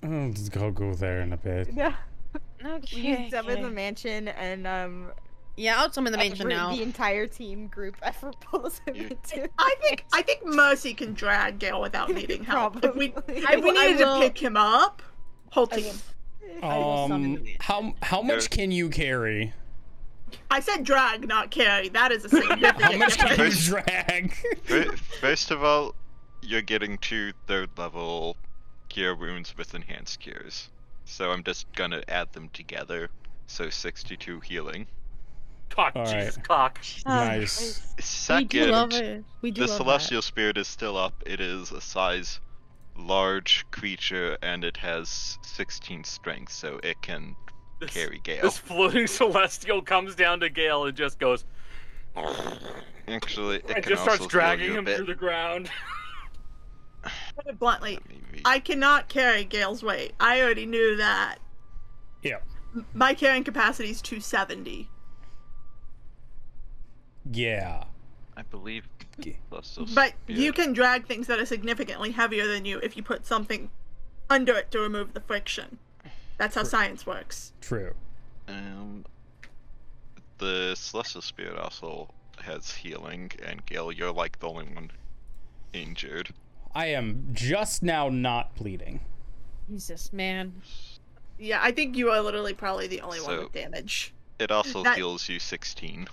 Speaker 1: I'll just go go there in a bit.
Speaker 8: Yeah.
Speaker 9: Okay.
Speaker 8: He's up in the mansion and um
Speaker 3: Yeah, I'll summon the mansion
Speaker 8: effort-
Speaker 3: now.
Speaker 8: the entire team group effort pulls him
Speaker 4: You-
Speaker 8: into
Speaker 6: I think I think Mercy can drag Gale without needing help. If we,
Speaker 8: Probably.
Speaker 6: if
Speaker 8: I
Speaker 6: we
Speaker 3: will- I
Speaker 6: needed to
Speaker 3: will-
Speaker 6: pick him up, whole team.
Speaker 3: will summon the
Speaker 1: Um,
Speaker 3: mansion.
Speaker 1: how how much can you carry?
Speaker 6: I said drag, not carry. That is a significant
Speaker 1: How much can you
Speaker 4: First-
Speaker 1: drag?
Speaker 4: Fir- First of all, you're getting two third level cure wounds with enhanced cures. So I'm just gonna add them together. So 62 healing.
Speaker 2: Cock,
Speaker 1: All right.
Speaker 2: Jesus, cock.
Speaker 1: nice.
Speaker 3: Oh, we do love
Speaker 4: Second,
Speaker 3: it. We do
Speaker 4: the
Speaker 3: love
Speaker 4: celestial spirit is still up. It is a size large creature and it has 16 strength, so it can
Speaker 2: This,
Speaker 4: carry Gale.
Speaker 2: this floating celestial comes down to Gale and just goes
Speaker 4: Actually, it
Speaker 2: and
Speaker 4: can
Speaker 2: just starts
Speaker 4: also heal
Speaker 2: dragging
Speaker 4: you a
Speaker 2: him
Speaker 4: bit.
Speaker 2: through the ground.
Speaker 6: Put it bluntly,
Speaker 4: Let me read.
Speaker 6: I cannot carry Gale's weight. I already knew that.
Speaker 1: Yeah.
Speaker 6: M- My carrying capacity is 270.
Speaker 1: Yeah.
Speaker 4: I believe.
Speaker 1: Okay.
Speaker 4: Celestial
Speaker 6: But you
Speaker 4: Spirit-
Speaker 6: can drag things that are significantly heavier than you if you put something under it to remove the friction. That's how science works.
Speaker 1: True.
Speaker 4: Um, the Celestial Spirit also has healing, and Gail, you're like the only one injured.
Speaker 1: I am just now not bleeding.
Speaker 3: it. Jesus, man.
Speaker 6: Yeah, I think you are literally probably the only one
Speaker 4: So-
Speaker 6: with damage.
Speaker 4: It also
Speaker 6: That-
Speaker 4: heals you 16.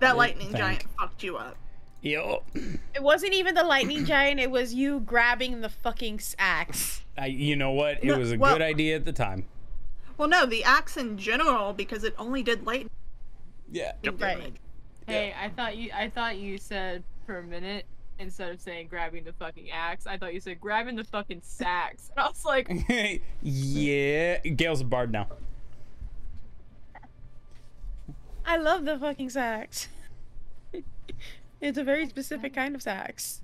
Speaker 6: That lightning
Speaker 1: thank-
Speaker 6: giant fucked you up.
Speaker 1: Yo.
Speaker 3: It wasn't even the lightning giant. It was you grabbing the fucking s- axe.
Speaker 1: I, you know what? It
Speaker 6: No,
Speaker 1: was a
Speaker 6: well-
Speaker 1: good idea at the time.
Speaker 6: Well, no, the axe in general because it only did lightning
Speaker 1: Yeah.
Speaker 6: damage.
Speaker 3: Right.
Speaker 5: Hey, I thought you I thought you said per minute instead of saying grabbing the fucking axe. I thought you said grabbing the fucking sacks. And I was like,
Speaker 1: yeah. Gail's a bard now.
Speaker 3: I love the fucking sax. it's a very specific kind of sax.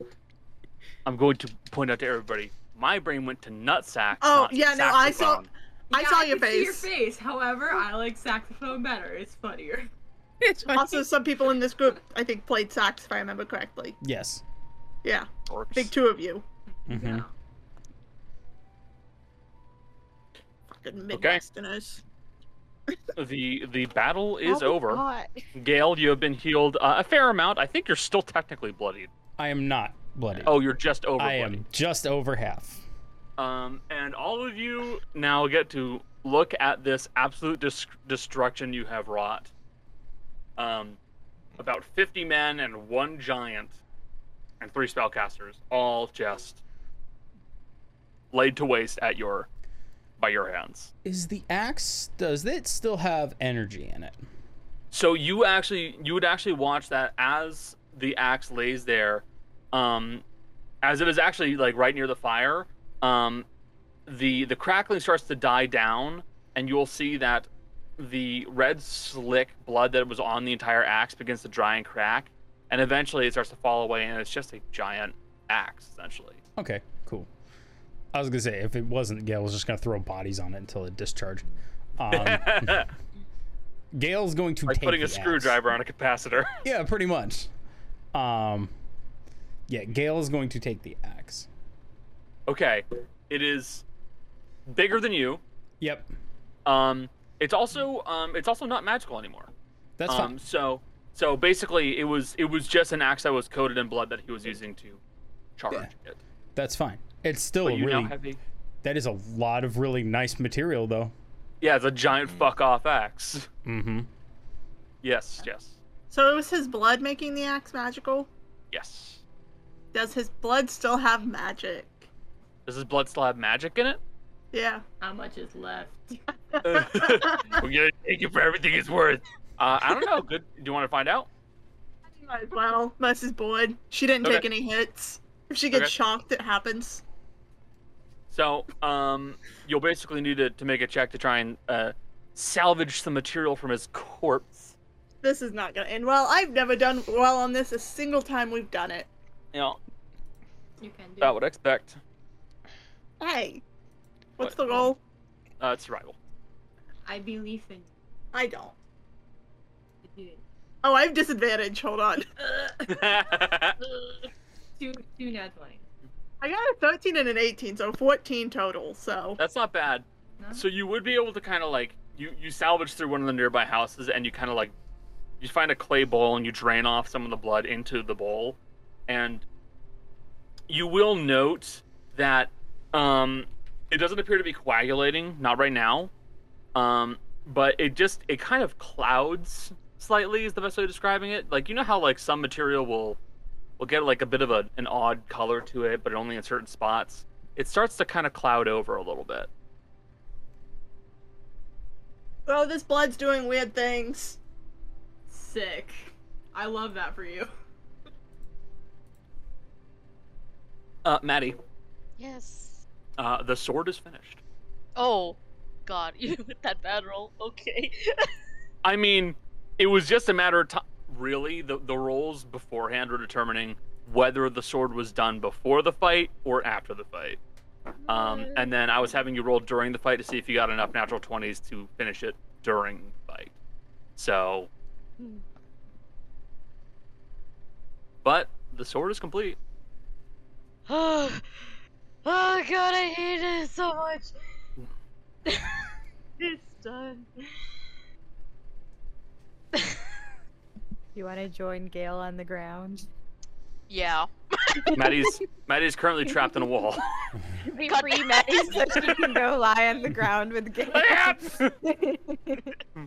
Speaker 2: I'm going to point out to everybody, my brain went to nutsack.
Speaker 6: Oh,
Speaker 2: not
Speaker 6: yeah, no, I saw-
Speaker 2: saxophone.
Speaker 6: I
Speaker 5: "Yeah,
Speaker 6: saw
Speaker 5: I
Speaker 6: your
Speaker 5: can see
Speaker 6: face.
Speaker 5: your face. However, I like saxophone better. It's funnier.
Speaker 3: It's funny.
Speaker 6: Also, some people in this group, I think, played sax if I remember correctly.
Speaker 1: Yes.
Speaker 6: Yeah, I
Speaker 2: Orcs.
Speaker 6: think two of you.
Speaker 1: Mhm.
Speaker 6: Fucking Midwesterners.
Speaker 2: The the battle
Speaker 8: How
Speaker 2: is
Speaker 6: Oh
Speaker 8: we
Speaker 2: over.
Speaker 8: thought.
Speaker 2: Gail, you have been healed uh, a fair amount. I think you're still technically bloodied.
Speaker 1: I am not bloody.
Speaker 2: Oh, you're just over
Speaker 1: I
Speaker 2: bloodied.
Speaker 1: am just over half.
Speaker 2: Um, and all of you now get to look at this absolute dis- destruction you have wrought. Um, about 50 men and one giant and three spellcasters all just laid to waste at your by your hands.
Speaker 1: Is the axe? Does it still have energy in it?
Speaker 2: So you actually you would actually watch that as the axe lays there, um, as it is actually like right near the fire. Um, the the crackling starts to die down, and you'll see that the red slick blood that was on the entire axe begins to dry and crack, and eventually it starts to fall away, and it's just a giant axe essentially.
Speaker 1: Okay. Cool. I was gonna say if it wasn't, Gail was just gonna throw bodies on it until it discharged. Um,
Speaker 2: like
Speaker 1: Gail's going to take
Speaker 2: putting a
Speaker 1: the axe.
Speaker 2: screwdriver on a capacitor.
Speaker 1: Yeah, pretty much. Um, yeah, Gail is going to take the axe.
Speaker 2: okay, it is bigger than you.
Speaker 1: Yep,
Speaker 2: Um, it's also um, it's also not magical anymore.
Speaker 1: that's
Speaker 2: um, so so basically, it was it was just an axe that was coated in blood that he was using to charge
Speaker 1: Yeah.
Speaker 2: it.
Speaker 1: fine. That's fine. It's still
Speaker 2: But
Speaker 1: a
Speaker 2: you
Speaker 1: really
Speaker 2: now have a
Speaker 1: that is a lot of really nice material though.
Speaker 2: Mm. yeah, it's a giant fuck off axe.
Speaker 1: Mm-hmm.
Speaker 2: Yes, yes.
Speaker 6: So it was his blood making the axe magical?
Speaker 2: Yes.
Speaker 6: Does his blood still have magic?
Speaker 2: Does his blood still have magic in it?
Speaker 6: Yeah.
Speaker 5: How much is left?
Speaker 2: We're gonna take it for everything it's worth. Uh, I don't know. Good. Do you want to find out?
Speaker 6: Might as well. Unless is bored. She didn't
Speaker 2: Okay.
Speaker 6: take any hits. If she gets
Speaker 2: Okay.
Speaker 6: shocked, it happens.
Speaker 2: So, um, you'll basically need to, to make a check to try and uh, salvage some material from his corpse.
Speaker 6: This is not gonna end well. I've never done well on this a single time we've done it.
Speaker 2: You know,
Speaker 5: You can do.
Speaker 2: that would expect.
Speaker 6: Hey. What's
Speaker 2: What?
Speaker 6: the roll?
Speaker 2: Uh, it's survival.
Speaker 5: I believe in you.
Speaker 6: I don't.
Speaker 5: I do it.
Speaker 6: Oh, I have disadvantage. Hold on.
Speaker 5: Two, two nat twenty.
Speaker 6: I got a 13 and an 18, so 14 total. So
Speaker 2: That's not bad.
Speaker 5: No?
Speaker 2: So you would be able to kind of like you you salvage through one of the nearby houses and you kind of like you find a clay bowl and you drain off some of the blood into the bowl, and you will note that um it doesn't appear to be coagulating not right now, um but it just it kind of clouds slightly is the best way of describing it. Like you know how like some material will will get like a bit of a, an odd color to it, but only in certain spots. It starts to kind of cloud over a little bit.
Speaker 6: Oh, this blood's doing weird things.
Speaker 5: Sick. I love that for you.
Speaker 2: Uh, Maddie,
Speaker 9: Yes.
Speaker 2: uh, the sword is finished.
Speaker 9: Oh, God, you with that bad roll? Okay.
Speaker 2: I mean, it was just a matter of time. Really, the the rolls beforehand were determining whether the sword was done before the fight or after the fight. Um, and then I was having you roll during the fight to see if you got enough natural twenties to finish it during the fight. So,
Speaker 9: Hmm.
Speaker 2: but the sword is complete.
Speaker 9: oh god, I hate it so much. it's done.
Speaker 8: You want to join Gail on the ground?
Speaker 9: Yeah.
Speaker 2: Maddie's Maddie's currently trapped in a wall.
Speaker 8: We
Speaker 9: God
Speaker 8: free
Speaker 9: damn
Speaker 8: Maddie
Speaker 9: it.
Speaker 8: so she can go lie on the ground with Gail.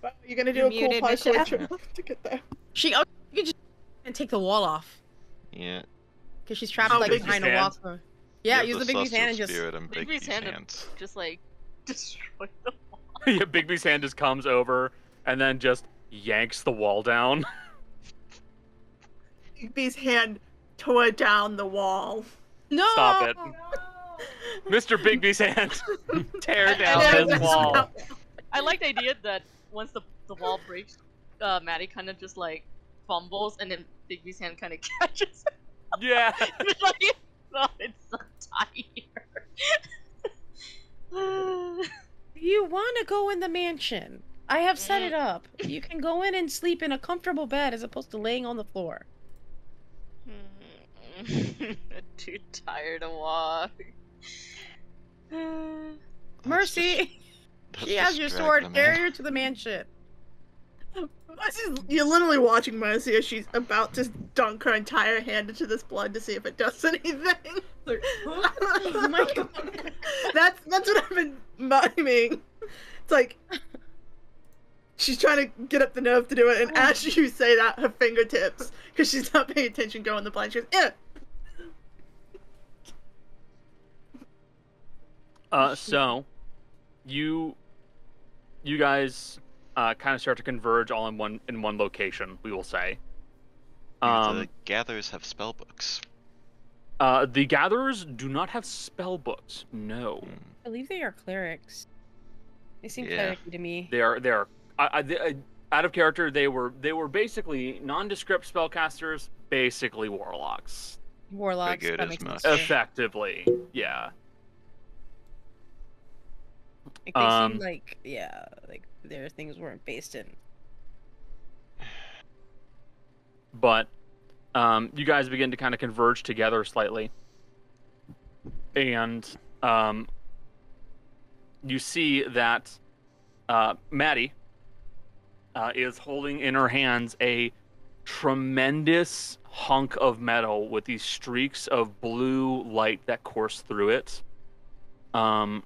Speaker 6: Wow, you're gonna do
Speaker 8: You
Speaker 6: a cool
Speaker 8: muted,
Speaker 6: parkour
Speaker 8: Michelle.
Speaker 6: trip to get there.
Speaker 3: She oh, you can just and take the wall off
Speaker 4: Yeah.
Speaker 3: because she's trapped
Speaker 2: Oh,
Speaker 3: like
Speaker 2: Bigby's
Speaker 3: behind a
Speaker 2: hand.
Speaker 3: wall. so- Yeah,
Speaker 4: you
Speaker 3: use
Speaker 4: have
Speaker 3: the big
Speaker 4: Celestial
Speaker 3: hand and just
Speaker 4: Spirit and
Speaker 9: Big
Speaker 4: Bigby's
Speaker 9: Beast hand and-
Speaker 4: hands.
Speaker 9: Just like destroy them.
Speaker 2: yeah, Bigby's hand just comes over and then just yanks the wall down.
Speaker 6: Bigby's hand tore down the wall.
Speaker 3: no.
Speaker 2: Stop it. Mr. Bigby's hand. Tear down
Speaker 6: And
Speaker 2: this
Speaker 6: it was-
Speaker 2: wall.
Speaker 9: I like the idea that once the, the wall breaks, uh, Maddie kind of just like fumbles and then Bigby's hand kind of catches it.
Speaker 2: Yeah.
Speaker 9: It's like, oh, it's so tired.
Speaker 3: You want to go in the mansion? I have set it up.
Speaker 8: Mm.
Speaker 3: You can go in and sleep in a comfortable bed as opposed to laying on the floor.
Speaker 9: Hmm. Too tired to walk. Wait,
Speaker 4: Let's
Speaker 3: Mercy,
Speaker 4: just-
Speaker 3: she
Speaker 4: let's
Speaker 3: has
Speaker 4: just
Speaker 3: your
Speaker 4: drag
Speaker 3: sword.
Speaker 4: them
Speaker 3: Carry
Speaker 4: in.
Speaker 3: her to the mansion.
Speaker 6: Mercy's- You're literally watching Mercy as she's about to dunk her entire hand into this blood to see if it does anything.
Speaker 5: Like,
Speaker 6: oh my god. That's that's what I've been miming. It's like she's trying to get up the nerve to do it, and as you say that, her fingertips, because she's not paying attention, go in the blind. She goes, "Eh."
Speaker 2: Uh, so, you, you guys, uh, kind of start to converge all in one in one location. We will say. Um,
Speaker 4: the gatherers have spell books.
Speaker 2: uh, the gatherers do not have spell books. No,
Speaker 4: Hmm.
Speaker 3: I believe they are clerics. They seem
Speaker 4: Yeah.
Speaker 3: clerical to me.
Speaker 2: they are they are. I, I, they- I, out of character, they were they were basically nondescript spellcasters, basically warlocks,
Speaker 3: Warlocks.
Speaker 4: Figured
Speaker 3: that
Speaker 4: as
Speaker 3: makes
Speaker 4: much.
Speaker 3: sense. to me.
Speaker 2: effectively. Yeah.
Speaker 3: Like, they
Speaker 2: Um,
Speaker 3: seem like yeah, like their things weren't based in.
Speaker 2: but um, you guys begin to kind of converge together slightly, and um, you see that uh, Maddie uh, is holding in her hands a tremendous hunk of metal with these streaks of blue light that course through it. Um,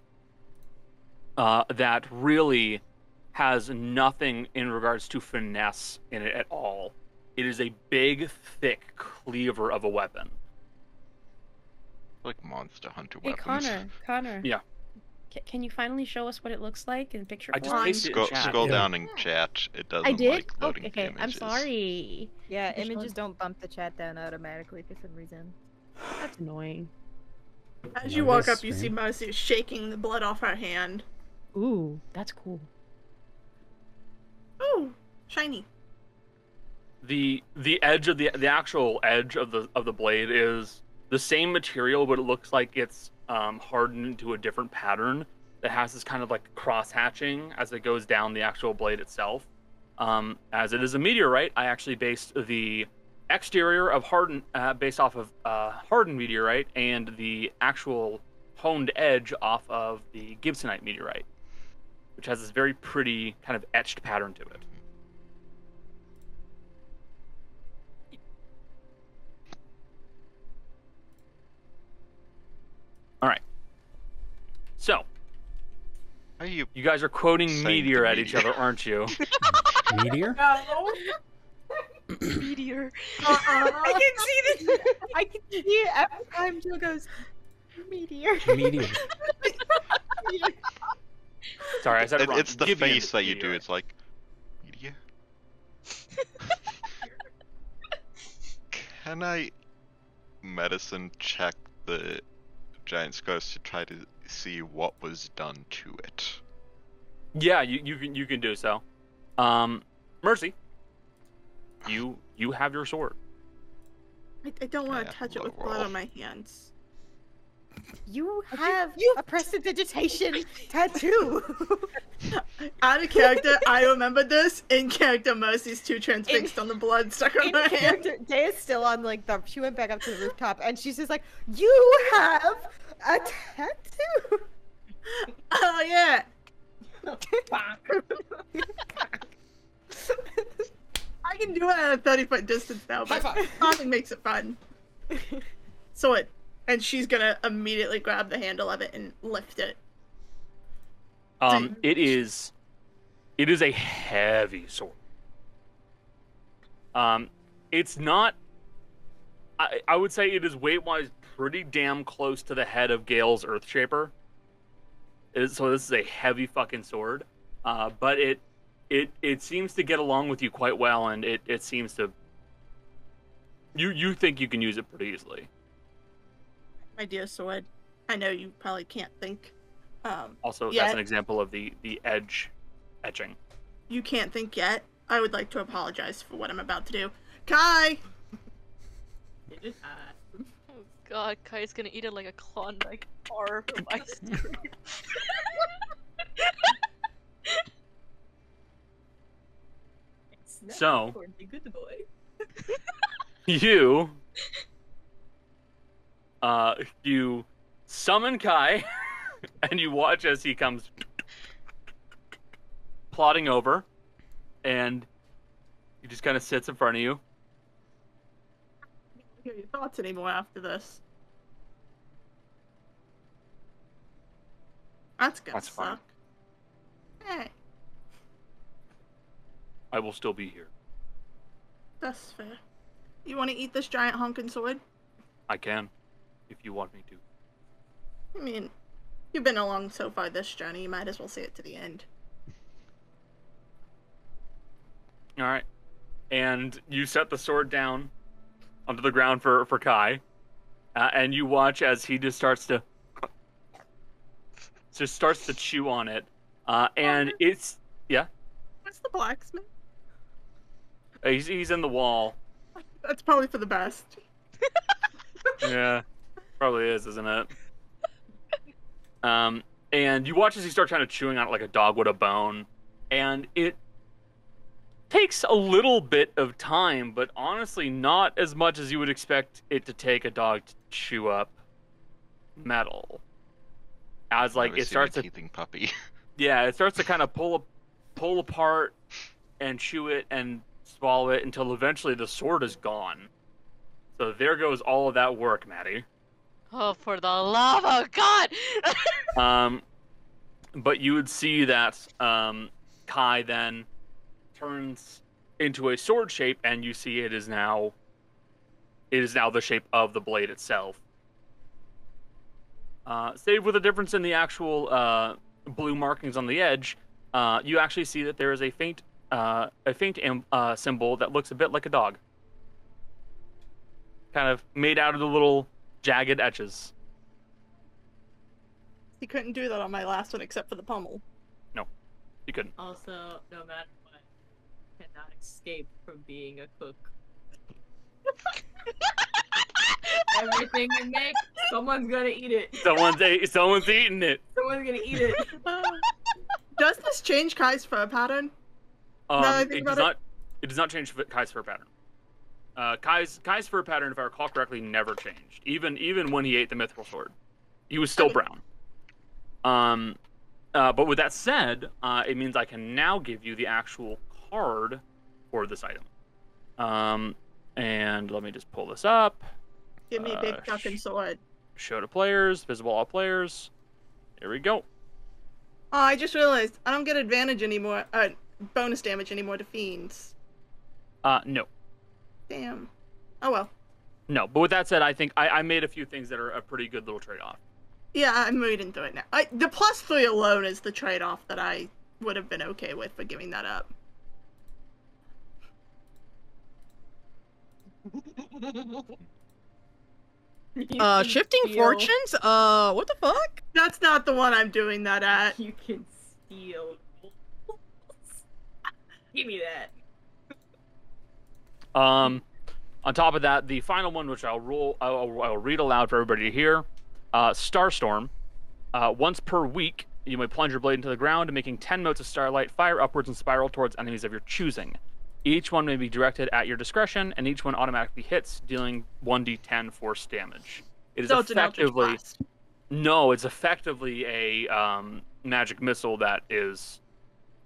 Speaker 2: uh, that really has nothing in regards to finesse in it at all. It is a big, thick cleaver of a weapon.
Speaker 4: Like Monster Hunter
Speaker 10: Hey,
Speaker 4: weapons.
Speaker 10: Connor, Connor.
Speaker 2: Yeah.
Speaker 10: C- can you finally show us what it looks like in picture
Speaker 2: I just
Speaker 10: form?
Speaker 2: pasted it in
Speaker 4: Scroll,
Speaker 2: chat.
Speaker 4: scroll
Speaker 1: Yeah.
Speaker 4: down and chat. It doesn't
Speaker 10: I did.
Speaker 4: like
Speaker 10: Oh,
Speaker 4: loading
Speaker 10: okay,
Speaker 4: images.
Speaker 10: I'm sorry.
Speaker 8: Yeah,
Speaker 10: Which
Speaker 8: images
Speaker 10: one?
Speaker 8: don't bump the chat down automatically for some reason.
Speaker 10: That's annoying.
Speaker 6: As you
Speaker 1: Love
Speaker 6: walk
Speaker 1: this
Speaker 6: up, you see
Speaker 1: stream.
Speaker 6: Mousy shaking the blood off her hand.
Speaker 10: Ooh, that's cool.
Speaker 6: Oh, shiny.
Speaker 2: the the edge of the the actual edge of the of the blade is the same material, but it looks like it's um, hardened into a different pattern that has this kind of like cross hatching as it goes down the actual blade itself. Um, as it is a meteorite, I actually based the exterior of hardened uh, based off of uh, hardened meteorite and the actual honed edge off of the Gibsonite meteorite, which has this very pretty kind of etched pattern to it. So,
Speaker 4: Are you
Speaker 2: You guys are quoting
Speaker 4: Saying
Speaker 2: meteor
Speaker 4: the
Speaker 2: at each
Speaker 4: meteor.
Speaker 2: other, aren't you?
Speaker 1: Meteor?
Speaker 9: Meteor.
Speaker 6: I can see this.
Speaker 8: I can see it every time Jill goes, meteor.
Speaker 1: Meteor.
Speaker 2: Sorry, I said it
Speaker 4: It-
Speaker 2: wrong.
Speaker 4: it's the
Speaker 2: Gibeon
Speaker 4: face
Speaker 2: is
Speaker 4: that you do.
Speaker 2: meteor.
Speaker 4: It's like, media. Can I medicine check the giant's ghost to try to see what was done to it?
Speaker 2: Yeah, you, you can you can do so. Um, Mercy, you you have your sword.
Speaker 6: I, I don't want
Speaker 4: Yeah,
Speaker 6: to touch it
Speaker 4: low
Speaker 6: with blood
Speaker 4: roll.
Speaker 6: on my hands.
Speaker 8: You have a prestidigitation tattoo.
Speaker 6: Out of character, I remembered this. In character, Mercy's too transfixed on the blood stuck on
Speaker 8: in
Speaker 6: her hand.
Speaker 8: character, Day is still on like the. She went back up to the rooftop and she's just like, "You have a tattoo."
Speaker 6: Oh yeah. I can do it at a 30 foot distance now, but nothing makes it fun. So it, and she's gonna immediately grab the handle of it and lift it.
Speaker 2: Um, it is it is a heavy sword. Um, it's not. I I would say it is weight wise pretty damn close to the head of Gale's Earthshaper. It is- so this is a heavy fucking sword, uh, but it it it seems to get along with you quite well, and it it seems to. You you think you can use it pretty easily.
Speaker 6: My dear sword, I know you probably can't think. Um,
Speaker 2: Also,
Speaker 6: Yeah.
Speaker 2: that's an example of the the edge etching.
Speaker 6: you can't think yet. I would like to apologize for what I'm about to do. Kai!
Speaker 5: It is hot.
Speaker 9: Oh god, Kai's gonna eat it like a Klondike bar of ice cream.
Speaker 5: It's not
Speaker 2: So-
Speaker 5: for the good boy.
Speaker 2: you uh you summon kai and you watch as he comes plodding over and he just kind of sits in front of you
Speaker 6: I don't hear your thoughts anymore after this. That's gonna
Speaker 2: That's fine.
Speaker 6: suck. Hey,
Speaker 2: i will still be here
Speaker 6: that's fair. You want to eat this giant honkin' sword?
Speaker 2: i can if you want me to
Speaker 6: I mean, you've been along so far this journey, you might as well see it to the end.
Speaker 2: all right and you set the sword down onto the ground for for kai uh, and you watch as he just starts to just starts to chew on it uh, and it's
Speaker 6: What's the blacksmith?
Speaker 2: Uh, He's, he's in the wall.
Speaker 6: That's probably for the best.
Speaker 2: Yeah, probably is, isn't it? Um, and you watch as he starts kind of chewing on it like a dog would a bone, and it takes a little bit of time, but honestly, not as much as you would expect it to take a dog to chew up metal. As like
Speaker 4: Never
Speaker 2: it
Speaker 4: seen a
Speaker 2: starts to
Speaker 4: teething puppy.
Speaker 2: Yeah, it starts to kind of pull a- pull apart and chew it and swallow it until eventually the sword is gone. So there goes all of that work, Maddie.
Speaker 9: Oh, for the love of God!
Speaker 2: Um, but you would see that um, Kai then turns into a sword shape, and you see it is now it is now the shape of the blade itself. Uh, save with a difference in the actual uh, blue markings on the edge, uh, you actually see that there is a faint uh, a faint am- uh, symbol that looks a bit like a dog, kind of made out of the little jagged etches.
Speaker 6: He couldn't do that on my last one except for the pummel.
Speaker 2: You couldn't.
Speaker 5: Also, no matter what, cannot escape from being a cook. Everything you make, someone's gonna eat it.
Speaker 2: Someone's a- someone's eating it.
Speaker 5: Someone's gonna eat it.
Speaker 6: Does this change Kai's fur pattern?
Speaker 2: Um,
Speaker 6: I think
Speaker 2: it
Speaker 6: about
Speaker 2: does
Speaker 6: it-
Speaker 2: not. It does not change f- Kai's fur pattern. Uh, Kai's Kai's fur pattern, if I recall correctly, never changed. Even even when he ate the mithril sword, he was still brown. Um, uh, but with that said, uh, it means I can now give you the actual card for this item. Um, and let me just pull this up.
Speaker 6: Give me a big
Speaker 2: Uh, sh-
Speaker 6: fucking sword.
Speaker 2: Show to players, visible all players. There we go.
Speaker 6: Oh, I just realized I don't get advantage anymore. Uh, bonus damage anymore to fiends.
Speaker 2: Uh, no.
Speaker 6: Damn. Oh well.
Speaker 2: No, but with that said, I think I, I made a few things that are a pretty good little trade-off.
Speaker 6: Yeah, I'm reading through it now. I, the plus three alone is the trade-off that I would have been okay with for giving that up.
Speaker 5: You
Speaker 3: Uh,
Speaker 5: can
Speaker 3: shifting
Speaker 5: steal-
Speaker 3: fortunes? Uh, what the fuck?
Speaker 6: That's not the one I'm doing that at.
Speaker 5: You can steal. Give me that.
Speaker 2: Um, on top of that, the final one, which I'll roll, I'll, I'll read aloud for everybody to hear. Uh, Starstorm. Uh, once per week, you may plunge your blade into the ground, making ten motes of starlight fire upwards and spiral towards enemies of your choosing. Each one may be directed at your discretion, and each one automatically hits, dealing 1d10 force damage. It is
Speaker 6: So it's an eldritch
Speaker 2: effectively
Speaker 6: blast.
Speaker 2: no, it's effectively a um, magic missile that is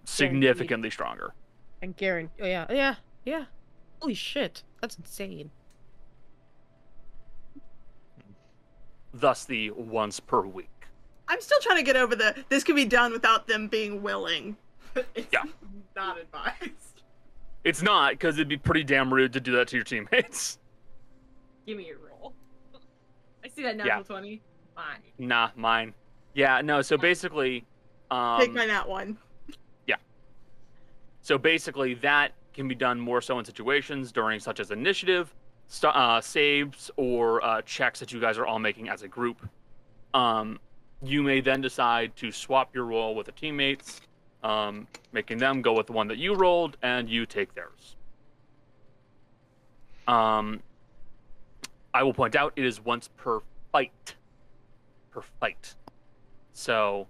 Speaker 2: significantly stronger.
Speaker 3: And Garen. Oh, yeah, yeah, yeah. Holy shit. That's insane.
Speaker 2: Thus, the once per week.
Speaker 6: I'm still trying to get over the. This could be done without them being willing.
Speaker 5: It's
Speaker 2: Yeah.
Speaker 5: not advised.
Speaker 2: It's not, because it'd be pretty damn rude to do that to your teammates.
Speaker 5: Give me your roll. I see that
Speaker 2: Yeah.
Speaker 5: natural 20. Fine.
Speaker 2: Nah, mine. Yeah, no. So basically,
Speaker 6: Take
Speaker 2: um,
Speaker 6: my nat one.
Speaker 2: so basically that can be done more so in situations during such as initiative, st- uh, saves, or uh, checks that you guys are all making as a group. Um, you may then decide to swap your roll with the teammates, um, making them go with the one that you rolled, and you take theirs. Um, I will point out it is once per fight. Per fight. So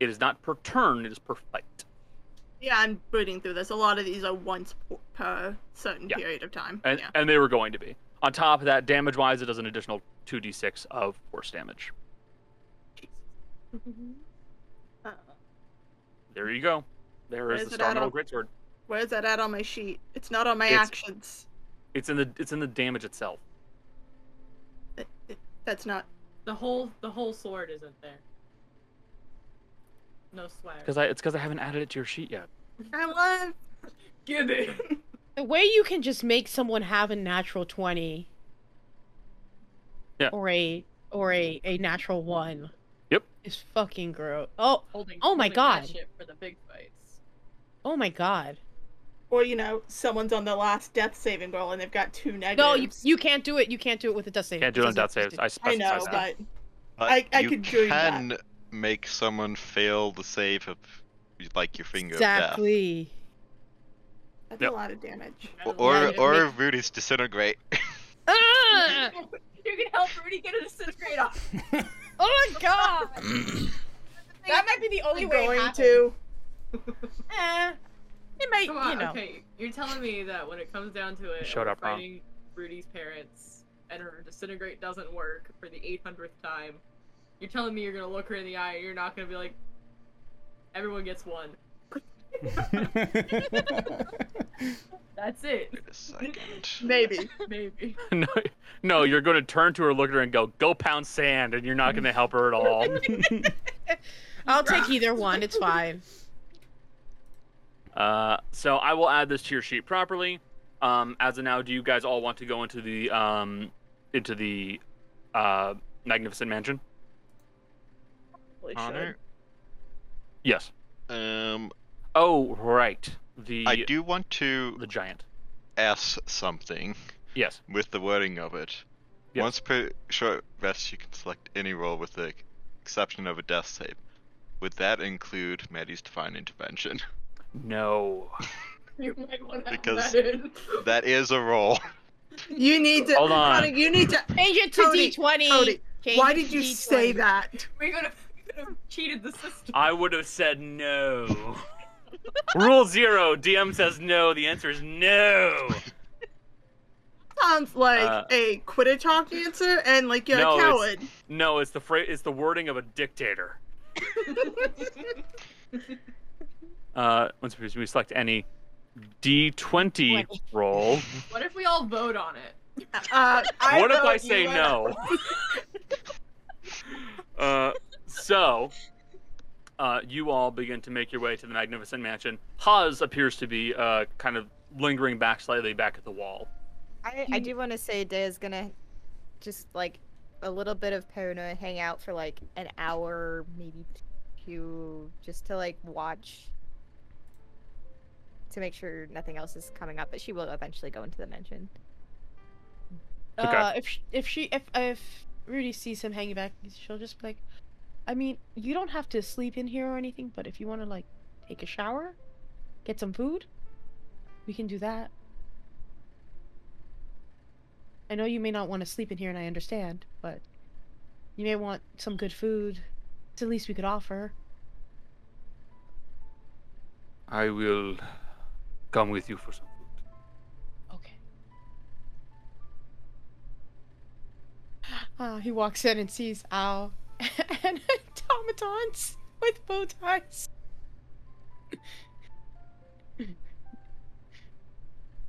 Speaker 2: it is not per turn, it is per fight.
Speaker 6: Yeah, I'm booting through this. A lot of these are once p- per certain
Speaker 2: Yeah.
Speaker 6: period of time.
Speaker 2: And,
Speaker 6: yeah.
Speaker 2: and they were going to be. On top of that, damage wise, it does an additional 2d6 of force damage.
Speaker 5: Uh,
Speaker 2: There you go. There is
Speaker 6: Where's
Speaker 2: the
Speaker 6: it
Speaker 2: Star
Speaker 6: at
Speaker 2: Metal
Speaker 6: on-
Speaker 2: Greatsword.
Speaker 6: Where's that at on my sheet? It's not on my
Speaker 2: It's-
Speaker 6: actions.
Speaker 2: It's in the it's in the damage itself.
Speaker 6: It- it- that's not.
Speaker 5: The whole the whole sword isn't there. No swag.
Speaker 2: Because I it's because I haven't added it to your sheet yet.
Speaker 6: I love.
Speaker 5: Give it.
Speaker 3: The way you can just make someone have a natural 20
Speaker 2: Yeah.
Speaker 3: or a or a, a natural 1
Speaker 2: Yep.
Speaker 3: is fucking gross. Oh,
Speaker 5: Holding,
Speaker 3: Oh my
Speaker 5: holding that
Speaker 3: God.
Speaker 5: shit for the big fights.
Speaker 3: oh my god.
Speaker 6: Or you know, someone's on their last death saving roll and they've got two negatives.
Speaker 3: No, you, you can't do it. You can't do it with a death save.
Speaker 2: Can't do it on death saves. I
Speaker 6: I
Speaker 2: specified
Speaker 6: know,
Speaker 2: that.
Speaker 6: but
Speaker 4: But
Speaker 6: I- I
Speaker 4: you
Speaker 6: could join that.
Speaker 4: can make someone fail the save of like your finger of death.
Speaker 3: Exactly.
Speaker 6: that's
Speaker 2: Yep.
Speaker 6: a lot of damage.
Speaker 4: O-
Speaker 3: Yeah,
Speaker 4: Or
Speaker 3: you
Speaker 4: or
Speaker 3: make-
Speaker 4: Rudy's disintegrate.
Speaker 3: Ah!
Speaker 5: you can help Rudy get a disintegrate off.
Speaker 3: Oh my god! that might be the only
Speaker 6: I'm
Speaker 3: way.
Speaker 6: going
Speaker 3: it
Speaker 6: to.
Speaker 3: happens. Eh, it might,
Speaker 5: Come on,
Speaker 3: you know.
Speaker 5: okay. You're telling me that when it comes down to it,
Speaker 2: showed
Speaker 5: we're
Speaker 2: up wrong.
Speaker 5: fighting Rudy's parents and her disintegrate doesn't work for the 800th time. You're telling me you're gonna look her in the eye and you're not gonna be like, everyone gets one. That's it.
Speaker 4: Wait a second.
Speaker 6: Maybe.
Speaker 5: Maybe.
Speaker 2: no, no, you're going to turn to her, look at her, and go, "Go pound sand," and you're not going to help her at all.
Speaker 3: I'll take either one. It's fine.
Speaker 2: Uh, so I will add this to your sheet properly. Um, as of now, do you guys all want to go into the um, into the uh, magnificent mansion?
Speaker 6: Probably
Speaker 4: Honor.
Speaker 2: Yes.
Speaker 4: Um,
Speaker 2: Oh, right. The
Speaker 4: I do want to
Speaker 2: the giant.
Speaker 4: ask something
Speaker 2: Yes.
Speaker 4: with the wording of it.
Speaker 2: Yes.
Speaker 4: Once per short rest, you can select any role with the exception of a death save. Would that include Maddie's divine intervention?
Speaker 2: No.
Speaker 6: You might want to
Speaker 4: Because-
Speaker 6: that in.
Speaker 4: that is a role.
Speaker 6: You need to.
Speaker 2: Hold on.
Speaker 6: Connor, you need to.
Speaker 3: Change it to
Speaker 6: Cody,
Speaker 3: D20.
Speaker 6: Cody,
Speaker 3: Change
Speaker 6: Why
Speaker 3: it to
Speaker 6: did you
Speaker 3: D20.
Speaker 6: say that?
Speaker 5: We could have, we could have cheated the system.
Speaker 2: I would have said no. Rule zero. DM says no. The answer is no.
Speaker 6: Sounds like
Speaker 2: Uh,
Speaker 6: a Quidditch hawk answer, and like you're
Speaker 2: no,
Speaker 6: a
Speaker 2: it's-
Speaker 6: coward.
Speaker 2: No, it's the phrase. It's the wording of a dictator. uh, once we we select any D20 roll.
Speaker 5: What if we all vote on it?
Speaker 6: Uh, I
Speaker 2: what if
Speaker 6: vote
Speaker 2: I
Speaker 6: you
Speaker 2: say
Speaker 6: are-
Speaker 2: no? uh, so, uh, you all begin to make your way to the magnificent mansion. Haas appears to be uh, kind of lingering back slightly back at the wall.
Speaker 8: I, I do want to say Day is gonna just like a little bit of paranoia, hang out for like an hour, maybe two, just to like watch to make sure nothing else is coming up. But she will eventually go into the mansion.
Speaker 2: Okay.
Speaker 3: Uh, if she, if she if if Rudy sees him hanging back, she'll just be like, I mean, you don't have to sleep in here or anything, but if you want to like take a shower, get some food, we can do that. I know you may not want to sleep in here, and I understand, but you may want some good food. It's the least we could offer.
Speaker 2: I will come with you for some food.
Speaker 3: Okay. Uh, he walks in and sees Al and automatons with bow ties.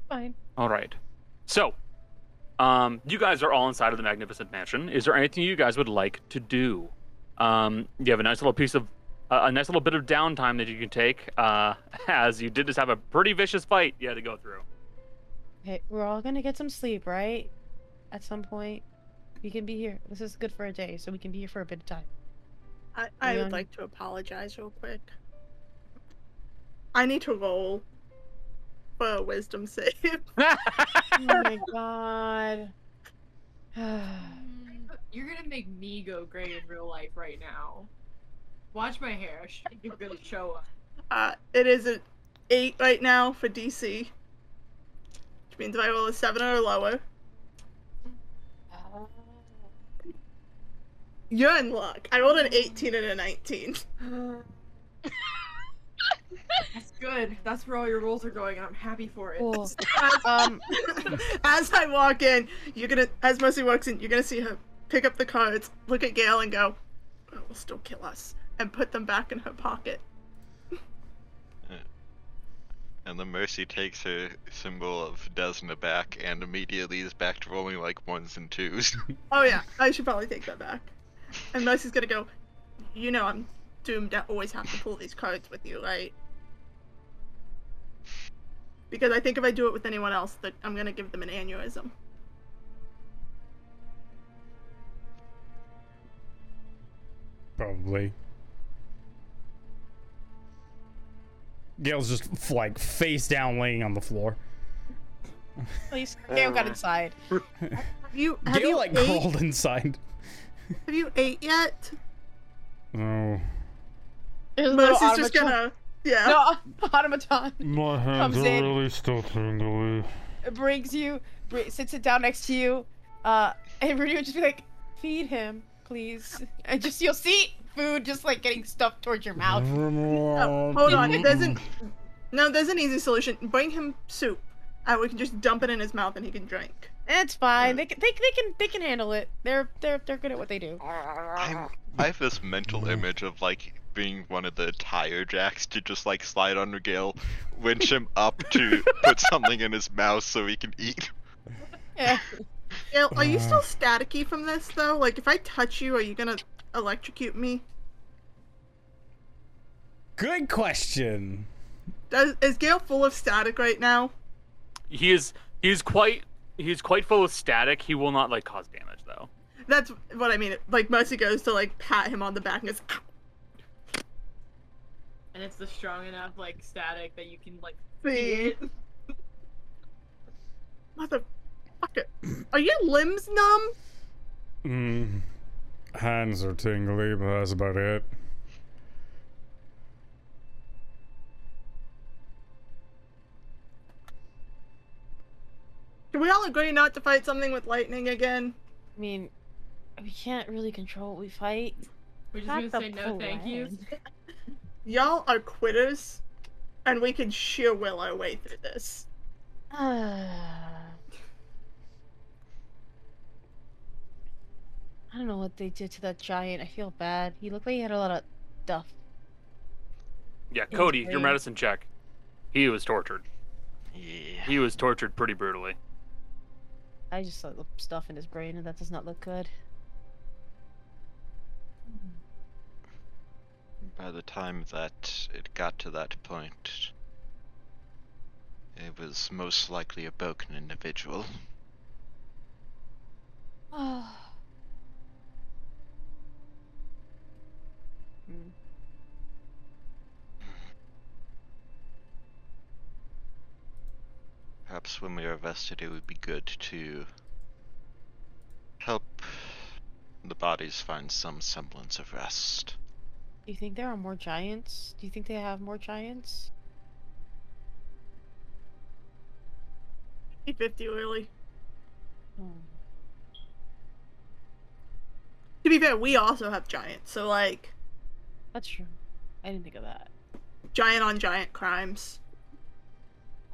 Speaker 3: Fine.
Speaker 2: All right. So, um, you guys are all inside of the magnificent mansion. Is there anything you guys would like to do? Um, you have a nice little piece of uh, a nice little bit of downtime that you can take, uh, as you did just have a pretty vicious fight you had to go through.
Speaker 3: Okay, we're all gonna get some sleep, right? At some point, we can be here. This is good for a day, so we can be here for a bit of time.
Speaker 6: I, I
Speaker 3: Leon.
Speaker 6: would like to apologize real quick. I need to roll for a wisdom save.
Speaker 3: Oh my god.
Speaker 5: You're gonna make me go gray in real life right now. Watch my hair. I should- You're gonna show up.
Speaker 6: Uh, it is an eight right now for DC, which means if I roll a seven or lower, you're in luck. I rolled an eighteen and a nineteen.
Speaker 5: That's good. That's where all your rolls are going, and I'm happy for it.
Speaker 3: Cool. um,
Speaker 6: as I walk in, you're gonna, as Mercy walks in, you're gonna see her pick up the cards, look at Gail, and go, "Oh, "Will still kill us," and put them back in her pocket.
Speaker 4: And the Mercy takes her symbol of Desna back and immediately is back to rolling like ones and twos.
Speaker 6: Oh yeah, I should probably take that back. And Mercy's gonna go, you know I'm doomed to always have to pull these cards with you, right? Because I think if I do it with anyone else, that I'm gonna give them an aneurysm.
Speaker 1: Probably. Gail's just f- like face down, laying on the floor.
Speaker 3: please. Gail got inside.
Speaker 6: Have you have
Speaker 1: Gail
Speaker 6: you
Speaker 1: like
Speaker 6: ate,
Speaker 1: crawled inside.
Speaker 6: have you ate yet?
Speaker 1: Oh,
Speaker 3: There's a little
Speaker 6: Mercy's just
Speaker 3: automaton-
Speaker 6: gonna yeah.
Speaker 3: No, automaton.
Speaker 11: My hands
Speaker 3: Comes
Speaker 11: are
Speaker 3: in.
Speaker 11: really still turned away.
Speaker 3: brings you, br- sits it down next to you, uh, and Rudy would just be like, "Feed him, please." And just you'll see food just like getting stuffed towards your mouth.
Speaker 6: Oh, hold on, it doesn't. No, there's an easy solution. Bring him soup, and we can just dump it in his mouth, and he can drink.
Speaker 3: It's fine. They can, they, they can they can handle it. They're they're they're good at what they do.
Speaker 4: I'm, I have this mental image of like being one of the tire jacks to just like slide under Gale, winch him up to put something in his mouth so he can eat.
Speaker 3: Yeah.
Speaker 6: Gail, are you still
Speaker 1: Uh.
Speaker 6: staticky from this though? Like, if I touch you, are you gonna electrocute me?
Speaker 1: Good question.
Speaker 6: Does, is Gale full of static right now?
Speaker 2: He is he is quite he is quite full of static. He will not like cause damage though.
Speaker 6: That's what I mean. Like Mercy goes to like pat him on the back and goes, "Ow."
Speaker 5: And it's the strong enough like static that you can like
Speaker 6: See?
Speaker 5: see it.
Speaker 6: "Motherfucker, are your limbs numb?"
Speaker 1: Mm, hands are tingly, but that's about it.
Speaker 6: Can we all agree not to fight something with lightning again?
Speaker 10: I mean, we can't really control what we fight.
Speaker 5: We're
Speaker 8: That's
Speaker 5: just gonna say
Speaker 8: a
Speaker 5: no, thank you.
Speaker 6: Y'all are quitters, and we can sheer will our way through this.
Speaker 10: I don't know what they did to that giant. I feel bad. He looked like he had a lot of stuff.
Speaker 2: Yeah,
Speaker 10: He's
Speaker 2: Cody, your
Speaker 10: brave.
Speaker 2: medicine check. He was tortured.
Speaker 4: Yeah.
Speaker 2: He was tortured pretty brutally.
Speaker 10: I just saw the stuff in his brain, and that does not look good.
Speaker 4: By the time that it got to that point, it was most likely a broken individual. Mm. Perhaps when we are vested, it would be good to help the bodies find some semblance of rest.
Speaker 10: Do you think there are more giants? Do you think they have more giants?
Speaker 6: 50 really.
Speaker 10: Hmm.
Speaker 6: To be fair, we also have giants, so like
Speaker 10: That's true. I didn't think of that.
Speaker 6: giant on giant crimes.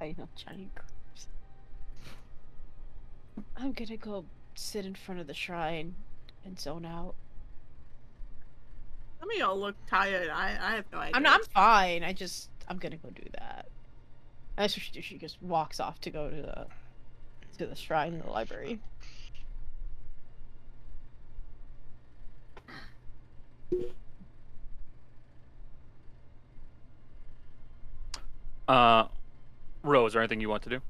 Speaker 10: I know giant crabs. I'm gonna go sit in front of the shrine and zone out.
Speaker 6: Some of y'all look tired. I, I have no idea.
Speaker 10: I'm not. I'm fine. I just. I'm gonna go do that. And That's what she does. She just walks off to go to the to the shrine in the library.
Speaker 2: Uh, Rose, is there anything you want to do?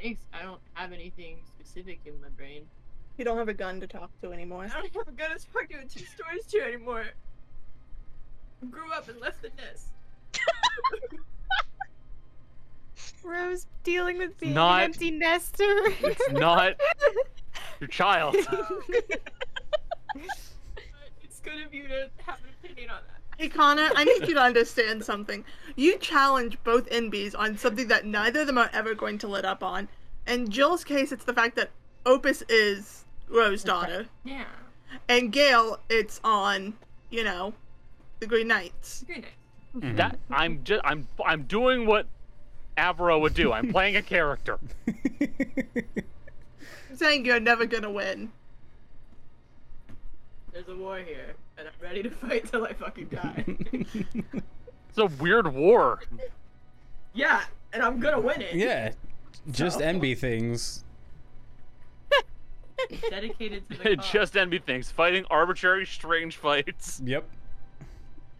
Speaker 5: Thanks. I don't have anything specific in my brain.
Speaker 6: You don't have a gun to talk to anymore.
Speaker 5: I don't have a gun to talk to in two stories to anymore. Grew up and left the nest.
Speaker 8: Rose dealing with being
Speaker 2: not-
Speaker 8: an empty nester.
Speaker 2: It's not your child.
Speaker 5: it's good of you to have an opinion on that.
Speaker 6: Hey Connor, I need you to understand something. You challenge both NBs on something that neither of them are ever going to let up on. In Jill's case, it's the fact that Opus is Rose's daughter,
Speaker 5: Yeah.
Speaker 6: and Gail, it's on, you know, the Green Knights.
Speaker 5: Very nice.
Speaker 2: Mm-hmm. That I'm just I'm I'm doing what Avro would do. I'm playing a character.
Speaker 6: I'm saying you're never gonna win.
Speaker 5: There's a war here, and I'm ready to fight till I fucking die.
Speaker 2: It's a weird war.
Speaker 5: yeah, and I'm gonna win it.
Speaker 1: yeah, just envy things.
Speaker 5: Dedicated to the
Speaker 2: It
Speaker 5: cause.
Speaker 2: just envy things. Fighting arbitrary, strange fights.
Speaker 1: Yep.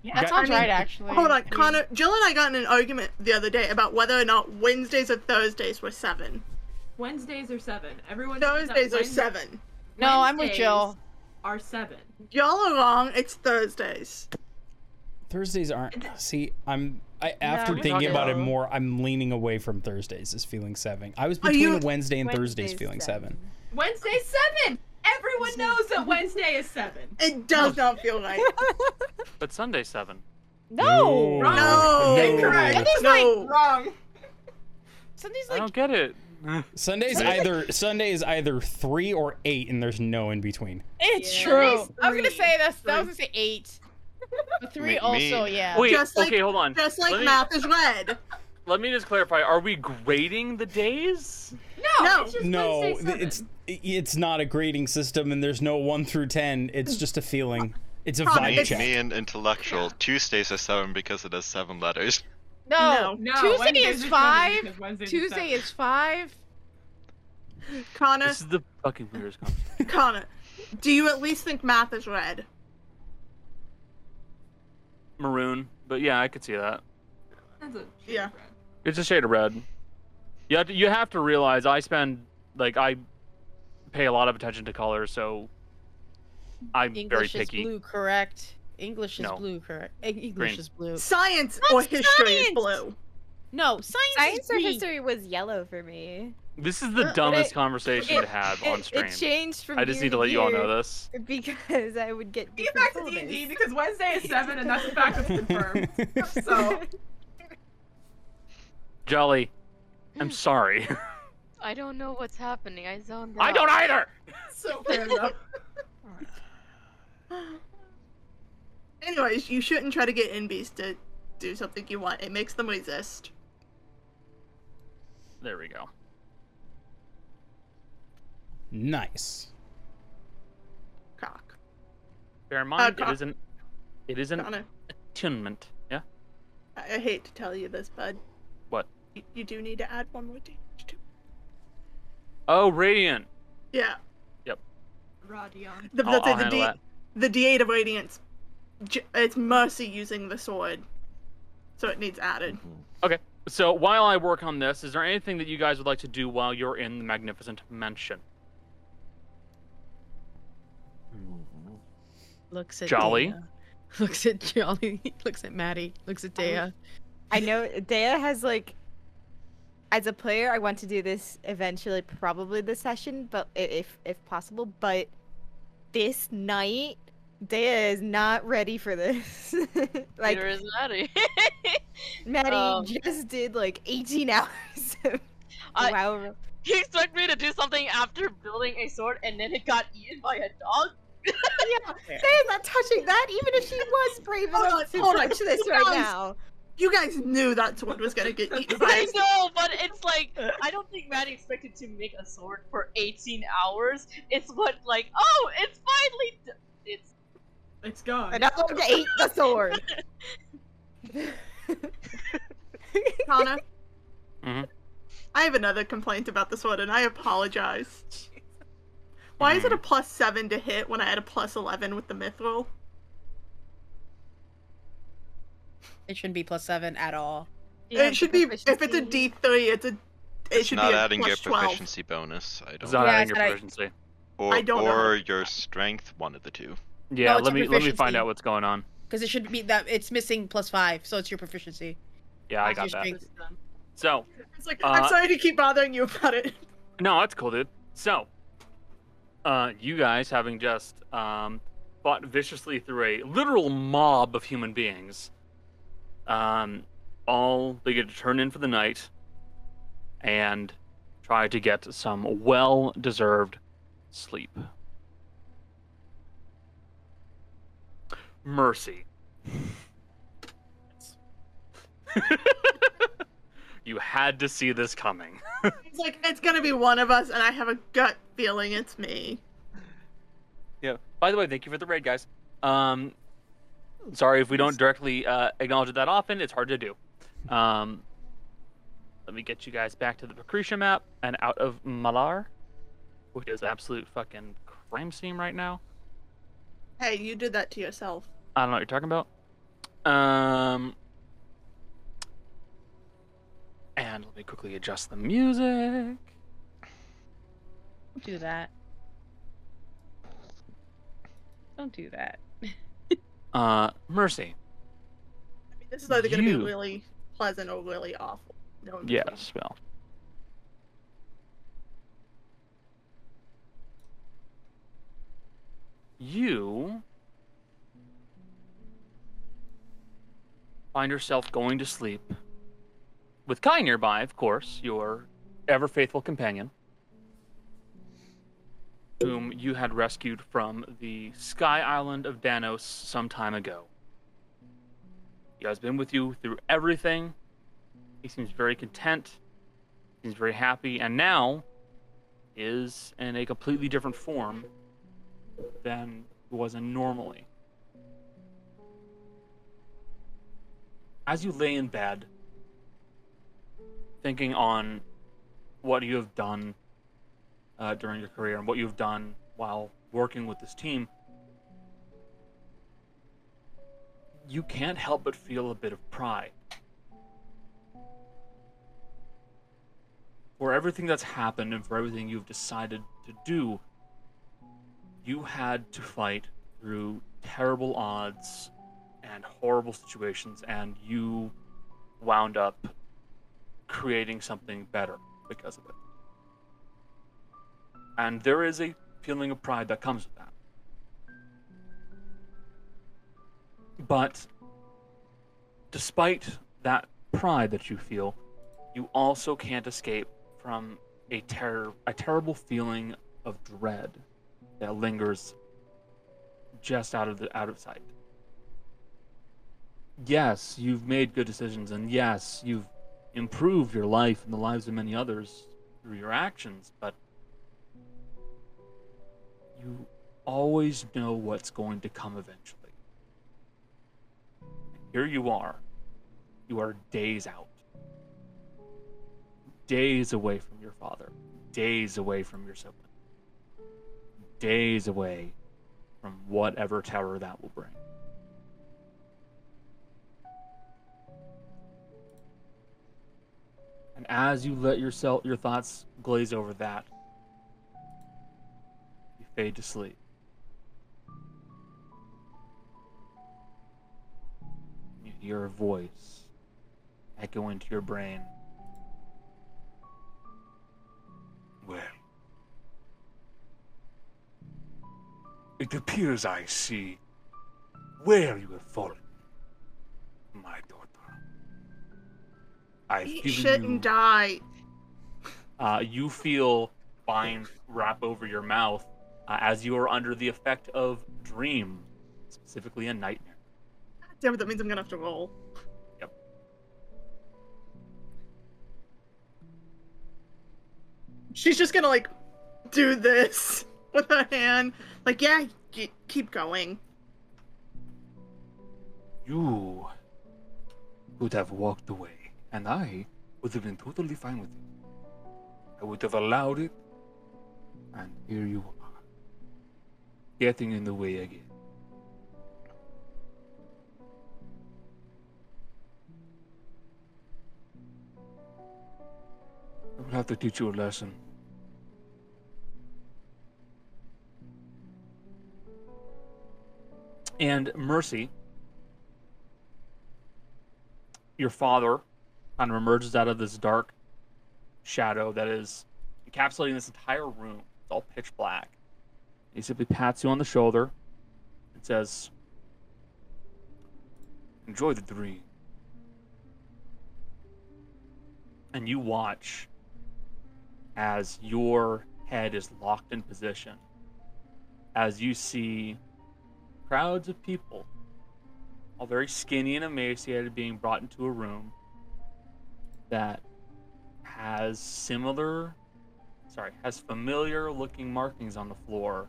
Speaker 10: Yeah, that
Speaker 1: Got-
Speaker 10: sounds
Speaker 6: I mean-
Speaker 10: right, actually.
Speaker 6: Hold on,
Speaker 10: I mean,
Speaker 6: Connor. Jill and I got in an argument the other day about whether or not Wednesdays or Thursdays were seven.
Speaker 5: Wednesdays are seven. Everyone knows that
Speaker 6: Thursdays are
Speaker 5: Wednes-
Speaker 6: seven.
Speaker 10: No, I'm with Jill.
Speaker 5: Wednesdays Are seven.
Speaker 6: Y'all are wrong. It's Thursdays.
Speaker 1: Thursdays aren't. See, I'm. I after
Speaker 10: we're not
Speaker 1: thinking about it
Speaker 10: wrong.
Speaker 1: more, I'm leaning away from Thursdays as feeling seven. I was
Speaker 6: Are
Speaker 1: between
Speaker 6: you-
Speaker 1: a Wednesday and Thursdays
Speaker 8: Wednesday's
Speaker 1: feeling seven.
Speaker 8: seven.
Speaker 5: Wednesday's seven. Everyone knows that Wednesday is seven.
Speaker 6: It does not feel right.
Speaker 2: But Sunday seven.
Speaker 5: Oh.
Speaker 10: No,
Speaker 1: Wrong.
Speaker 6: No.
Speaker 1: No.
Speaker 5: Incorrect.
Speaker 10: Something's
Speaker 6: No.
Speaker 10: like wrong. Something's
Speaker 2: I
Speaker 10: like
Speaker 2: don't get it.
Speaker 1: Sundays either Sunday is either three or eight, and there's no in between.
Speaker 10: it's
Speaker 5: Yeah.
Speaker 10: true.
Speaker 5: Something's
Speaker 10: I was gonna
Speaker 5: three.
Speaker 10: say that's. That was gonna say eight. The three
Speaker 4: Me-
Speaker 10: also,
Speaker 4: me.
Speaker 10: yeah.
Speaker 2: Wait,
Speaker 6: Just like-
Speaker 2: okay, hold on.
Speaker 6: Just like
Speaker 2: let me,
Speaker 6: math is red.
Speaker 2: Let me just clarify. Are we grading the days?
Speaker 5: No,
Speaker 6: No.
Speaker 5: it's just
Speaker 1: no,
Speaker 5: Wednesday
Speaker 1: th-
Speaker 5: seven.
Speaker 1: it's i- it's not a grading system, and there's no one through ten. It's just a feeling. It's a
Speaker 6: Promise.
Speaker 1: vibe
Speaker 4: Me,
Speaker 6: It's-
Speaker 1: check.
Speaker 4: me and intellectual. Tuesdays are seven because it has seven letters.
Speaker 10: No,
Speaker 5: No,
Speaker 10: Tuesday
Speaker 5: Wednesdays
Speaker 10: is
Speaker 5: are seven
Speaker 10: five.
Speaker 5: because Wednesday's
Speaker 10: Tuesday
Speaker 5: seven.
Speaker 10: is five.
Speaker 6: Connor,
Speaker 2: This is the fucking weirdest conversation.
Speaker 6: Connor, do you at least think math is red?
Speaker 2: maroon, but yeah, I could see that.
Speaker 5: That's a shade
Speaker 6: Yeah.
Speaker 5: of red.
Speaker 2: It's a shade of red. You have to, you have to realize I spend like I pay a lot of attention to color, so I'm very
Speaker 10: English
Speaker 2: picky.
Speaker 10: is blue, correct? English is
Speaker 2: No.
Speaker 10: blue, correct? Eng- English
Speaker 2: Green.
Speaker 10: is blue.
Speaker 6: Science or
Speaker 8: That's
Speaker 6: history is
Speaker 8: science!
Speaker 6: blue.
Speaker 10: No, science,
Speaker 8: Science
Speaker 10: is
Speaker 8: or
Speaker 10: green.
Speaker 8: history was yellow for me.
Speaker 2: This is the
Speaker 8: Uh, it-
Speaker 2: dumbest conversation to have on
Speaker 8: it,
Speaker 2: stream.
Speaker 8: It changed from
Speaker 2: I just
Speaker 8: year
Speaker 2: need to let you all
Speaker 8: year
Speaker 2: know this.
Speaker 8: because I would get
Speaker 5: Get
Speaker 8: different
Speaker 5: back to D and D
Speaker 8: syllables.
Speaker 5: because Wednesday is seven, and that's a fact that's confirmed. So
Speaker 2: Jolly,
Speaker 8: Mm.
Speaker 2: I'm sorry.
Speaker 9: I don't know what's happening. I zoned out.
Speaker 2: I don't either.
Speaker 6: So fair enough. Anyways, you shouldn't try to get NBs to do something you want. It makes them resist.
Speaker 2: There we go.
Speaker 1: Nice.
Speaker 6: Cock.
Speaker 8: Uh,
Speaker 2: Bear in mind,
Speaker 6: co-
Speaker 2: it isn't. It is an
Speaker 6: Donna,
Speaker 2: attunement. Yeah.
Speaker 6: I I hate to tell you this, bud.
Speaker 2: What?
Speaker 6: You, you do need to add one more damage to
Speaker 2: Oh, radiant.
Speaker 6: Yeah.
Speaker 5: Radion.
Speaker 6: The,
Speaker 2: I'll-
Speaker 6: that's it,
Speaker 2: I'll
Speaker 6: the,
Speaker 2: handle
Speaker 6: D,
Speaker 2: that.
Speaker 6: the D8 of Radiance. j- It's Mercy using the sword. So it needs added.
Speaker 2: Mm-hmm. So while I work on this, is there anything that you guys would like to do while you're in the magnificent mansion?
Speaker 3: Looks at
Speaker 2: Jolly.
Speaker 3: Dea. Looks at Jolly. Looks at Maddie. Looks at Dea.
Speaker 8: I know Dea has like as a player I want to do this eventually probably this session but i- if if possible but this night Dea is not ready for this. like
Speaker 9: Neither is Maddie.
Speaker 8: Maddie
Speaker 9: um,
Speaker 8: just did like 18 hours of
Speaker 9: I-
Speaker 8: wow.
Speaker 9: you expect me to do something after building a sword and then it got eaten by a dog?
Speaker 8: Dea's not touching that even if she was brave
Speaker 6: Hold
Speaker 8: enough
Speaker 6: on,
Speaker 8: to
Speaker 6: hold on,
Speaker 8: touch this
Speaker 6: you
Speaker 8: right
Speaker 6: guys-
Speaker 8: now.
Speaker 6: You guys knew that sword was gonna get eaten by
Speaker 9: I know, but it's like I don't think Maddie expected to make a sword for 18 hours. It's what like oh, it's finally. d- It's
Speaker 5: It's gone.
Speaker 8: And I want to eat the sword.
Speaker 6: Connor.
Speaker 2: Mhm.
Speaker 6: I have another complaint about this one, and I apologize. Why is it a plus seven to hit when I had a plus eleven with the mithril?
Speaker 10: It shouldn't be plus seven at all.
Speaker 6: it should be if it's a D three, it's a. It should
Speaker 4: Not
Speaker 6: be a
Speaker 4: adding your
Speaker 6: plus twelve.
Speaker 4: proficiency bonus. I
Speaker 2: It's
Speaker 4: don't.
Speaker 2: not
Speaker 10: Yeah,
Speaker 2: adding your
Speaker 10: it's not-
Speaker 2: proficiency.
Speaker 4: Or,
Speaker 6: I don't know how
Speaker 4: or
Speaker 6: to-
Speaker 4: your strength, one of the two.
Speaker 2: Yeah,
Speaker 10: it's
Speaker 2: let
Speaker 10: your
Speaker 2: me let me find
Speaker 10: proficiency.
Speaker 2: out what's going on.
Speaker 10: Because it should be that it's missing plus five, so it's your proficiency.
Speaker 2: Yeah, I
Speaker 10: That's
Speaker 2: got
Speaker 10: your
Speaker 2: that.
Speaker 10: strength.
Speaker 2: So
Speaker 6: It's like
Speaker 2: Uh,
Speaker 6: I'm sorry to keep bothering you about it.
Speaker 2: no, that's cool, dude. So, uh, you guys having just um, fought viciously through a literal mob of human beings, um, all they get to turn in for the night, and try to get some well-deserved sleep. Mercy. you had to see this coming.
Speaker 6: It's like it's gonna be one of us, and I have a gut feeling it's me.
Speaker 2: Yeah. By the way, thank you for the raid, guys. Um, sorry if we don't directly uh, acknowledge it that often. It's hard to do. Um, let me get you guys back to the Pacretia map and out of Malar, which is absolute fucking crime scene right now.
Speaker 6: Hey, you did that to yourself.
Speaker 2: I don't know what you're talking about. Um, and let me quickly adjust the music.
Speaker 10: Don't do that. Don't do that.
Speaker 2: Uh, Mercy.
Speaker 6: I mean, this is either gonna be
Speaker 2: You.
Speaker 6: really pleasant or really awful. No in
Speaker 2: Yeah,
Speaker 6: between.
Speaker 2: spell. You find yourself going to sleep with Kai nearby, of course, your ever faithful companion, whom you had rescued from the Sky Island of Danos some time ago. He has been with you through everything, he seems very content. Seems very happy, and now is in a completely different form than he was in normally. As you lay in bed, thinking on what you have done uh, during your career and what you've done while working with this team, you can't help but feel a bit of pride for everything that's happened and for everything you've decided to do you had to fight through terrible odds and horrible situations and you wound up creating something better because of it and there is a feeling of pride that comes with that But despite that pride that you feel, you also can't escape from a terror a terrible feeling of dread that lingers just out of the out of sight. Yes, you've made good decisions and yes, you've improved your life and the lives of many others through your actions, but you always know what's going to come eventually here you are. You are days out. Days away from your father. Days away from your sibling. Days away from whatever terror that will bring. And as you let yourself your thoughts glaze over that, you fade to sleep. Your voice echo into your brain.
Speaker 11: Well, it appears I see where you have fallen, my daughter. I've
Speaker 6: Eat
Speaker 11: given
Speaker 6: shit
Speaker 11: you,
Speaker 6: and die.
Speaker 2: Uh, you feel vines wrap over your mouth uh, as you are under the effect of dream, specifically a nightmare.
Speaker 6: Damn it, that means I'm gonna have to roll. She's just gonna like do this with her hand. Like, yeah, y- keep going.
Speaker 11: You would have walked away, and I would have been totally fine with it. I would have allowed it, and here you are, getting in the way again. I will have to teach you a lesson.
Speaker 2: And Mercy, your father kind of emerges out of this dark shadow that is encapsulating this entire room. It's all pitch black. He simply pats you on the shoulder and says, Enjoy the dream. And you watch as your head is locked in position, as you see crowds of people, all very skinny and emaciated, being brought into a room that has similar, sorry, has familiar looking markings on the floor,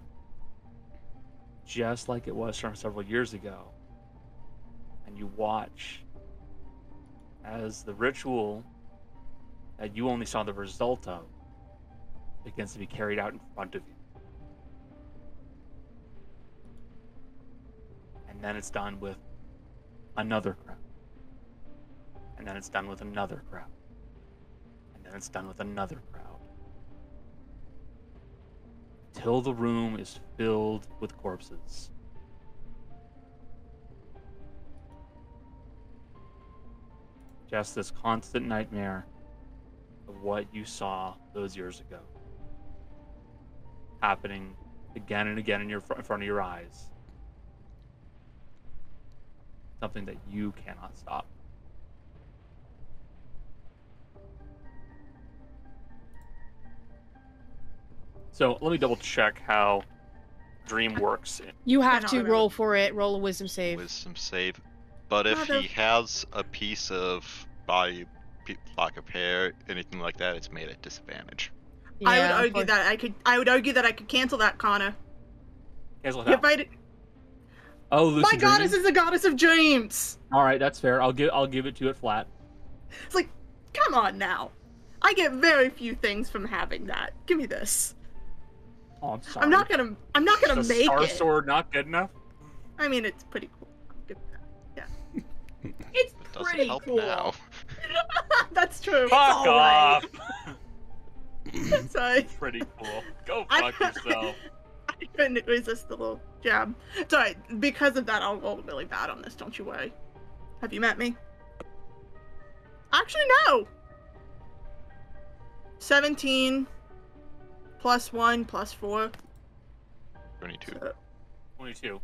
Speaker 2: just like it was from several years ago. And you watch as the ritual that you only saw the result of begins to be carried out in front of you. and then it's done with another crowd, and then it's done with another crowd, and then it's done with another crowd, till the room is filled with corpses. Just this constant nightmare of what you saw those years ago, happening again and again in your fr- in front of your eyes something that you cannot stop. So let me double check how Dream works.
Speaker 3: You have
Speaker 6: Cannot
Speaker 3: to
Speaker 6: remember.
Speaker 3: roll for it. Roll a wisdom save.
Speaker 4: Wisdom save. But if he has a piece of body, pe- like a pear, anything like that, it's made at disadvantage.
Speaker 6: I would
Speaker 3: Yeah,
Speaker 6: argue that I could. I would argue that I could cancel that, Connor.
Speaker 2: Cancel it
Speaker 6: If
Speaker 2: out.
Speaker 6: I.
Speaker 2: Oh, Lucy
Speaker 6: My goddess is the goddess of dreams.
Speaker 2: All right, that's fair. I'll give I'll give it to it flat.
Speaker 6: It's like, come on now. I get very few things from having that. Give me this.
Speaker 2: Oh, I'm sorry.
Speaker 6: I'm not gonna. I'm not gonna
Speaker 2: the
Speaker 6: make
Speaker 2: star
Speaker 6: it.
Speaker 2: sword not good enough.
Speaker 6: I mean, it's pretty cool. I'll give it that. Yeah.
Speaker 3: It's
Speaker 4: doesn't
Speaker 3: pretty
Speaker 4: help
Speaker 3: cool.
Speaker 4: now.
Speaker 6: That's true.
Speaker 2: Fuck off.
Speaker 6: Sorry.
Speaker 2: Pretty cool. Go
Speaker 6: I-
Speaker 2: fuck yourself.
Speaker 6: I couldn't resist the little jab. Sorry, because of that, I'll roll really bad on this, don't you worry. Have you met me? Actually, no! 17 plus 1 plus 4.
Speaker 4: 22.
Speaker 6: So,
Speaker 2: 22.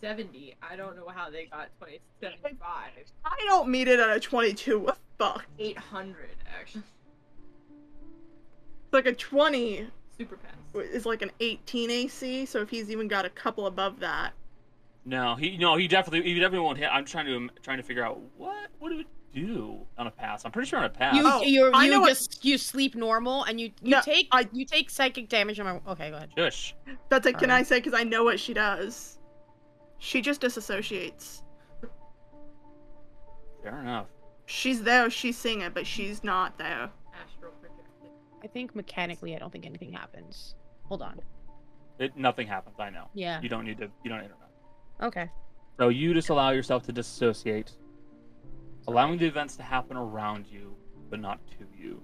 Speaker 5: 70. I don't know how they got 20 75.
Speaker 6: I don't meet it at a 22. What the fuck?
Speaker 5: 800, actually.
Speaker 6: Like a 20
Speaker 5: Super pass.
Speaker 6: is like an 18 AC, so if he's even got a couple above that.
Speaker 2: No, he no, he definitely he definitely won't hit. I'm trying to I'm trying to figure out what what do we do on a pass. I'm pretty sure on a pass.
Speaker 3: You
Speaker 6: Oh,
Speaker 3: you
Speaker 6: I know
Speaker 3: you
Speaker 6: what-
Speaker 3: just you sleep normal and you you
Speaker 6: No,
Speaker 3: take you take psychic damage. on my okay, go ahead.
Speaker 2: Shush.
Speaker 6: That's like, can
Speaker 3: Alright.
Speaker 6: I say? Because I know what she does. She just disassociates.
Speaker 2: Fair enough.
Speaker 6: She's there, she's seeing it, but she's not there.
Speaker 5: Astral projected.
Speaker 10: I think mechanically, I don't think anything happens. Hold on.
Speaker 2: It, nothing happens. I know.
Speaker 10: Yeah.
Speaker 2: You don't need to. You don't internet.
Speaker 10: Okay.
Speaker 2: So you just allow yourself to disassociate, allowing the events to happen around you, but not to you.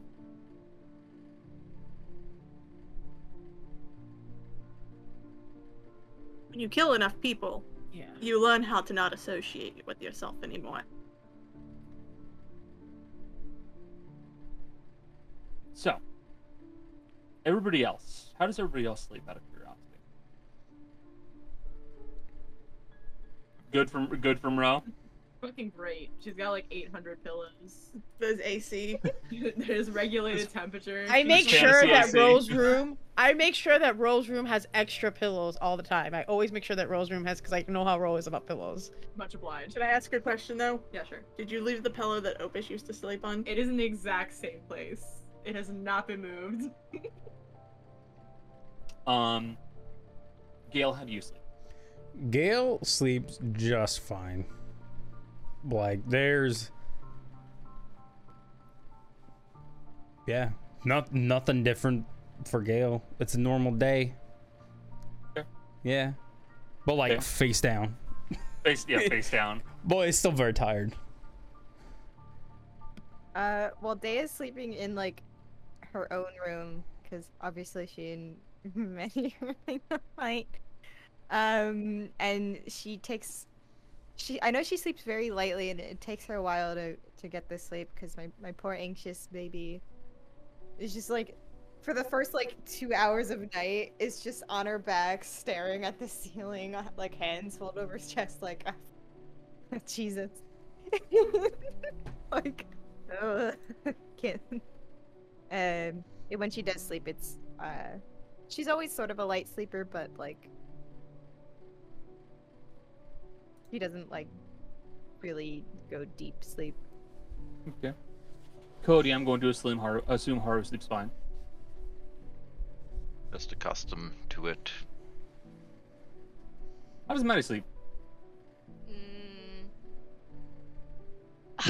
Speaker 6: When you kill enough people,
Speaker 10: Yeah.
Speaker 6: you learn how to not associate with yourself anymore.
Speaker 2: So, everybody else, how does everybody else sleep out of curiosity? Good from good from row.
Speaker 5: Fucking great. She's got like 800 pillows.
Speaker 6: There's AC.
Speaker 5: There's regulated temperature.
Speaker 3: I
Speaker 5: She's
Speaker 3: make
Speaker 5: just-
Speaker 3: sure
Speaker 2: Fantasy
Speaker 3: that
Speaker 2: AC.
Speaker 3: Rose room. I make sure that Rose room has extra pillows all the time. I always make sure that Rose room has because I know how Rose is about pillows.
Speaker 5: Much obliged.
Speaker 6: Should I ask a question though?
Speaker 5: Yeah, sure.
Speaker 6: Did you leave the pillow that Opus used to sleep on?
Speaker 5: It is in the exact same place. It has not been moved.
Speaker 2: Um, Gail, how do you sleep?
Speaker 1: Gail sleeps just fine. Like there's Yeah, not nothing different for Gail. It's a normal day.
Speaker 2: Sure.
Speaker 1: Yeah. But like
Speaker 2: Yeah.
Speaker 1: face down.
Speaker 2: Face yeah, face down.
Speaker 1: Boy, it's still very tired.
Speaker 8: Uh, well, Day is sleeping in like her own room because obviously she and Manny are having a fight. Um, and she takes, she I know she sleeps very lightly, and it takes her a while to to get this sleep because my my poor anxious baby is just like. For the first like two hours of night, is just on her back, staring at the ceiling, uh, like hands folded over his chest, like "Oh, Jesus. like Oh, can't. Um, it- when she does sleep, it's uh, she's always sort of a light sleeper, but like, she doesn't like really go deep sleep.
Speaker 2: Okay. Cody, I'm going to assume Haru, assume Haru sleeps fine.
Speaker 4: Just accustomed to it.
Speaker 2: How does Maddie sleep?
Speaker 9: Mm.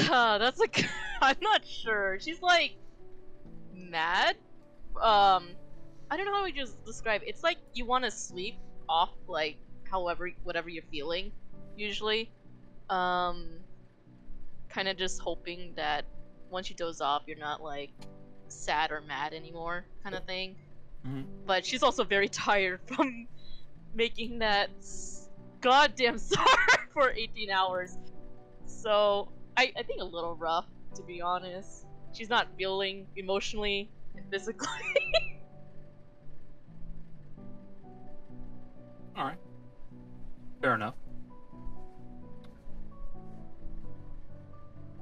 Speaker 9: Ah, that's a. g- I'm not sure. She's like mad. Um, I don't know how we just describe. It's like you want to sleep off, like however, whatever you're feeling, usually. Um, kind of just hoping that once you doze off, you're not like sad or mad anymore, kind of thing.
Speaker 2: Mhm.
Speaker 9: But she's also very tired from making that s- goddamn star for 18 hours. So I, I think a little rough, to be honest. She's not feeling emotionally and physically.
Speaker 2: All right. Fair enough.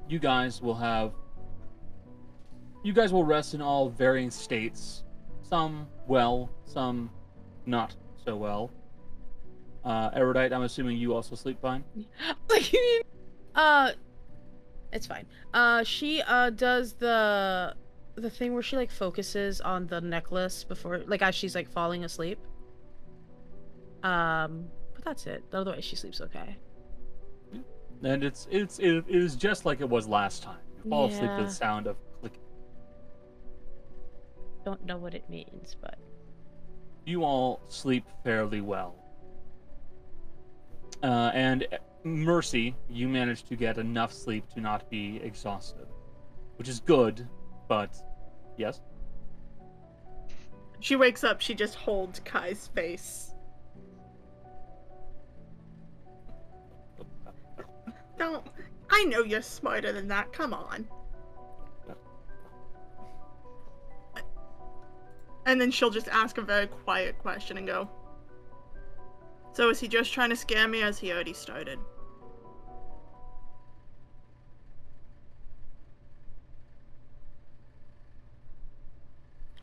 Speaker 2: You guys will have. You guys will rest in all varying states. Some well, some not so well. Uh, Erudite, I'm assuming you also sleep fine.
Speaker 3: Like, uh, it's fine. Uh, she uh does the the thing where she like focuses on the necklace before, like as she's like falling asleep. Um, but that's it. Otherwise, she sleeps okay.
Speaker 2: And it's it's it, it is just like it was last time. You fall asleep to
Speaker 3: Yeah.
Speaker 2: the sound of clicking.
Speaker 10: Don't know what it means, but
Speaker 2: you all sleep fairly well. Uh, and mercy, you managed to get enough sleep to not be exhausted, which is good, but yes.
Speaker 6: She wakes up, she just holds Kai's face. Don't. I know you're smarter than that. Come on. And then she'll just ask a very quiet question and go, So is he just trying to scare me as he already started?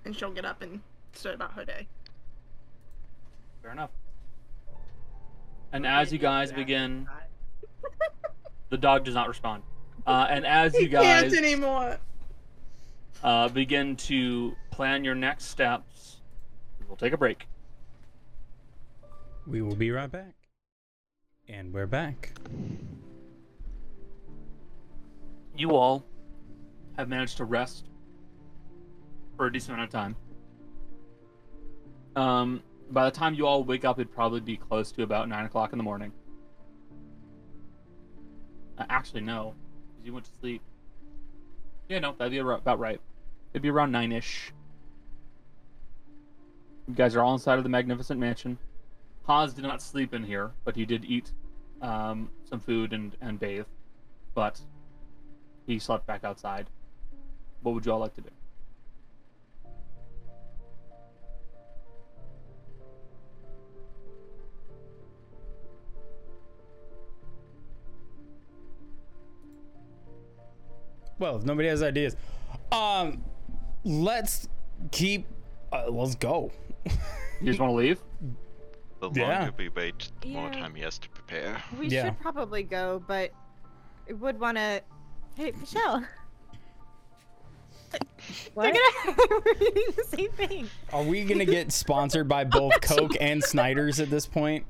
Speaker 6: And she'll get up and start about her day.
Speaker 2: Fair enough. And as you guys begin, the dog does not respond. Uh, and as you guys
Speaker 6: Can't anymore.
Speaker 2: uh, begin to plan your next steps, we'll take a break.
Speaker 1: We will be right back. And we're back.
Speaker 2: You all have managed to rest for a decent amount of time. Um, by the time you all wake up, it'd probably be close to about nine o'clock in the morning. Uh, actually, no, 'cause you went to sleep. Yeah, no, that'd be ar- about right. It'd be around nine ish. You guys are all inside of the magnificent mansion. Haas did not sleep in here, but he did eat um, some food and, and bathe. But he slept back outside. What would you all like to do?
Speaker 1: Well, if nobody has ideas, um, let's keep. Uh, let's go.
Speaker 2: You just want to leave?
Speaker 4: The longer
Speaker 1: Yeah.
Speaker 4: we wait, the more
Speaker 8: Yeah.
Speaker 4: time he has to prepare.
Speaker 8: We
Speaker 1: Yeah.
Speaker 8: should probably go, but I would want to. Hey, Michelle. What? They're gonna We're eating the same thing.
Speaker 1: Are we gonna get sponsored by both Coke and Snyder's at this point?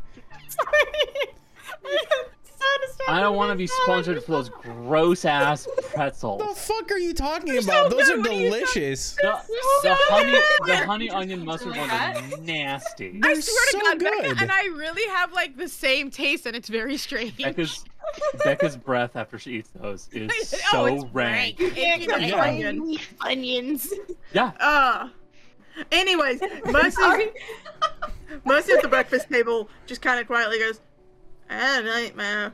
Speaker 8: Sorry. I'm so distracted.
Speaker 2: I don't want to be sponsored for those gross ass
Speaker 1: The
Speaker 2: pretzels.
Speaker 1: fuck are you talking about? Those are delicious.
Speaker 2: The, the
Speaker 3: so
Speaker 2: honey,
Speaker 3: good.
Speaker 2: the honey onion mustard ones are
Speaker 3: that?
Speaker 2: nasty.
Speaker 1: They're
Speaker 3: I swear
Speaker 1: so
Speaker 3: to God, Becca
Speaker 1: good.
Speaker 3: and I really have like the same taste, and it's very strange.
Speaker 2: Becca's, Becca's breath after she eats those is so
Speaker 3: Oh, it's
Speaker 2: rank.
Speaker 3: You can't
Speaker 6: Yeah.
Speaker 3: get onion- onions.
Speaker 2: Yeah,
Speaker 6: Ah. anyways, Mercy's, Mercy at the breakfast table just kind of quietly goes, I had a nightmare.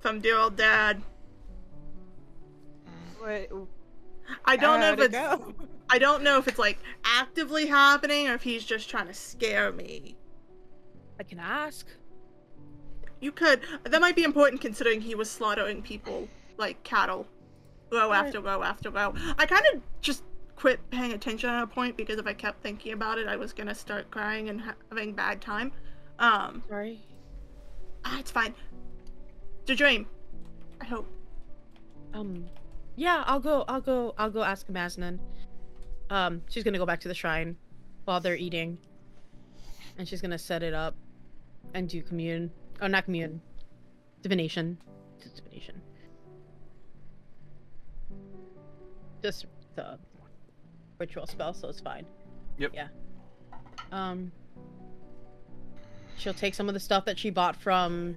Speaker 6: From dear old dad.
Speaker 8: What-
Speaker 6: I don't know if
Speaker 8: how'd it
Speaker 6: it's I don't know if it's like actively happening or if he's just trying to scare me.
Speaker 3: I can ask.
Speaker 6: You could. That might be important considering he was slaughtering people like cattle, row after row after row. I kind of just quit paying attention at a point because if I kept thinking about it, I was gonna start crying and ha- having bad time. Um,
Speaker 3: Sorry.
Speaker 6: ah, it's fine. It's a dream. I hope.
Speaker 3: Um, yeah, I'll go. I'll go. I'll go ask Masnan. Um, she's gonna go back to the shrine while they're eating, and she's gonna set it up and do commune. Oh, not commune. Divination. It's divination. Just the ritual spell, so it's fine.
Speaker 2: Yep.
Speaker 3: Yeah. Um. She'll take some of the stuff that she bought from.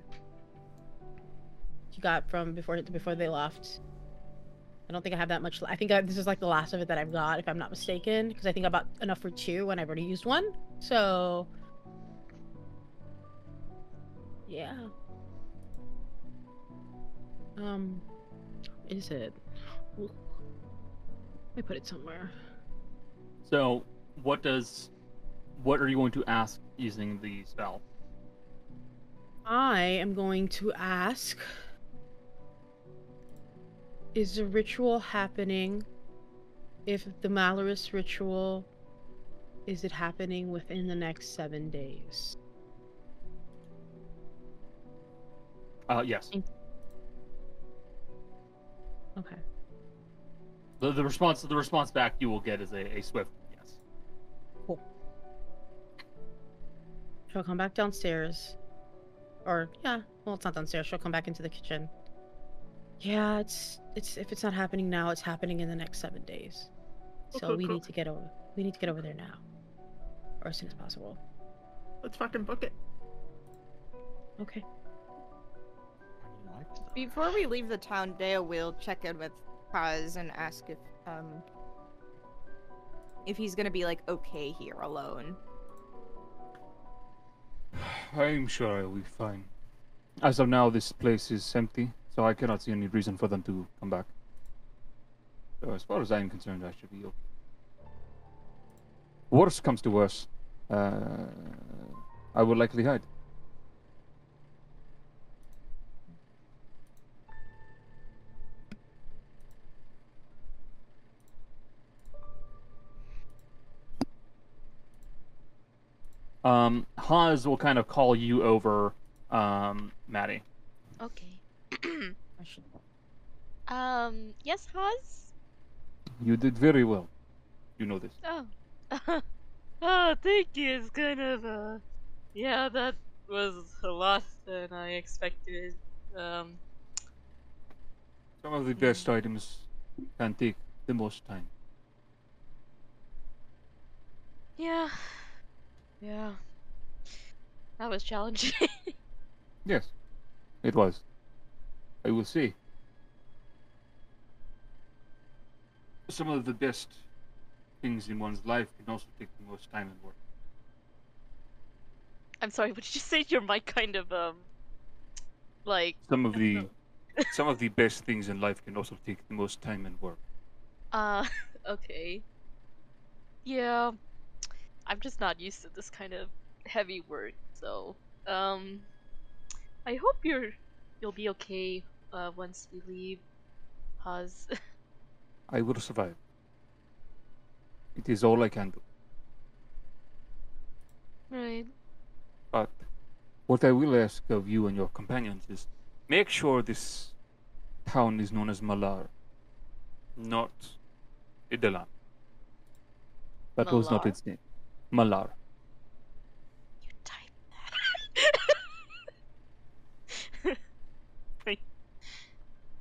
Speaker 3: She got from before before they left. I don't think I have that much. le- I think I, this is like the last of it that I've got, if I'm not mistaken, because I think I bought enough for two and I've already used one. So, yeah. Um, is it? Let me put it somewhere.
Speaker 2: So, what does, what are you going to ask using the spell?
Speaker 3: I am going to ask Is the ritual happening? If the Malorus ritual, is it happening within the next seven days?
Speaker 2: Uh, yes.
Speaker 3: Okay.
Speaker 2: The, the response, the response back you will get is a, a swift yes.
Speaker 3: She'll come back downstairs. Or yeah, well it's not downstairs, she'll come back into the kitchen. Yeah, it's it's if it's not happening now, it's happening in the next seven days. So
Speaker 6: Okay,
Speaker 3: we
Speaker 6: Oh, cool.
Speaker 3: need to get over we need to get over there now. Or as soon as possible.
Speaker 6: Let's fucking book it.
Speaker 10: Okay.
Speaker 8: Before we leave the town, Dale will check in with Paz and ask if um if he's gonna be like okay here alone.
Speaker 11: I'm sure I'll be fine. As of now, this place is empty, so I cannot see any reason for them to come back.
Speaker 2: uh,
Speaker 11: So, as far as I'm concerned, I should be okay. Worse comes to worse, uh, I will likely hide. Um, Haas will kind of call you over, um, Maddie.
Speaker 9: Okay. um. Yes, Haas.
Speaker 11: You did very well. You know this.
Speaker 9: Oh. oh, thank you. It's kind of uh. Yeah, that was a lot than I expected. Um.
Speaker 11: Some of the best items can take the most time.
Speaker 9: Yeah. Yeah. That was challenging.
Speaker 11: Yes, it was. I will say. Some of the best things in one's life can also take the most time and work.
Speaker 9: I'm sorry. What did you say? Your mic kind of um. Like.
Speaker 11: Some of the some of the best things in life can also take the most time and work.
Speaker 9: Uh. Okay. Yeah. I'm just not used to this kind of heavy work, so um I hope you're you'll be okay uh once we leave. Pause.
Speaker 11: I will survive. It is all I can do.
Speaker 9: right.
Speaker 11: But what I will ask of you and your companions is make sure this town is known as Malar, not Idalan. That was not
Speaker 9: Malar?
Speaker 11: its name. Malar.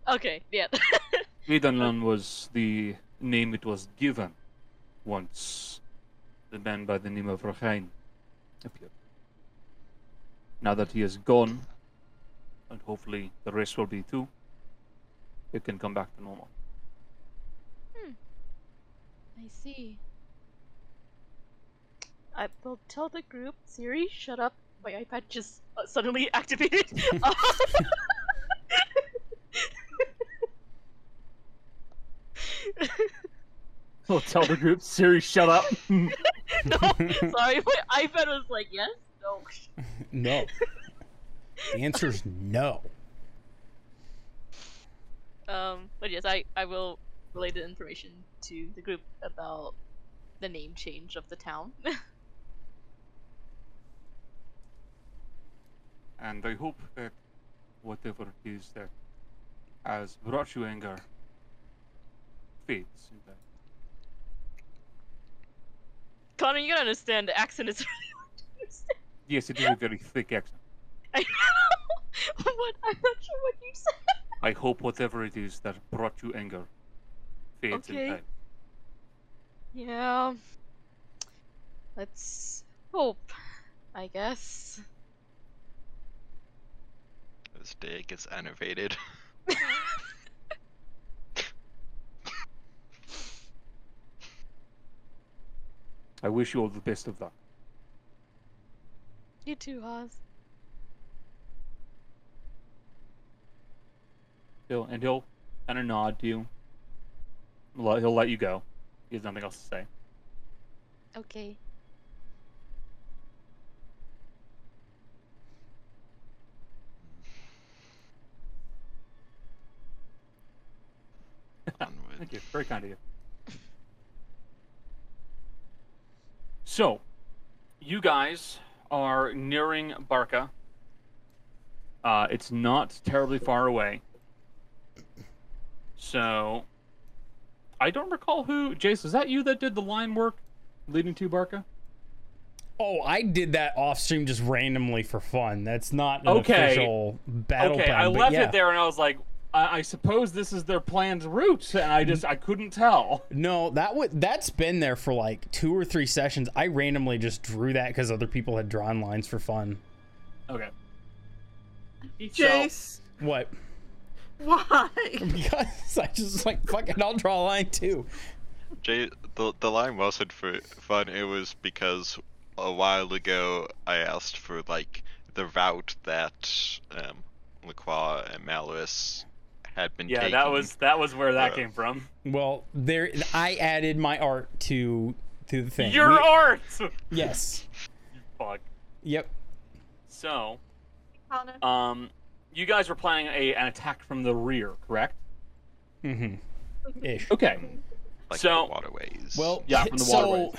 Speaker 9: Okay, yeah.
Speaker 11: Idalan was the name it was given once the man by the name of Rahain appeared. Now that he is gone, and hopefully the rest will be too, it can come back to normal.
Speaker 9: Hmm. I see. I will tell the group. Siri, shut up. My iPad just uh, suddenly activated. Uh,
Speaker 11: We'll tell the group, Siri, shut up.
Speaker 9: no, sorry, my iPad was like, yes, no.
Speaker 1: No. the answer's no.
Speaker 9: Um, but yes, I, I will relay the information to the group about the name change of the town.
Speaker 11: And I hope that whatever it is that has brought you anger fades in time.
Speaker 9: Connor, you gotta understand the accent is really hard to understand.
Speaker 11: Yes, it is a very thick accent.
Speaker 9: I know. what? I'm not sure what you said.
Speaker 11: I hope whatever it is that brought you anger fades
Speaker 9: Okay.
Speaker 11: in time.
Speaker 9: Yeah. Let's hope. I guess.
Speaker 4: This day gets enervated.
Speaker 11: I wish you all the best of luck.
Speaker 9: You too, Haas.
Speaker 11: He'll, and he'll kind of nod to you. Let- He'll let you go. He has nothing else to say.
Speaker 9: Okay.
Speaker 11: Thank you. Very kind of you. So,
Speaker 2: you guys are nearing Barca.
Speaker 11: Uh, it's not terribly far away. So, I don't recall who. Jace, was that you that did the line work leading to Barca?
Speaker 1: Oh, I did that off stream just randomly for fun. That's not an
Speaker 11: Okay.
Speaker 1: official battle
Speaker 11: okay,
Speaker 1: plan.
Speaker 11: I
Speaker 1: but
Speaker 11: left
Speaker 1: yeah.
Speaker 11: it there and I was like, "Uh, I, I suppose this is their planned route, and I just I couldn't tell.
Speaker 1: No, that would that's been there for like two or three sessions. I randomly just drew that because other people had drawn lines for fun.
Speaker 11: Okay.
Speaker 6: Jace,
Speaker 1: What?
Speaker 6: why?
Speaker 1: Because I just was like fuck it, I'll draw a line too.
Speaker 4: Jay, the, the line wasn't for fun. It was because a while ago I asked for like the route that um, Lacroix and Malus had been
Speaker 2: Yeah,
Speaker 4: taking.
Speaker 2: that was that was where that
Speaker 4: Uh,
Speaker 2: came from.
Speaker 1: Well, there I added my art to to the thing.
Speaker 2: Your
Speaker 1: We-
Speaker 2: art.
Speaker 1: Yes.
Speaker 2: Fuck.
Speaker 1: Yep.
Speaker 2: So, um, you guys were planning a, an attack from the rear, correct?
Speaker 1: Mm-hmm. Ish.
Speaker 2: Okay.
Speaker 4: Like
Speaker 2: so
Speaker 4: the waterways.
Speaker 1: Well,
Speaker 2: yeah, from the waterways.
Speaker 1: so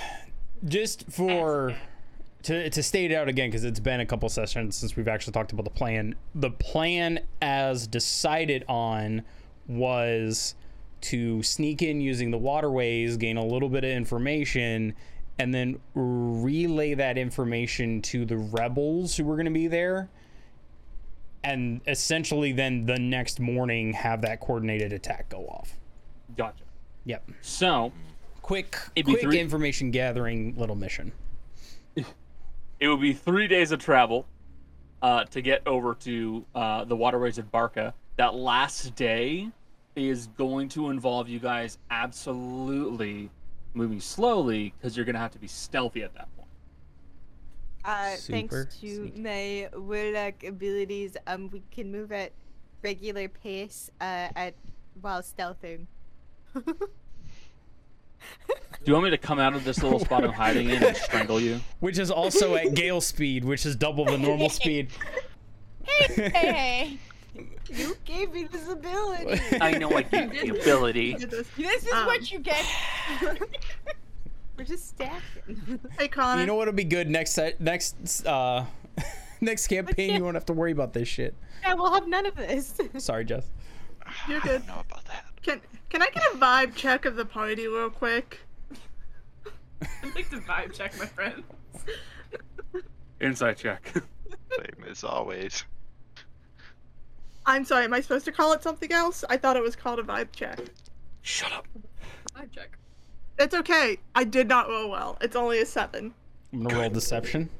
Speaker 1: just for to to state it out again because it's been a couple sessions since we've actually talked about the plan. The plan as decided on was to sneak in using the waterways, gain a little bit of information, and then relay that information to the rebels who were going to be there. And essentially, then the next morning, have that coordinated attack go off.
Speaker 2: Gotcha.
Speaker 1: Yep.
Speaker 2: So,
Speaker 1: quick,
Speaker 2: It'd be
Speaker 1: quick
Speaker 2: three-
Speaker 1: information gathering little mission.
Speaker 2: It would be three days of travel uh, to get over to uh, the waterways of Barca. That last day is going to involve you guys absolutely moving slowly because you're going to have to be stealthy at that point.
Speaker 8: Uh,
Speaker 1: Super
Speaker 8: thanks to my warlock abilities, um, we can move at regular pace uh, at while stealthing.
Speaker 2: Do you want me to come out of this little spot I'm hiding in and strangle you?
Speaker 1: Which is also at gale speed, which is double the normal speed.
Speaker 8: hey, you gave me this ability.
Speaker 2: I know I gave you the ability.
Speaker 8: This is
Speaker 6: Um,
Speaker 8: what you get. We're just stacking.
Speaker 6: Hey, Connor.
Speaker 1: You know what'll be good next se- next uh next campaign? You won't have to worry about this shit.
Speaker 8: I will have none of this.
Speaker 1: Sorry, Jess.
Speaker 6: You're good.
Speaker 4: know about that.
Speaker 6: Can can I get a vibe check of the party real quick?
Speaker 5: I'd like to vibe check, my friend.
Speaker 2: Insight check.
Speaker 4: Same as always.
Speaker 6: I'm sorry. Am I supposed to call it something else? I thought it was called a vibe check.
Speaker 2: Shut up.
Speaker 5: Vibe check.
Speaker 6: It's okay. I did not roll well. It's only a seven.
Speaker 1: I'm gonna roll deception.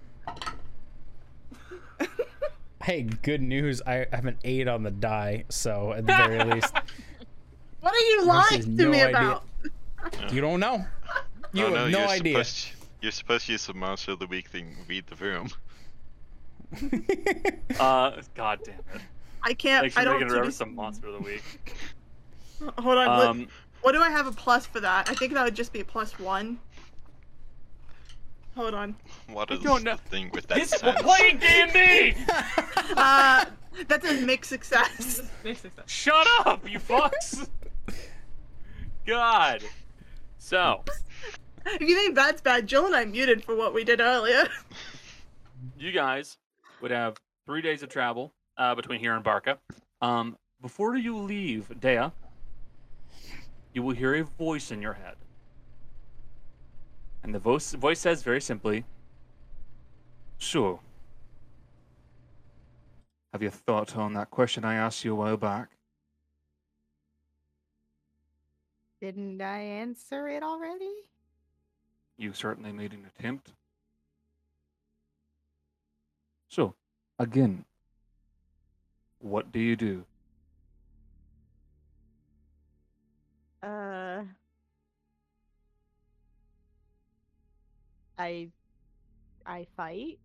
Speaker 1: Hey, good news! I have an eight on the die, so at the very least,
Speaker 6: What are you
Speaker 1: This
Speaker 6: lying
Speaker 1: is
Speaker 6: to
Speaker 1: no
Speaker 6: me
Speaker 1: idea.
Speaker 6: about?
Speaker 1: you don't know. You
Speaker 4: oh,
Speaker 1: have
Speaker 4: no,
Speaker 1: no
Speaker 4: you're
Speaker 1: idea.
Speaker 4: Supposed you're supposed to use the monster of the week thing. Read the room.
Speaker 2: Uh, God damn it.
Speaker 6: I can't.
Speaker 2: Actually,
Speaker 6: I
Speaker 2: making
Speaker 6: don't.
Speaker 2: it
Speaker 6: do
Speaker 2: remember
Speaker 6: this-
Speaker 2: some monster of the week.
Speaker 6: Hold on. what-
Speaker 2: Um,
Speaker 6: What do I have a plus for that? I think that would just be a plus one. Hold on.
Speaker 4: What is
Speaker 2: don't know.
Speaker 4: the thing with that
Speaker 2: this is
Speaker 4: sense?
Speaker 2: playing D&D!
Speaker 6: Uh, that's a mixed success.
Speaker 5: Big success.
Speaker 2: Shut up, you fucks! God. So,
Speaker 6: If you think that's bad, Jill and I muted for what we did earlier.
Speaker 2: you guys would have three days of travel uh, between here and Barca. Um, before you leave, Dea, you will hear a voice in your head. And the voice, voice says very simply, So,
Speaker 11: Have you thought on that question I asked you a while back?
Speaker 8: Didn't I answer it already?
Speaker 11: You certainly made an attempt. So, again, what do you do?
Speaker 8: Uh, I, I fight.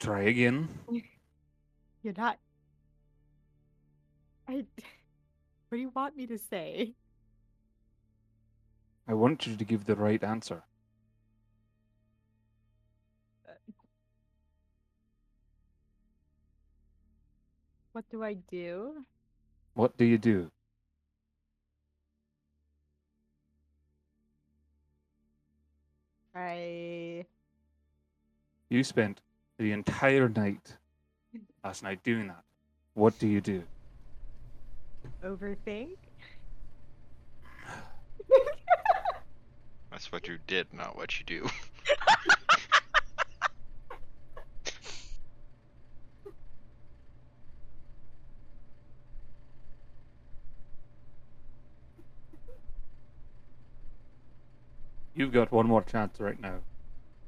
Speaker 11: Try again.
Speaker 8: You're not. I. What do you want me to say?
Speaker 11: I want you to give the right answer.
Speaker 8: What do I do?
Speaker 11: What do you do?
Speaker 8: I.
Speaker 11: You spent the entire night last night doing that. What do you do?
Speaker 8: overthink.
Speaker 4: That's what you did, not what you do.
Speaker 11: You've got one more chance right now.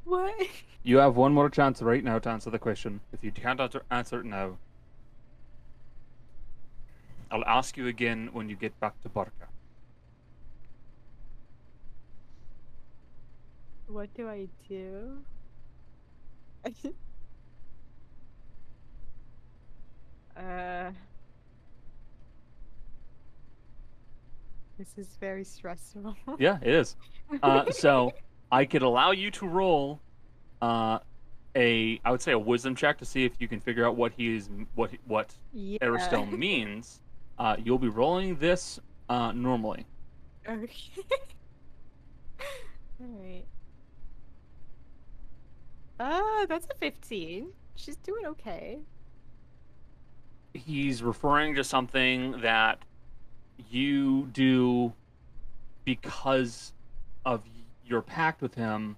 Speaker 8: What?
Speaker 2: You have one more chance right now to answer the question. If you can't answer, answer it now, I'll ask you again when you get back to Barca.
Speaker 8: What do I do? uh, this is very stressful.
Speaker 2: Yeah, it is. Uh, so I could allow you to roll uh, a, I would say a wisdom check to see if you can figure out what he is, what what
Speaker 8: Yeah.
Speaker 2: Aristel means. Uh, you'll be rolling this uh, normally.
Speaker 8: Okay. Alright. Ah, that's a 15. She's doing okay.
Speaker 2: he's referring to something that you do because of your pact with him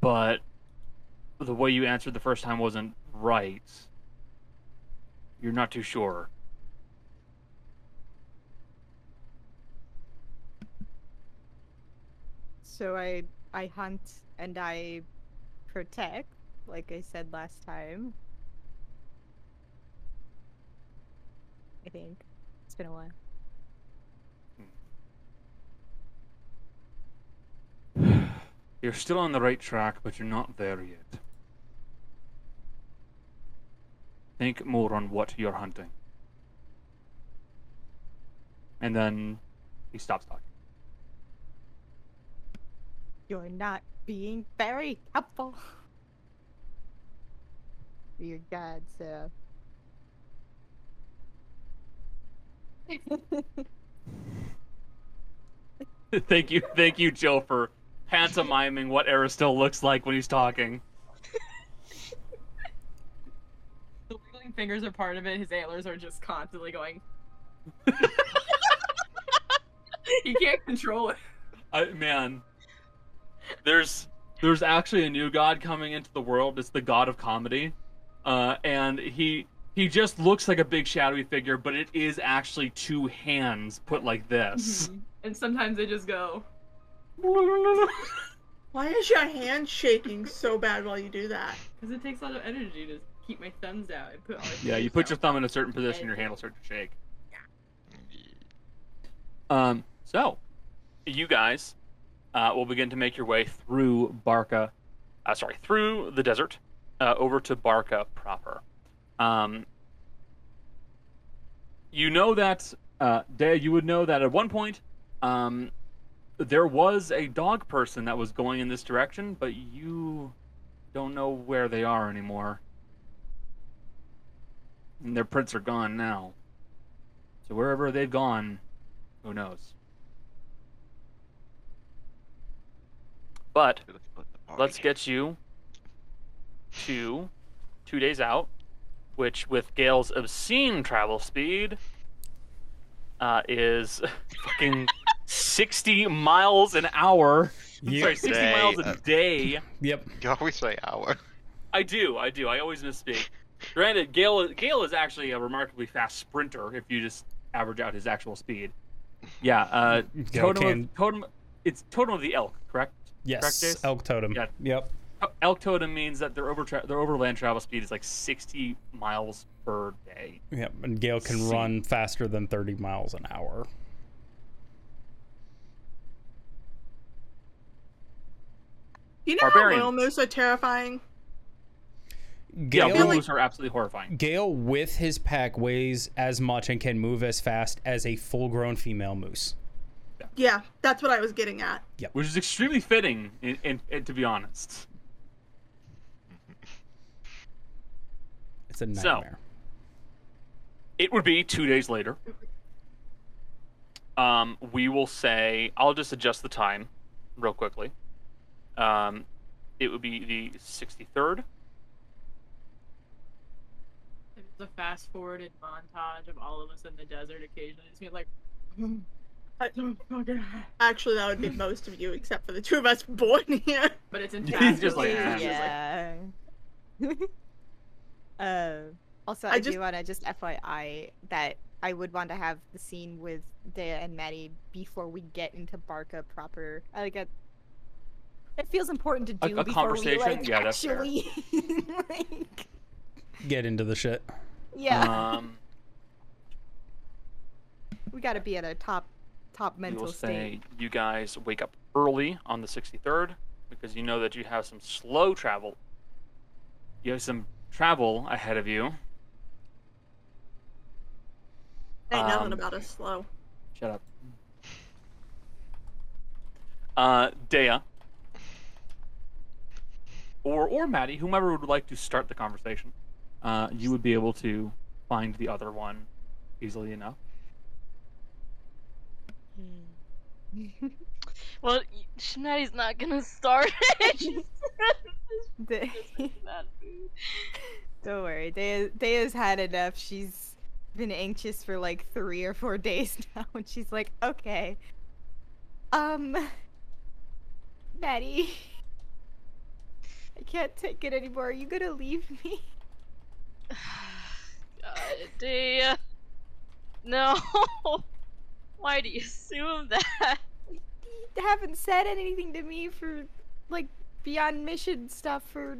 Speaker 2: but the way you answered the first time wasn't right you're not too sure
Speaker 8: So I I hunt and I protect, like I said last time. I think. It's been a while.
Speaker 2: you're still on the right track but you're not there yet think more on what you're hunting and then he stops talking
Speaker 8: You're not being very helpful. You're God, so.
Speaker 2: thank you, thank you, Joe, for pantomiming what Aristil looks like when he's talking.
Speaker 5: The wiggling fingers are part of it. His antlers are just constantly going. he can't control it.
Speaker 2: I, man, there's there's actually a new god coming into the world. It's the god of comedy, uh, and he he just looks like a big shadowy figure, but it is actually two hands put like
Speaker 5: Mm-hmm.
Speaker 2: this.
Speaker 5: And sometimes they just go.
Speaker 6: Why is your hand shaking so bad while you do that?
Speaker 5: Because it takes a lot of energy to keep my thumbs out and put all my
Speaker 2: Yeah, you
Speaker 5: fingers
Speaker 2: put your
Speaker 5: out.
Speaker 2: thumb in a certain position, your hand will start to shake. Um, so, you guys uh, will begin to make your way through Barca, uh, sorry, through the desert, uh, over to Barca proper. Um, you know that, uh, Dea, you would know that at one point, um, there was a dog person that was going in this direction, but you don't know where they are anymore. And their prints are gone now. So wherever they've gone, who knows? But let's get you to two days out, which with Gale's obscene travel speed uh, is fucking 60 miles an hour.
Speaker 1: Yeah.
Speaker 2: Sorry, 60
Speaker 4: Day,
Speaker 2: miles
Speaker 4: uh,
Speaker 2: a day.
Speaker 1: Yep.
Speaker 4: You always say hour.
Speaker 2: I do, I do. I always misspeak. Granted, Gale Gale is actually a remarkably fast sprinter if you just average out his actual speed. Yeah, uh,
Speaker 1: Gale
Speaker 2: totem,
Speaker 1: can-
Speaker 2: of, totem. It's totem of the elk, correct? Correct,
Speaker 1: Yes.
Speaker 2: Dace?
Speaker 1: Elk totem.
Speaker 2: Yeah.
Speaker 1: Yep.
Speaker 2: El- elk totem means that their over tra- their overland travel speed is like sixty miles per day.
Speaker 1: Yep. And Gale can
Speaker 2: See.
Speaker 1: run faster than 30 miles an hour.
Speaker 6: You know
Speaker 2: Barbarians.
Speaker 6: how Wilmos are terrifying?
Speaker 2: Yeah,
Speaker 1: Gale,
Speaker 2: wolves are absolutely horrifying.
Speaker 1: Gale with his pack weighs as much and can move as fast as a full-grown female moose.
Speaker 6: Yeah, that's what I was getting at.
Speaker 2: Which is extremely fitting, in, in, in- to be honest.
Speaker 1: It's a
Speaker 2: So-
Speaker 1: nightmare.
Speaker 2: It would be two days later. Um, we will say I'll just adjust the time, real quickly. Um, it would be the sixty-third.
Speaker 5: It's a fast forwarded montage of all of us in the desert occasionally. It's me like,
Speaker 6: I- Actually, that would be most of you, except for the two of us born here.
Speaker 5: but it's in
Speaker 2: He's
Speaker 5: fast
Speaker 2: just like,
Speaker 5: forward.
Speaker 2: "Ah."
Speaker 6: Uh,
Speaker 8: yeah. um, also, I,
Speaker 6: I just-
Speaker 8: do want to just FYI that I would want to have the scene with Dea and Maddie before we get into Barca proper. I like a It feels important to
Speaker 2: A-
Speaker 8: do
Speaker 2: a
Speaker 8: before
Speaker 2: conversation?
Speaker 8: we like
Speaker 2: Yeah, that's fair.
Speaker 8: actually. like,
Speaker 1: Get into the shit.
Speaker 8: yeah,
Speaker 2: Um,
Speaker 8: we got to be at a top, top
Speaker 2: we
Speaker 8: mental
Speaker 2: will
Speaker 8: state.
Speaker 2: say you guys wake up early on the 63rd because you know that you have some slow travel. You have some travel ahead of you.
Speaker 6: Ain't nothing
Speaker 2: Um,
Speaker 6: about us slow.
Speaker 11: Shut up.
Speaker 2: Uh, Dea. Or, or Maddie, whomever would like to start the conversation, uh, you would be able to find the other one easily enough.
Speaker 9: Well, y- Shani's not gonna start it. She's
Speaker 8: Day-
Speaker 9: bad food.
Speaker 8: Don't worry, Dea, Dea's had enough. She's been anxious for like three or four days now, and she's like, okay, um, Maddie, I can't take it anymore. Are you gonna leave me?
Speaker 9: God, Dea. No. Why do you assume that?
Speaker 8: You haven't said anything to me for like beyond mission stuff for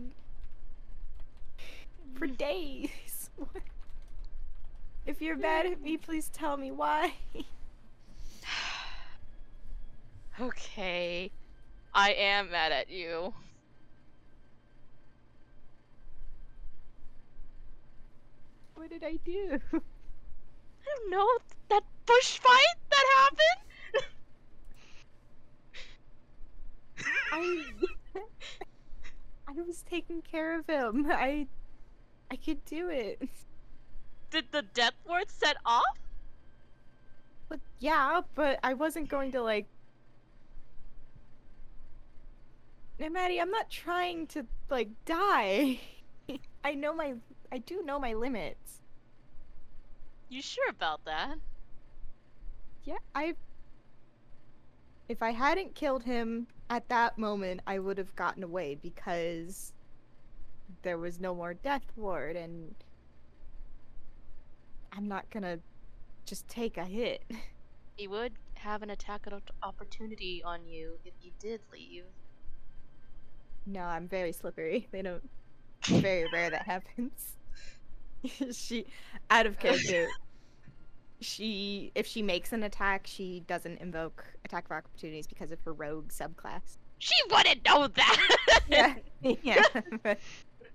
Speaker 8: for days. What- if you're mad at me, please tell me why.
Speaker 9: Okay. I am mad at you.
Speaker 8: What did I do?
Speaker 9: I don't know that bush fight that happened.
Speaker 8: I I was taking care of him. I I could do it.
Speaker 9: Did the death ward set off?
Speaker 8: But yeah, but I wasn't going to like Now Maddie, I'm not trying to like die. I know my I do know my limits.
Speaker 9: You sure about that?
Speaker 8: Yeah, I if I hadn't killed him at that moment, I would have gotten away because there was no more death ward and I'm not going to just take a hit.
Speaker 9: He would have an attack of opportunity on you if you did leave.
Speaker 8: No, I'm very slippery. They don't. it's very rare that happens. she, out of character. she, if she makes an attack, she doesn't invoke attack of opportunities because of her rogue subclass.
Speaker 9: She wouldn't know that.
Speaker 8: Yeah, yeah. but-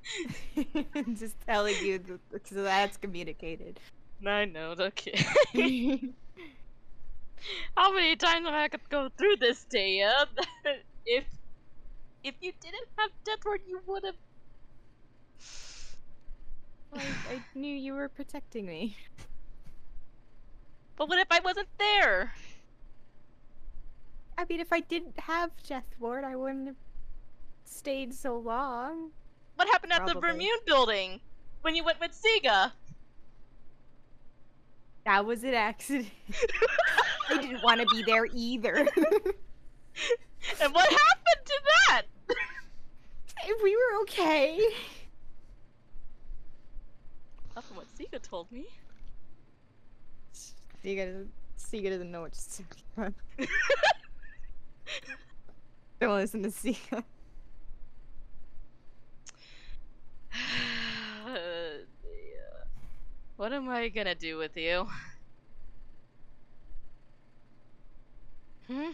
Speaker 8: Just telling you, th- so that's communicated.
Speaker 9: I know. Okay. How many times am I gonna go through this day? Uh? if if you didn't have death ward, you would have.
Speaker 8: I, I knew you were protecting me.
Speaker 9: But what if I wasn't there?
Speaker 8: I mean, if I didn't have Death Ward, I wouldn't have stayed so long.
Speaker 9: What happened at the
Speaker 8: Probably.
Speaker 9: Bermude building when you went with Sega?
Speaker 8: That was an accident. I didn't want to be there either.
Speaker 9: And what happened to that?
Speaker 8: we were okay.
Speaker 9: That's what Sega told me.
Speaker 8: Sega doesn't, Sega doesn't know what she's talking about. Don't listen to Sega.
Speaker 9: Uh, yeah. What am I gonna do with you? Hmm?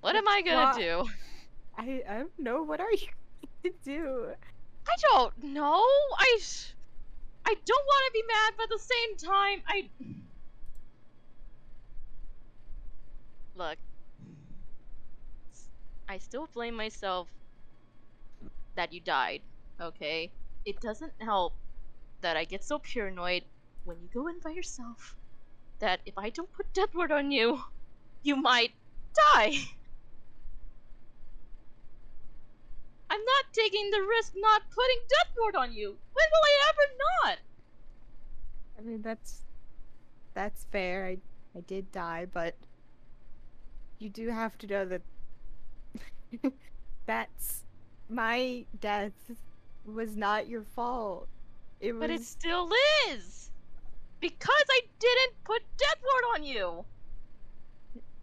Speaker 9: What am I gonna
Speaker 8: Not-
Speaker 9: do?
Speaker 8: I, I don't know. What are you going to do?
Speaker 9: I don't know. I I don't want to be mad, but at the same time, I look. I still blame myself that you died. Okay, it doesn't help that I get so paranoid when you go in by yourself. That if I don't put death word on you, you might die. I'm not taking the risk not putting death ward on you. When will I ever not?
Speaker 8: I mean, that's that's fair. I I did die, but you do have to know that that's my death was not your fault. It was
Speaker 9: But it still is! Because I didn't put Death Ward on you!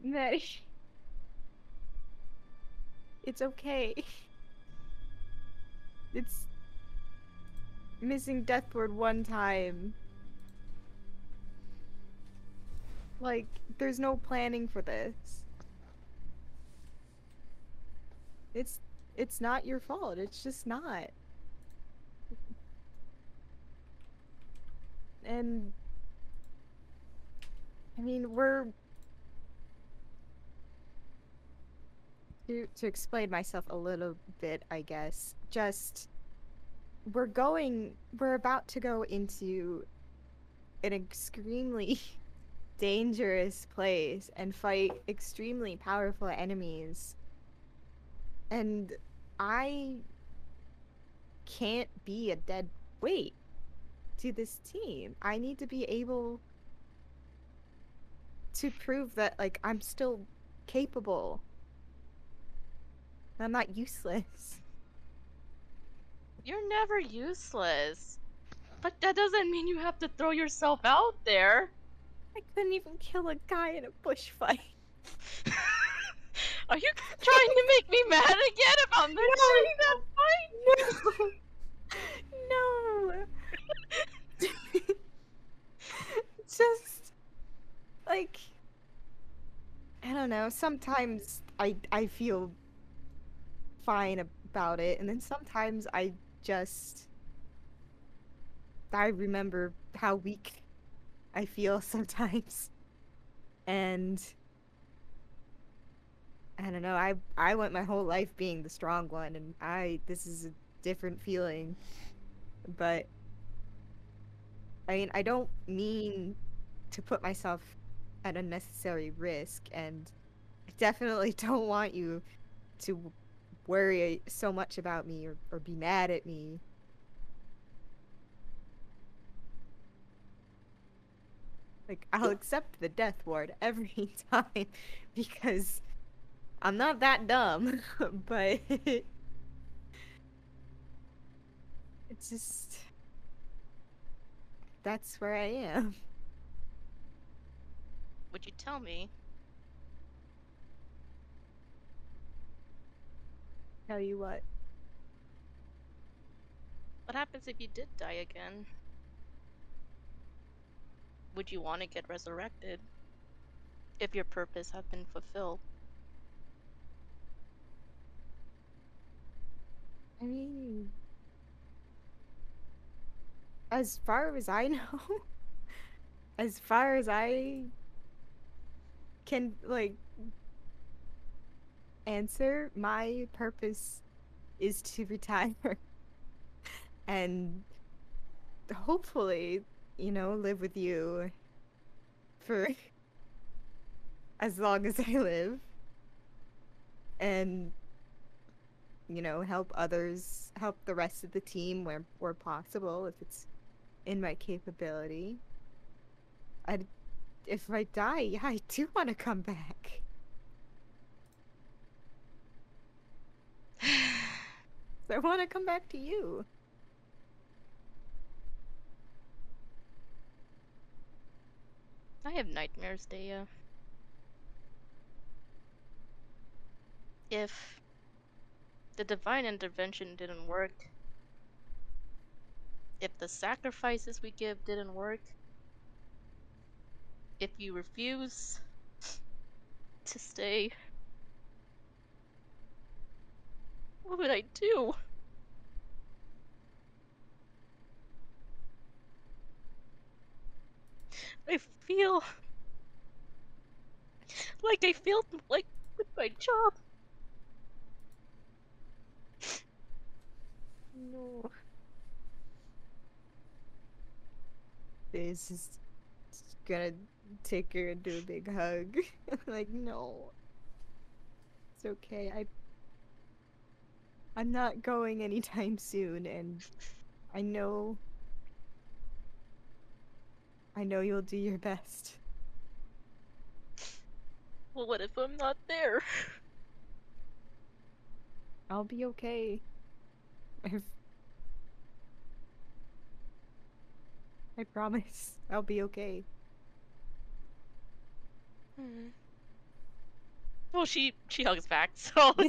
Speaker 8: Maddie. It's okay. It's missing Deathward one time. Like, there's no planning for this. It's it's not your fault. It's just not. And I mean, we're to to explain myself a little bit, I guess. Just we're going we're about to go into an extremely dangerous place and fight extremely powerful enemies. And I can't be a dead weight to this team. I need to be able to prove that like I'm still capable. I'm not useless.
Speaker 9: You're never useless. But that doesn't mean you have to throw yourself out there.
Speaker 8: I couldn't even kill a guy in a bush fight.
Speaker 9: Are you trying to make me mad again about mentioning that fight?
Speaker 8: No. no. Just like I don't know, sometimes I I feel fine about it and then sometimes I just I remember how weak I feel sometimes. And I don't know. I I went my whole life being the strong one, and I this is a different feeling. But I mean, I don't mean to put myself at unnecessary risk, and I definitely don't want you to worry so much about me or, or be mad at me. Like I'll accept the death ward every time because I'm not that dumb, but it's just that's where I am.
Speaker 9: Would you tell me?
Speaker 8: Tell you what.
Speaker 9: What happens if you did die again? Would you want to get resurrected? If your purpose had been fulfilled?
Speaker 8: I mean, as far as I know, as far as I can, like, answer, my purpose is to retire. and hopefully, you know, live with you for as long as I live. And you know, help others, help the rest of the team where where possible if it's in my capability. I if I die, yeah, I do want to come back. I want to come back to you.
Speaker 9: I have nightmares, Daya. If the divine intervention didn't work, if the sacrifices we give didn't work, if you refuse to stay, what would I do? I feel like I failed, like with my job.
Speaker 8: No. This is just gonna take her and do a big hug. like, no. It's okay. I. I'm not going anytime soon, and I know. I know you'll do your best.
Speaker 9: Well, what if I'm not there?
Speaker 8: I'll be okay. I've... I promise I'll be okay.
Speaker 9: Hmm. Well, she she hugs back, so.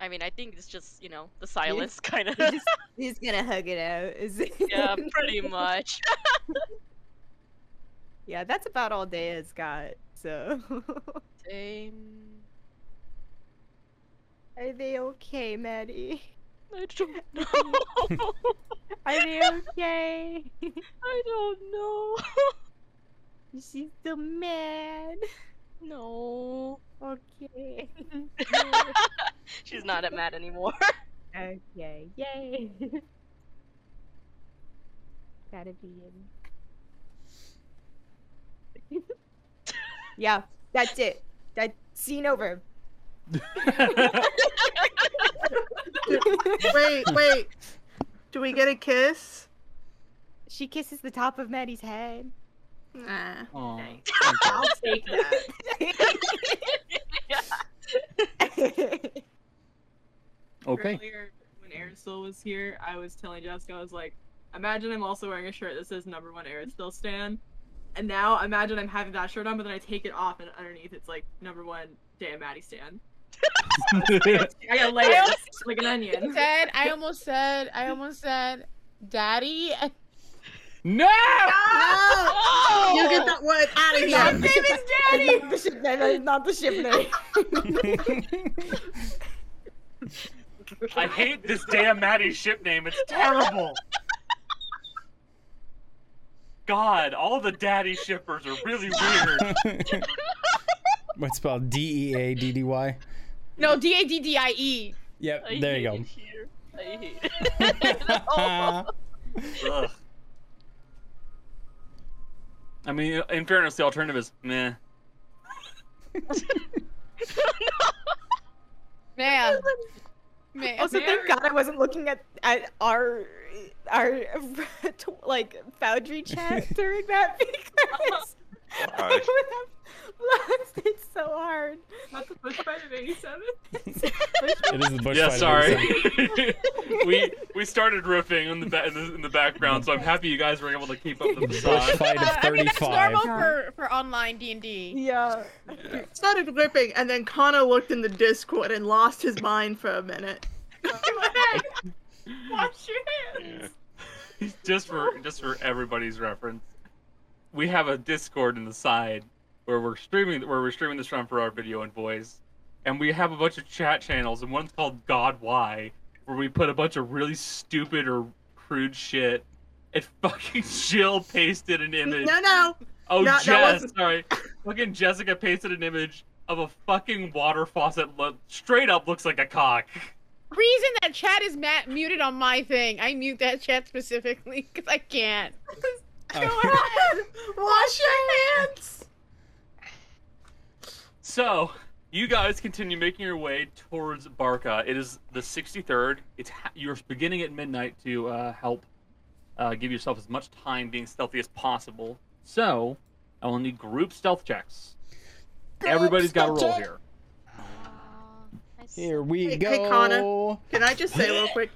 Speaker 9: I mean, I think it's just you know the Silas kind of.
Speaker 8: He's, just- he's gonna hug it out. Is
Speaker 9: yeah, pretty much.
Speaker 8: yeah, that's about all day has got. So,
Speaker 9: Same.
Speaker 8: are they okay, Maddie?
Speaker 9: I don't know.
Speaker 8: Are they okay?
Speaker 9: I don't know.
Speaker 8: She's still mad.
Speaker 9: No.
Speaker 8: Okay.
Speaker 9: She's not at Matt anymore.
Speaker 8: okay. Yay. Gotta be in. yeah, that's it. That scene over.
Speaker 6: wait, wait. Do we get a kiss?
Speaker 8: She kisses the top of Maddie's head.
Speaker 6: Nah.
Speaker 8: I'll take that.
Speaker 11: Okay.
Speaker 5: Earlier, when Aristotle was here, I was telling Jessica, I was like, imagine I'm also wearing a shirt that says number one Aristotle Stan. And now imagine I'm having that shirt on, but then I take it off, and underneath it's like number one damn Maddie Stan. I got layers like an onion.
Speaker 10: said, I almost said, I almost said, Daddy. and-
Speaker 11: no!
Speaker 6: No! You get that word out of
Speaker 8: Not
Speaker 6: here.
Speaker 8: famous daddy! the ship name, not the ship name.
Speaker 2: I hate this damn Maddie ship name. It's terrible. God, all the daddy shippers are really weird.
Speaker 1: What's spelled D E A D D Y?
Speaker 10: No, D A D D I E.
Speaker 1: Yep, there you go.
Speaker 9: I hate it. No.
Speaker 2: Ugh. I mean, in fairness, the alternative is meh.
Speaker 10: Man. Man.
Speaker 8: also, thank God I wasn't looking at, at our our like Foundry chat during that because I
Speaker 4: Alright.
Speaker 8: would have lost it so hard.
Speaker 5: Not the push button of 87.
Speaker 1: It is the bush.
Speaker 2: yeah,
Speaker 1: fight
Speaker 2: sorry. we we started riffing in the, ba- in the in the background, so I'm happy you guys were able to keep up the
Speaker 1: of 37. Bush
Speaker 2: facade.
Speaker 1: fight
Speaker 10: Uh,
Speaker 1: of
Speaker 10: I mean, that's
Speaker 1: 35.
Speaker 10: normal for, for online D&D.
Speaker 8: Yeah.
Speaker 6: Started ripping, and then Connor looked in the Discord and lost his mind for a minute.
Speaker 5: Wash your hands.
Speaker 2: just for just for everybody's reference, we have a Discord in the side where we're streaming where we're streaming this from for our video and voice, and we have a bunch of chat channels, and one's called God Why, where we put a bunch of really stupid or crude shit. And fucking Jill pasted an image.
Speaker 6: No, no.
Speaker 2: oh,
Speaker 6: no, that
Speaker 2: Jess,
Speaker 6: wasn't-
Speaker 2: sorry. Fucking Jessica pasted an image of a fucking water faucet. Lo- straight up looks like a cock.
Speaker 10: Reason that chat is ma- muted on my thing. I mute that chat specifically because I can't.
Speaker 1: Uh,
Speaker 6: Wash your hands.
Speaker 2: So, you guys continue making your way towards Barca. It is the 63rd. It's ha- you're beginning at midnight to uh, help uh, give yourself as much time being stealthy as possible. So, I will need group stealth checks. Everybody's got a roll
Speaker 1: stealth check.
Speaker 2: here.
Speaker 1: Here we
Speaker 6: Hey,
Speaker 1: go.
Speaker 6: hey, Connor. Can I just say real quick?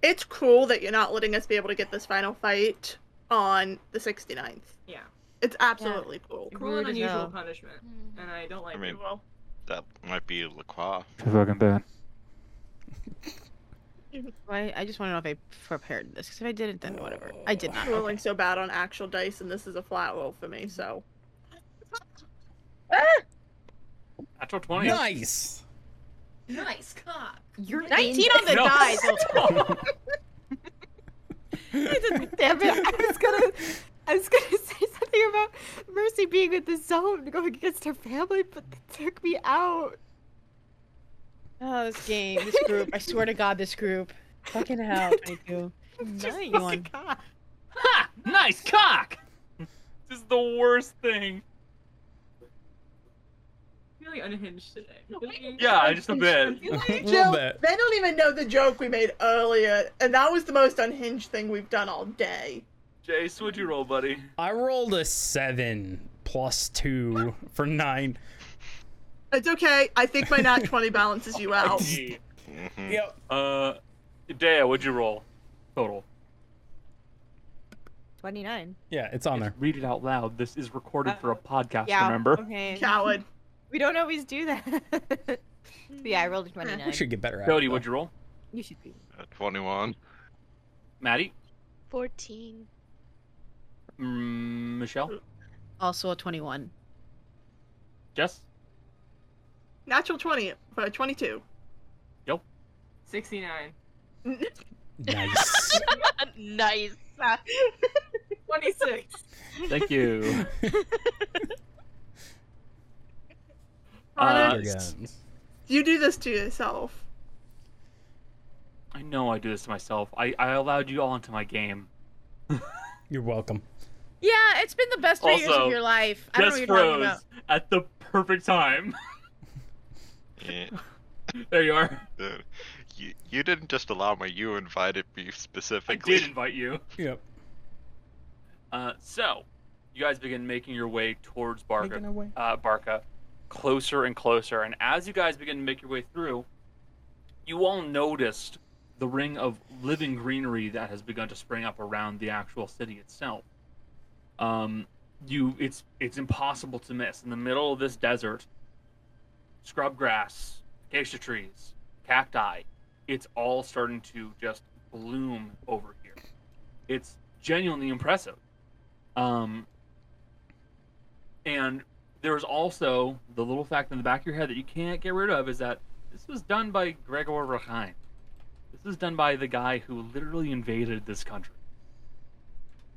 Speaker 6: It's cruel that you're not letting us be able to get this final fight on the 69th.
Speaker 5: Yeah.
Speaker 6: It's absolutely cruel.
Speaker 5: Cruel
Speaker 8: Rude
Speaker 5: and
Speaker 8: as
Speaker 5: unusual
Speaker 8: hell.
Speaker 5: punishment. And I don't like
Speaker 4: I mean-
Speaker 5: it. Well,
Speaker 4: That might be Lacroix.
Speaker 11: Fucking bad.
Speaker 10: I, I just want to know if I prepared this because if I didn't, then whatever. I did not.
Speaker 6: I'm rolling so bad on actual dice, and this is a flat roll for me, so.
Speaker 2: Natural 20.
Speaker 1: Nice.
Speaker 5: nice cock.
Speaker 8: You're
Speaker 10: 19 on the
Speaker 2: No.
Speaker 10: die. so-
Speaker 8: Damn it! I was gonna, I was gonna say something about Mercy being with the zone, going against her family, but they took me out.
Speaker 10: Oh, this game, this group. I swear to God, this group. Fucking hell, 22. Nice.
Speaker 6: Fucking God.
Speaker 2: ha! Nice cock! this is the worst thing.
Speaker 5: I feel like unhinged today.
Speaker 2: Yeah, just a bit.
Speaker 1: A little
Speaker 6: Jill,
Speaker 1: bit.
Speaker 6: they don't even know the joke we made earlier, and that was the most unhinged thing we've done all day.
Speaker 2: Jace, what'd you roll, buddy?
Speaker 1: I rolled a seven plus two for nine.
Speaker 6: It's okay. I think my nat 20 balances you out.
Speaker 1: Yep.
Speaker 2: Uh, Dea, what'd you roll? Total.
Speaker 8: 29.
Speaker 1: Yeah, it's on there.
Speaker 2: Read it out loud. This is recorded for a podcast,
Speaker 8: yeah.
Speaker 2: remember?
Speaker 8: Okay.
Speaker 6: Coward.
Speaker 8: We don't always do that. But yeah, I rolled a 29.
Speaker 1: We should get better at
Speaker 2: Cody,
Speaker 1: it.
Speaker 2: what'd you roll?
Speaker 8: You should be.
Speaker 4: At 21.
Speaker 2: Maddie?
Speaker 7: 14.
Speaker 2: Mm, Michelle?
Speaker 3: Also a 21.
Speaker 2: Jess?
Speaker 6: Natural 20, uh, 22.
Speaker 5: 69.
Speaker 1: Nice.
Speaker 9: nice.
Speaker 5: 26.
Speaker 2: Thank you.
Speaker 6: Anna,
Speaker 2: Uh,
Speaker 6: you do this to yourself.
Speaker 2: I know I do this to myself. I, I allowed you all into my game.
Speaker 1: You're welcome.
Speaker 3: Yeah, it's been the best three years
Speaker 2: Also,
Speaker 3: of your life. I don't know
Speaker 2: Jess
Speaker 3: what you're talking
Speaker 2: froze
Speaker 3: about.
Speaker 2: at the perfect time.
Speaker 4: Yeah.
Speaker 2: there you are.
Speaker 4: Uh, You, you didn't just allow me, you invited me
Speaker 2: I
Speaker 4: specifically.
Speaker 2: did invite you.
Speaker 1: Yep.
Speaker 2: Uh, so, you guys begin making your way towards Barca,
Speaker 1: Making our way.
Speaker 2: uh, Barca, closer and closer. And as you guys begin to make your way through, you all noticed the ring of living greenery that has begun to spring up around the actual city itself. Um, you, it's it's impossible to miss. In the middle of this desert, scrub grass, acacia trees, cacti, it's all starting to just bloom over here. It's genuinely impressive. Um, and there's also the little fact in the back of your head that you can't get rid of is that this was done by Gregor Rakhine. This was done by the guy who literally invaded this country.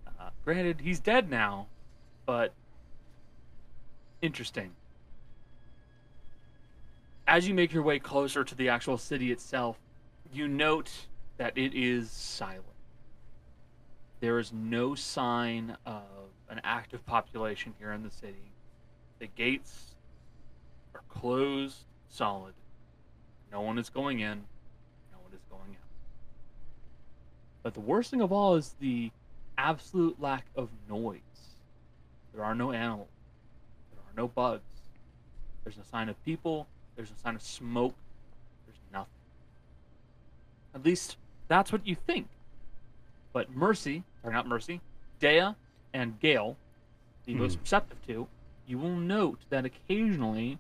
Speaker 2: Uh, granted, he's dead now, but interesting. As you make your way closer to the actual city itself, you note that it is silent there is no sign of an active population here in the city. The gates are closed, solid. No one is going in, no one is going out. But the worst thing of all is the absolute lack of noise. There are no animals, there are no bugs, there's no sign of people, there's no sign of smoke, there's nothing. At least that's what you think. But Mercy, or not Mercy, Dea and Gale, the most receptive to, you will note that occasionally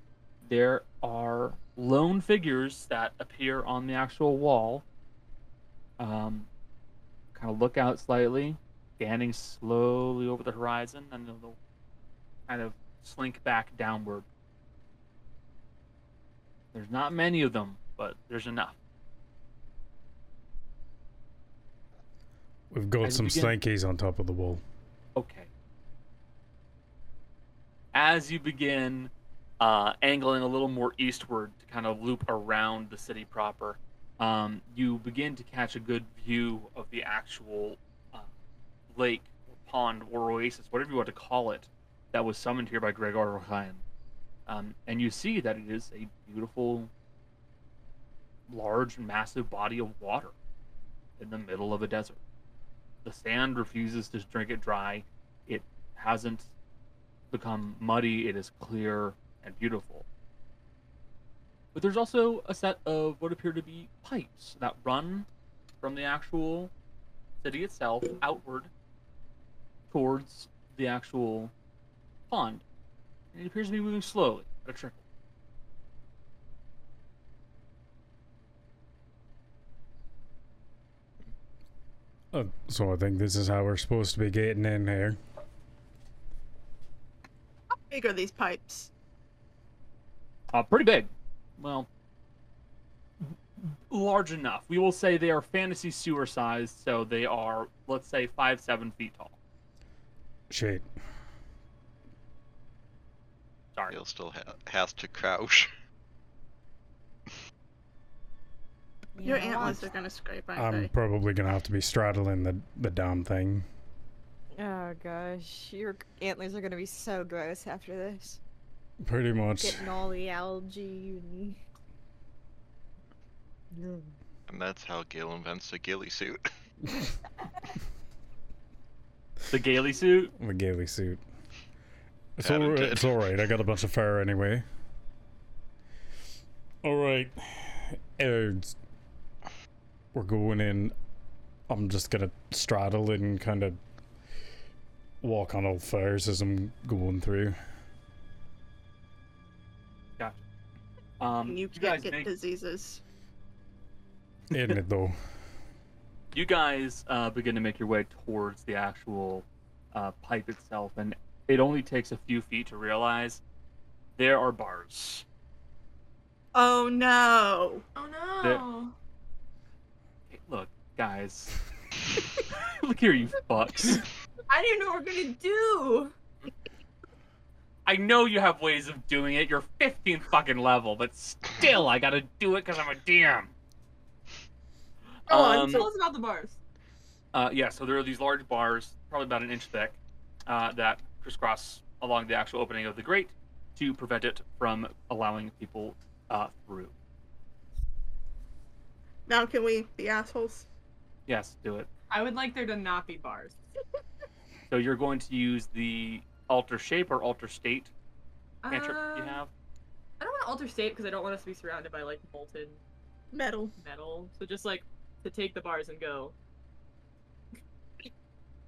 Speaker 2: there are lone figures that appear on the actual wall. Um, kind of look out slightly, scanning slowly over the horizon, and then they'll kind of slink back downward. There's not many of them, but there's enough.
Speaker 1: We've got
Speaker 2: As
Speaker 1: some
Speaker 2: we begin-
Speaker 1: stankies on top of the wall.
Speaker 2: Okay. As you begin uh, angling a little more eastward to kind of loop around the city proper, um, you begin to catch a good view of the actual uh, lake, or pond, or oasis, whatever you want to call it, that was summoned here by Gregor Rohan. Um, and you see that it is a beautiful, large, massive body of water in the middle of a desert the sand refuses to drink it dry. It hasn't become muddy. It is clear and beautiful. But there's also a set of what appear to be pipes that run from the actual city itself outward towards the actual pond. And it appears to be moving slowly at a trickle.
Speaker 1: Uh, so I think this is how we're supposed to be getting in here.
Speaker 6: How big are these pipes?
Speaker 2: Uh, pretty big. Well, large enough. We will say they are fantasy sewer sized, so they are, let's say, five, seven feet tall.
Speaker 1: Shit.
Speaker 2: Sorry.
Speaker 4: Gale still ha- has to crouch.
Speaker 6: Your antlers are gonna scrape, aren't
Speaker 2: Um,
Speaker 1: I'm
Speaker 6: they?
Speaker 1: probably gonna have to be straddling the the damn thing.
Speaker 8: Oh gosh, your antlers are gonna be so gross after this.
Speaker 1: Pretty much.
Speaker 8: Getting all the algae and.
Speaker 4: And that's how Gale invents the ghillie suit.
Speaker 2: The Gailey suit?
Speaker 1: The ghillie suit. It's
Speaker 4: Adam
Speaker 1: alright.
Speaker 4: did.
Speaker 1: It's alright. I got a bunch of fur anyway.
Speaker 12: All right, Erds. We're going in. I'm just gonna straddle it and kind of walk on all fours as I'm going through.
Speaker 13: Gotcha. Um,
Speaker 6: you
Speaker 2: guys
Speaker 6: can't get
Speaker 2: make-
Speaker 6: diseases.
Speaker 12: Isn't it though?
Speaker 2: You guys uh, begin to make your way towards the actual uh, pipe itself, and it only takes a few feet to realize there are bars.
Speaker 6: Oh no.
Speaker 5: Oh
Speaker 2: no. Hey, look, guys. look here, you fucks.
Speaker 5: I didn't know what we're gonna do.
Speaker 2: I know you have ways of doing it. You're 15th fucking level, but still, I gotta do it because I'm a DM.
Speaker 5: Go
Speaker 2: Um,
Speaker 5: on, tell us about the bars.
Speaker 2: Uh, yeah, so there are these large bars, probably about an inch thick, uh, that crisscross along the actual opening of the grate to prevent it from allowing people uh, through.
Speaker 6: Now can we be assholes?
Speaker 2: Yes, do it.
Speaker 5: I would like there to not be bars.
Speaker 2: So you're going to use the alter shape or alter state cantrip you
Speaker 5: Um,
Speaker 2: have.
Speaker 5: I don't want to alter state because I don't want us to be surrounded by like molten
Speaker 6: Metal.
Speaker 5: metal. So just like to take the bars and go.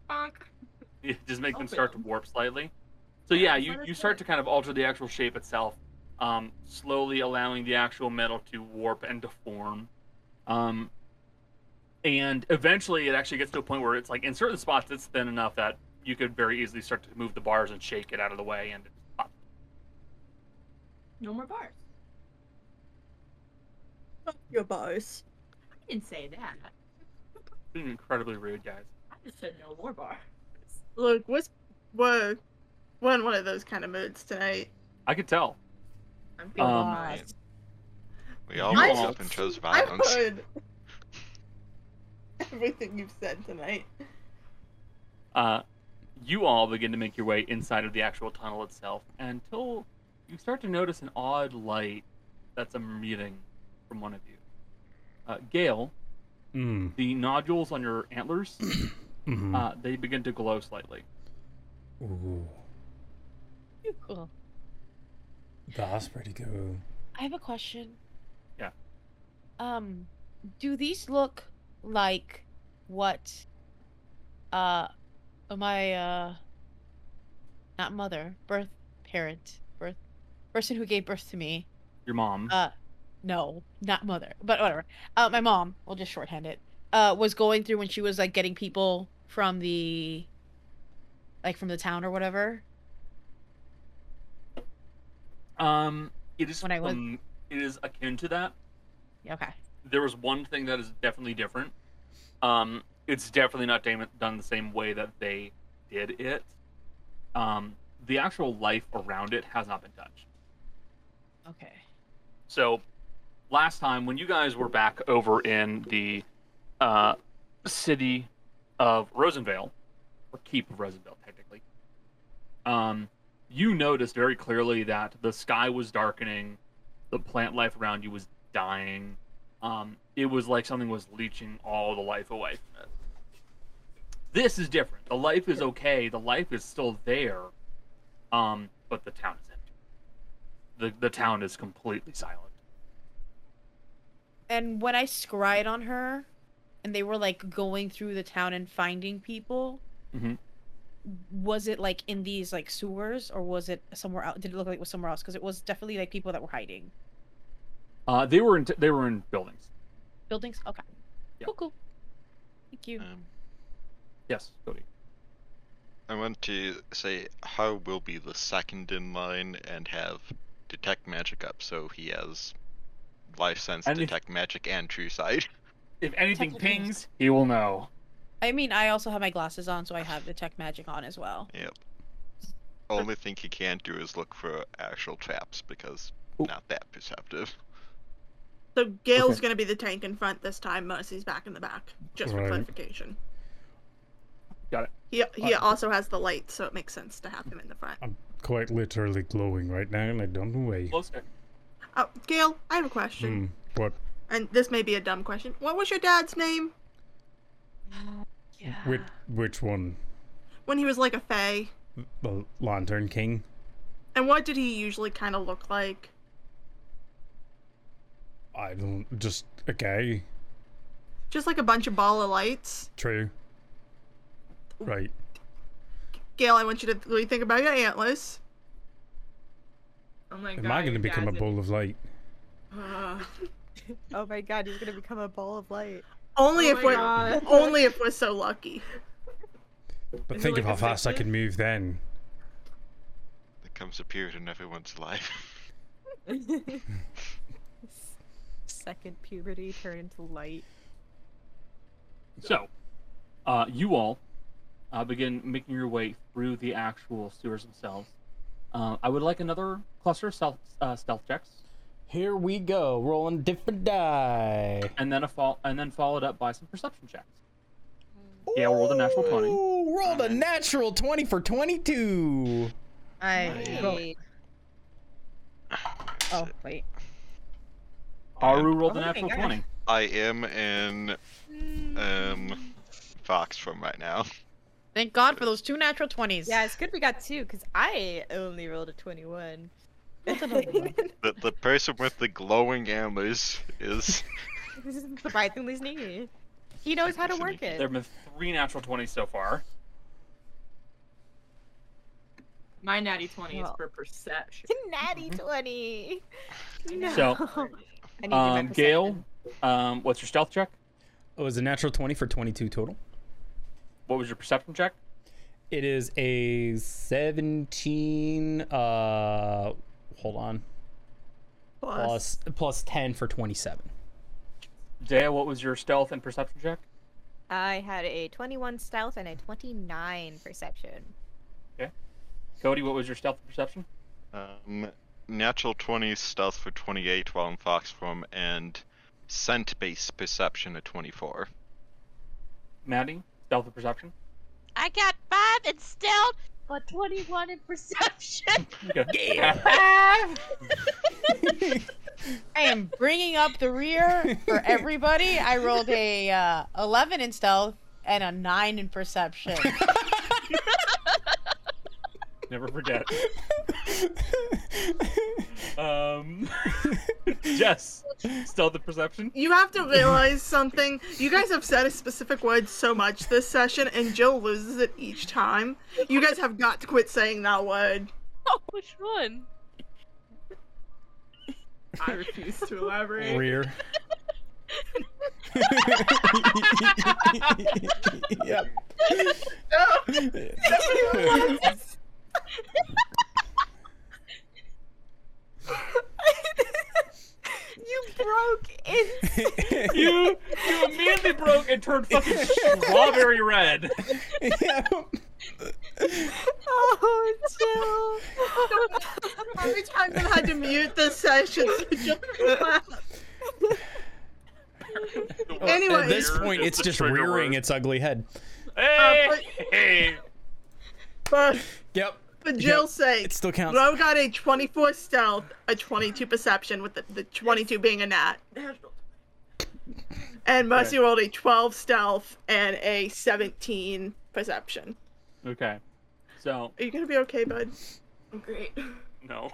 Speaker 5: Bonk.
Speaker 2: Yeah, just make them
Speaker 5: Open.
Speaker 2: start to warp slightly. So
Speaker 5: Yeah,
Speaker 2: yeah,
Speaker 5: that's
Speaker 2: you,
Speaker 5: what I
Speaker 2: you start to
Speaker 5: said.
Speaker 2: kind of alter the actual shape itself, um, slowly allowing the actual metal to warp and deform. Um, and eventually it actually gets to a point where it's like in certain spots it's thin enough that you could very easily start to move the bars and shake it out of the way and
Speaker 5: No more bars. Oh.
Speaker 6: Fuck your boss.
Speaker 5: I didn't say that.
Speaker 2: it's been incredibly rude guys.
Speaker 5: I just said no more bars.
Speaker 6: Look, we're, we're, we're in one of those kind of moods tonight.
Speaker 2: I could tell.
Speaker 5: I'm
Speaker 2: Um,
Speaker 5: feeling
Speaker 4: Right. We all
Speaker 2: You
Speaker 4: rolled
Speaker 2: all-
Speaker 4: up and chose
Speaker 6: I've
Speaker 4: violence.
Speaker 6: heard everything you've said tonight.
Speaker 2: uh, you all begin to make your way inside of the actual tunnel itself until you start to notice an odd light that's emitting from one of you. Uh, Gale,
Speaker 12: Mm.
Speaker 2: the nodules on your antlers,
Speaker 12: mhm.
Speaker 2: uh, they begin to glow slightly.
Speaker 12: Ooh,
Speaker 3: Cool.
Speaker 12: that's pretty cool.
Speaker 3: I have a question.
Speaker 2: Yeah.
Speaker 3: Um, do these look like what? Uh, my uh, not mother, birth parent, birth person who gave birth to me.
Speaker 2: Your
Speaker 11: Mm-hmm.
Speaker 2: mom.
Speaker 3: Uh, no, not mother, but whatever. Uh, my mom, we'll just shorthand it. Uh, was going through when she was like getting people from the, like from the town or whatever.
Speaker 2: um, it is
Speaker 3: when I was-
Speaker 2: um, it is akin to that.
Speaker 3: Yeah, Okay.
Speaker 2: There is one thing that is definitely different. Um, it's definitely not dam- done the same way that they did it. Um, the actual life around it has not been touched.
Speaker 3: Okay.
Speaker 2: So, last time when you guys were back over in the uh, city of Rosenvale, or keep of Rosenvale, technically, um, you noticed very clearly that the sky was darkening, the plant life around you was dying. Um, it was like something was leeching all the life away from it. This is different. The life is okay. The life is still there, um, but the town is empty the the town is completely silent.
Speaker 3: And when I scried on her, and they were like going through the town and finding people,
Speaker 2: Mhm.
Speaker 3: was it like in these like sewers or was it somewhere else? Did it look like it was somewhere else? Because it was definitely like people that were hiding.
Speaker 2: Uh, they were in they were in buildings.
Speaker 3: Buildings? Okay.
Speaker 2: Yeah.
Speaker 3: Cool, cool. Thank you.
Speaker 4: Um,
Speaker 2: Yes, Cody.
Speaker 4: I want to say how will be the second in line and have detect magic up so he has life sense,
Speaker 2: And if-
Speaker 4: detect magic, and true sight.
Speaker 2: If anything
Speaker 3: Technically-
Speaker 2: pings, he will know.
Speaker 3: I mean, I also have my glasses on, so I have the tech magic on as well.
Speaker 4: Yep. Only thing he can't do is look for actual traps because
Speaker 2: Oop.
Speaker 4: not that perceptive.
Speaker 6: So Gail's gonna be the tank in front this time. Mercy's back in the back. Just for
Speaker 12: Right.
Speaker 6: clarification.
Speaker 2: Got it.
Speaker 6: He he also has the light, so it makes sense to have him in the front.
Speaker 12: I'm quite literally glowing right now, and I don't know why.
Speaker 2: Close it.
Speaker 6: Oh, Gail, I have a question,
Speaker 12: Hmm, what?
Speaker 6: and this may be a dumb question. What was your dad's name
Speaker 5: Yeah.
Speaker 12: Which, which one?
Speaker 6: when he was like a fae?
Speaker 12: The Lantern King?
Speaker 6: And what did he usually kind of look like?
Speaker 1: I don't just okay.
Speaker 6: Just like a bunch of ball of lights.
Speaker 1: True. Right.
Speaker 6: Gail, I want you to really think about your antlers.
Speaker 5: Oh my god.
Speaker 1: Am I going to
Speaker 5: your
Speaker 1: become a
Speaker 5: dad's
Speaker 1: ball of light?
Speaker 8: oh my god, he's gonna become a ball of light.
Speaker 6: Only
Speaker 8: Oh my
Speaker 6: if we're
Speaker 8: God.
Speaker 6: only if we're so lucky.
Speaker 1: But
Speaker 6: Is it
Speaker 1: think
Speaker 6: like
Speaker 1: of how
Speaker 6: a
Speaker 1: fast I
Speaker 6: sickness?
Speaker 1: can move then.
Speaker 4: That comes a period in everyone's life.
Speaker 8: Second puberty turn into light.
Speaker 2: So, uh, you all uh, begin making your way through the actual sewers themselves. Uh, I would like another cluster of stealth, uh, stealth checks,
Speaker 1: Here we go, rolling different die.
Speaker 2: and then a fall, and then followed up by some perception checks. Yeah, rolled a natural twenty.
Speaker 1: Ooh, rolled a natural 20 for 22.
Speaker 10: I. Oh wait.
Speaker 2: Aru rolled
Speaker 10: Oh
Speaker 2: a
Speaker 10: my
Speaker 2: natural
Speaker 10: gosh.
Speaker 2: twenty.
Speaker 4: I am in um Fox from right now.
Speaker 3: Thank God for those two natural 20s.
Speaker 8: Yeah, it's good we got two because I only rolled a twenty-one.
Speaker 4: The the person with the glowing antlers is
Speaker 8: This is surprisingly sneaky. He knows how to work
Speaker 2: There have
Speaker 8: it.
Speaker 2: been three natural twenties so far.
Speaker 5: My natty 20 is
Speaker 8: Well.
Speaker 5: for perception.
Speaker 8: Natty twenty.
Speaker 2: So,
Speaker 8: I need
Speaker 2: Um, Gail, um, what's your stealth check?
Speaker 1: Oh, it was a natural 20 for 22 total.
Speaker 2: What was your perception check?
Speaker 1: It is a 17 uh hold on. Plus plus 10 for 27.
Speaker 2: Dea, what was your stealth and perception check?
Speaker 8: I had a twenty-one stealth and a twenty-nine perception.
Speaker 2: Cody, what was your stealth and perception?
Speaker 4: um natural twenty stealth for twenty eight while in Fox from and scent based perception at twenty four.
Speaker 2: Maddie, stealth and perception.
Speaker 7: I got five and stealth, but 21 in perception.
Speaker 2: Yeah.
Speaker 10: I am bringing up the rear for everybody. I rolled a uh, 11 in stealth and a 9 in perception.
Speaker 2: Never forget. um, Jess, stealth and perception.
Speaker 6: You have to realize something. You guys have said a specific word so much this session, and Jill loses it each time. You guys have got to quit saying that word.
Speaker 9: Oh, which one?
Speaker 5: I refuse to elaborate.
Speaker 1: Rear. yep.
Speaker 8: You broke in.
Speaker 2: You you immediately broke and turned fucking strawberry red.
Speaker 1: yep.
Speaker 8: Oh,
Speaker 6: How many times I've had to mute this session? Anyway.
Speaker 1: At this point, it's just rearing its ugly head.
Speaker 6: Uh,
Speaker 2: Hey,
Speaker 6: But
Speaker 1: Yep.
Speaker 6: for Jill's sake,
Speaker 1: It still counts.
Speaker 6: Ro got a 24 stealth, a 22 perception, with the, the 22 being a nat. And Mercy rolled a 12 stealth and a 17 perception.
Speaker 2: Okay, so
Speaker 6: Are you gonna be okay, bud?
Speaker 5: Great.
Speaker 2: no.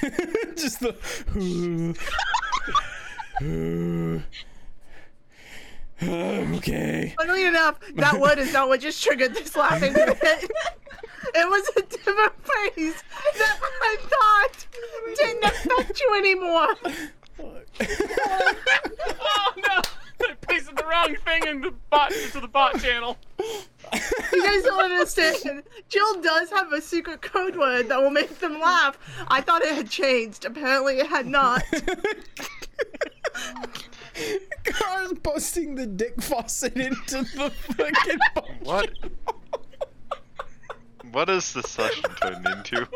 Speaker 1: just the. okay.
Speaker 6: Funnily enough, that word is not what just triggered this laughing fit. It was a different phrase that I thought didn't affect you anymore.
Speaker 2: Oh no! I pasted the wrong thing in the bot into the bot channel.
Speaker 6: You guys don't understand. Jill does have a secret code word that will make them laugh. I thought it had changed. Apparently, it had not.
Speaker 1: Car's busting the dick faucet into the fucking. bu-
Speaker 4: What what is this session turned into?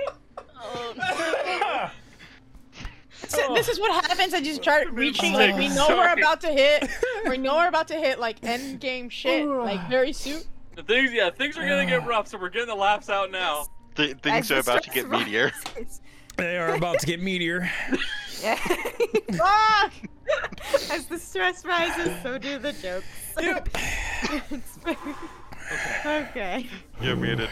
Speaker 10: So this is what happens. I just start reaching. Like we know we're
Speaker 2: Sorry.
Speaker 10: about to hit. We know we're about to hit like end game shit. Like very soon.
Speaker 2: The things, yeah, things are gonna get rough, so we're getting the laughs out now.
Speaker 4: Th- things are about to get meteor.
Speaker 1: They are about to get meteor.
Speaker 8: Fuck! As the stress rises, so do the jokes.
Speaker 1: Yep.
Speaker 8: It's very- okay.
Speaker 4: You're muted.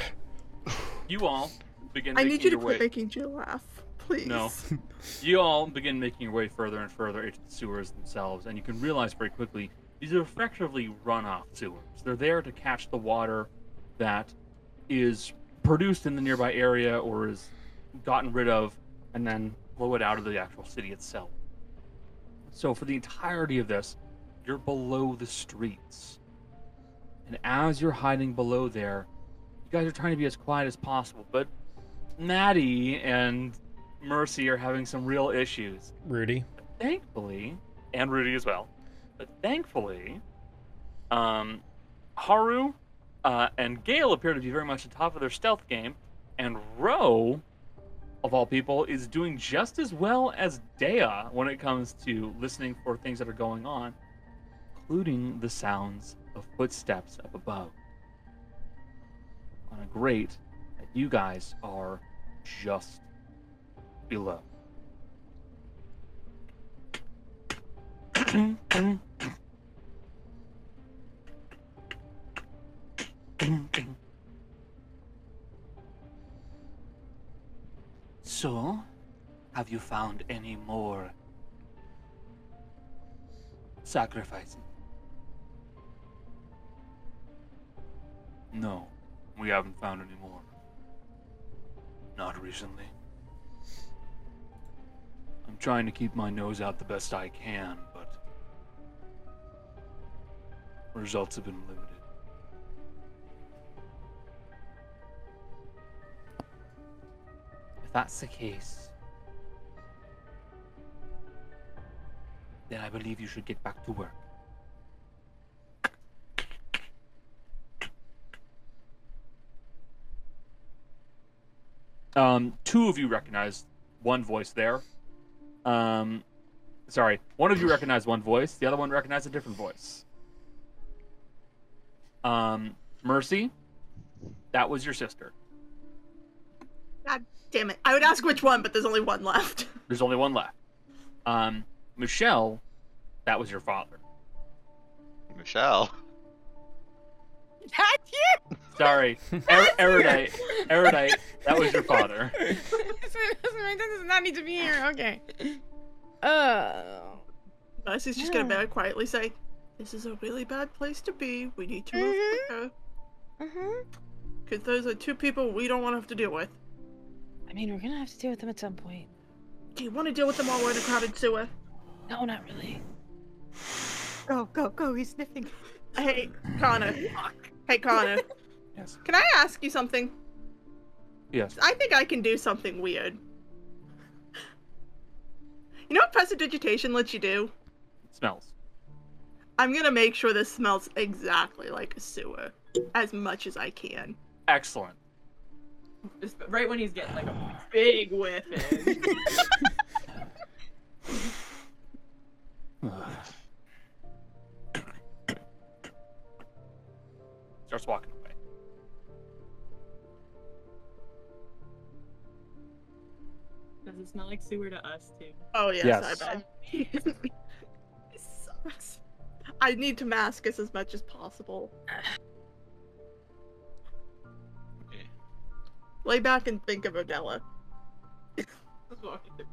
Speaker 2: You all begin
Speaker 6: I
Speaker 2: making
Speaker 6: need you to
Speaker 2: your
Speaker 6: quit
Speaker 2: way.
Speaker 6: making Jill laugh, Please.
Speaker 2: No. you all begin making your way further and further into the sewers themselves, and you can realize very quickly these are effectively runoff sewers. They're there to catch the water that is produced in the nearby area or is gotten rid of and then flow it out of the actual city itself. So, for the entirety of this, you're below the streets. And as you're hiding below there, you guys are trying to be as quiet as possible, but Maddie and Mercy are having some real issues.
Speaker 1: Rudy.
Speaker 2: Thankfully, and Rudy as well, but thankfully, um, Haru uh, and Gale appear to be very much at the top of their stealth game, and Ro, of all people, is doing just as well as Dea when it comes to listening for things that are going on, including the sounds of footsteps up above. On a grate that you guys are just below.
Speaker 11: So, have you found any more sacrifices? No, we haven't found any more. Not recently. I'm trying to keep my nose out the best I can, but results have been limited. If that's the case, then I believe you should get back to work.
Speaker 2: Um, two of you recognize one voice there. Um, sorry, one of you recognized one voice. The other one recognized a different voice. Um, Mercy, that was your sister.
Speaker 6: God damn it. I would ask which one, but there's only one left.
Speaker 2: There's only one left. Um, Michelle, that was your father.
Speaker 4: Michelle.
Speaker 3: That's you.
Speaker 2: Sorry, er- Erudite, Erudite, that was your father.
Speaker 10: My dad does not need to be here. Okay. Oh.
Speaker 6: Mercy's just gonna very quietly say, This is a really bad place to be. We need to move
Speaker 1: Mm-hmm.
Speaker 6: quicker.
Speaker 10: Mhm.
Speaker 6: Because those are two people we don't want to have to deal with.
Speaker 10: I mean, we're gonna have to deal with them at some point.
Speaker 6: Do you want to deal with them while we're in a crowded sewer?
Speaker 10: No, not really.
Speaker 8: Go, go, go. He's sniffing.
Speaker 6: Hey, Connor. Hey, Connor.
Speaker 11: Yes.
Speaker 6: Can I ask you something?
Speaker 11: Yes.
Speaker 6: I think I can do something weird. You know what prestidigitation lets you do?
Speaker 2: It smells.
Speaker 6: I'm gonna make sure this smells exactly like a sewer as much as I can.
Speaker 2: Excellent.
Speaker 5: Just right when he's getting like a big whiff in.
Speaker 2: Starts walking away.
Speaker 5: Does it smell like sewer to us too?
Speaker 6: Oh yes,
Speaker 11: Yes.
Speaker 6: I bet. this sucks. I need to mask us as much as possible.
Speaker 4: Okay.
Speaker 6: Lay back and think of Odella.
Speaker 5: Just walking through.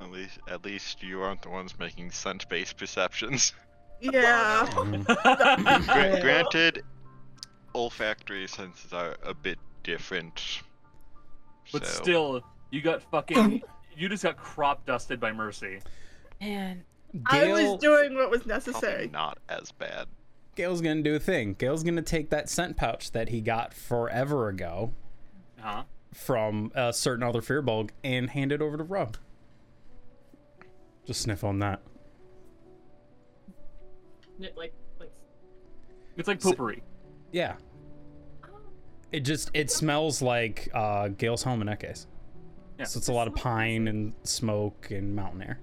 Speaker 4: At least, at least you aren't the ones making scent-based perceptions.
Speaker 6: Yeah.
Speaker 2: Mm.
Speaker 4: Gra- granted, olfactory senses are a bit different.
Speaker 2: But
Speaker 4: so-
Speaker 2: still, you got fucking. you just got crop dusted by Mercy.
Speaker 10: Man.
Speaker 6: I
Speaker 1: Gale-
Speaker 6: was doing what was
Speaker 4: probably
Speaker 6: necessary.
Speaker 4: not as bad.
Speaker 1: Gail's gonna do a thing. Gail's gonna take that scent pouch that he got forever ago
Speaker 2: Huh?
Speaker 1: from a certain other fearbulg and hand it over to Rob. Just sniff on that.
Speaker 5: N- Like, like.
Speaker 2: It's like
Speaker 1: So-
Speaker 2: poopery.
Speaker 1: Yeah. It just it smells like uh, Gail's home in that case.
Speaker 2: Yeah.
Speaker 1: So it's a lot of pine and smoke and mountain air.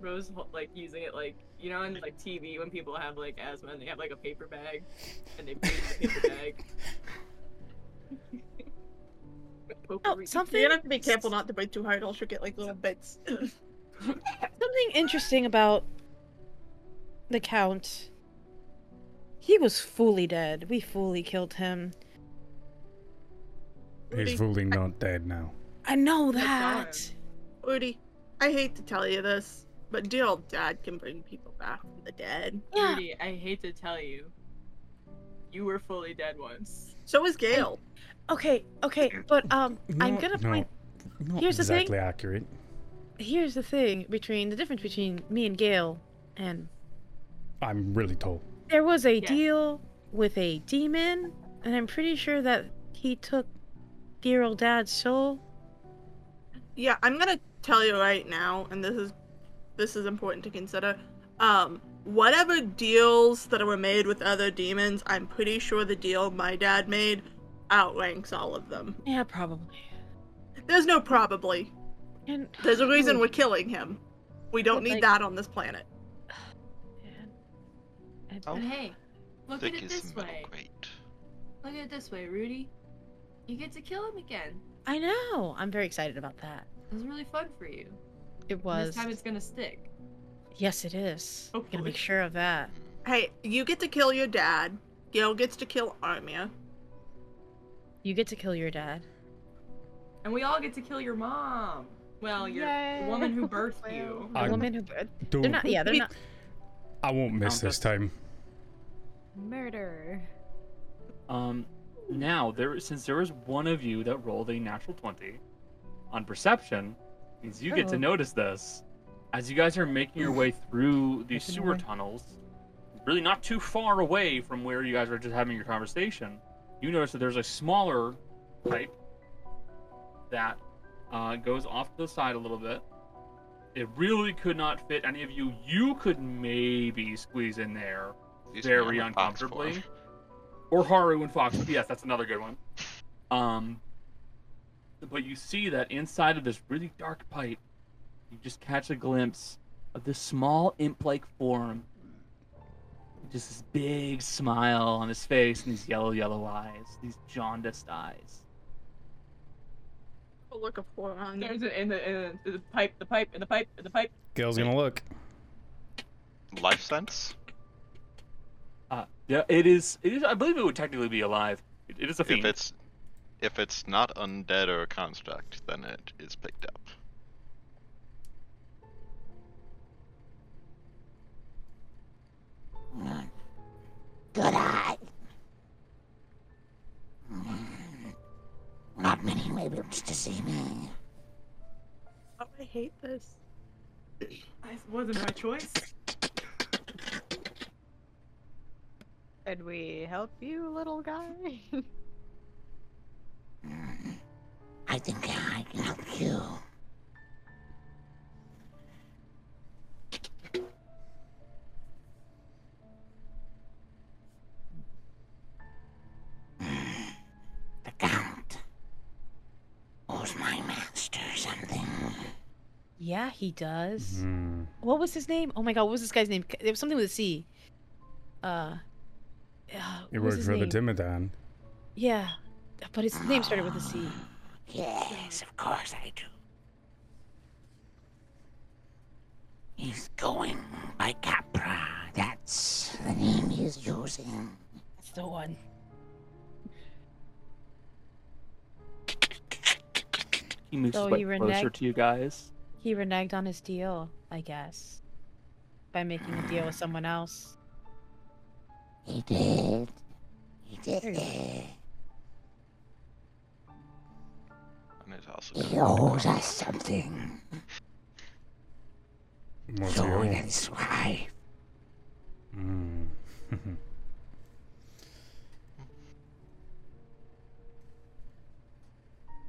Speaker 5: Rose ho- like using it like you know on like TV when people have like asthma and they have like a paper bag and they breathe the paper bag.
Speaker 10: Oh,
Speaker 5: Potpourri.
Speaker 6: You're
Speaker 10: something.
Speaker 6: gonna Oh, have to be careful not to breathe too hard, or she'll get like little bits.
Speaker 10: Something interesting about the Count. He was fully dead. We fully killed him.
Speaker 6: Rudy,
Speaker 1: fully not dead now.
Speaker 3: I know that.
Speaker 6: Udi, I hate to tell you this, but dear old dad can bring people back from the dead.
Speaker 5: Rudy, I hate to tell you, you were fully dead once.
Speaker 6: So is Gail.
Speaker 3: Okay, okay, but um, I'm gonna
Speaker 14: no,
Speaker 3: point.
Speaker 14: Not
Speaker 3: Here's the thing.
Speaker 14: exactly accurate.
Speaker 3: Here's the thing between the difference between me and Gail, and
Speaker 14: I'm really tall.
Speaker 3: there was a deal with a demon, and I'm pretty sure that he took dear old dad's soul.
Speaker 6: Yeah, I'm gonna tell you right now, and this is this is important to consider. Um, whatever deals that were made with other demons, I'm pretty sure the deal my dad made outranks all of them.
Speaker 3: Yeah, probably.
Speaker 6: There's no probably.
Speaker 3: And
Speaker 6: There's a reason we're killing him. We don't
Speaker 5: But,
Speaker 6: need
Speaker 5: like-
Speaker 6: that on this planet.
Speaker 5: But hey, look at
Speaker 4: Oh. Thick
Speaker 5: it
Speaker 4: is
Speaker 5: this
Speaker 4: metal
Speaker 5: way.
Speaker 4: grate.
Speaker 5: Look at it this way, Rudy. You get to kill him again.
Speaker 3: I know. I'm very excited about that.
Speaker 5: It was really fun for you.
Speaker 3: It
Speaker 5: And
Speaker 3: was.
Speaker 5: This time Oh, it's gonna stick.
Speaker 3: Yes, it is. I'm gonna
Speaker 5: Hopefully.
Speaker 3: make sure of that.
Speaker 6: Hey, you get to kill your dad. Gail gets to kill Armia.
Speaker 3: You get to kill your dad.
Speaker 5: And we all get to kill your mom. Well, your the
Speaker 8: Yay.
Speaker 5: woman who birthed you.
Speaker 3: The
Speaker 14: I'm-
Speaker 3: woman who.
Speaker 14: Don't,
Speaker 3: They're not. Yeah, they're not. Oh,
Speaker 14: I won't miss
Speaker 2: Count
Speaker 14: this time.
Speaker 8: Murder.
Speaker 2: Um, now there, since there is one of you that rolled a natural twenty on perception, means you get to
Speaker 8: Uh-oh.
Speaker 2: notice this as you guys are making your way through the
Speaker 8: Making our
Speaker 2: sewer
Speaker 8: way.
Speaker 2: tunnels. Really, not too far away from where you guys were just having your conversation. You notice that there's a smaller pipe that uh, goes off to the side a little bit. It really could not fit any of you. You could maybe squeeze in there
Speaker 4: At least we
Speaker 2: very
Speaker 4: have a box for
Speaker 2: uncomfortably.
Speaker 4: him.
Speaker 2: Or Haru and Fox. Yes, that's another good one. Um, but you see that inside of this really dark pipe, you just catch a glimpse of this small imp-like form. Just this big smile on his face and these yellow, yellow eyes, these jaundiced eyes.
Speaker 6: We'll look for on
Speaker 5: There's a, in the in the, the pipe, the pipe, in the pipe, in the pipe.
Speaker 14: Gail's gonna look.
Speaker 4: Life sense?
Speaker 2: Uh, yeah, it is. It is. I believe it would technically be alive. It, it is a
Speaker 4: If
Speaker 2: fiend.
Speaker 4: it's if it's not undead or a construct, then it is picked up.
Speaker 12: Good eye. Not many may be able to see me.
Speaker 6: Oh, I hate this.
Speaker 5: It wasn't my choice.
Speaker 8: Could we help you, little guy?
Speaker 12: I think I can help you. The Count owes my master something.
Speaker 3: Yeah, he does.
Speaker 5: Mm-hmm.
Speaker 14: Hmm.
Speaker 3: What was his name? Oh my god, what was this guy's name? It was something with a C. Uh, uh
Speaker 14: It
Speaker 3: what was
Speaker 14: worked
Speaker 3: his
Speaker 14: for the
Speaker 3: name?
Speaker 14: Dimidan.
Speaker 3: Yeah, but his name started with a C.
Speaker 12: Ah, Yes, of course I do. He's going by Capra. That's the name he's using.
Speaker 3: That's the one.
Speaker 2: he moves
Speaker 3: So
Speaker 2: his way
Speaker 3: you were
Speaker 2: closer
Speaker 3: next?
Speaker 2: to you guys.
Speaker 3: He reneged on his deal, I guess, by making a deal with someone else.
Speaker 12: He did. He did. it.
Speaker 4: And it also goes with
Speaker 12: He
Speaker 4: the
Speaker 12: owes
Speaker 4: crown.
Speaker 12: us something.
Speaker 14: What's he
Speaker 12: So
Speaker 14: owe?
Speaker 12: that's why.
Speaker 14: Hmm.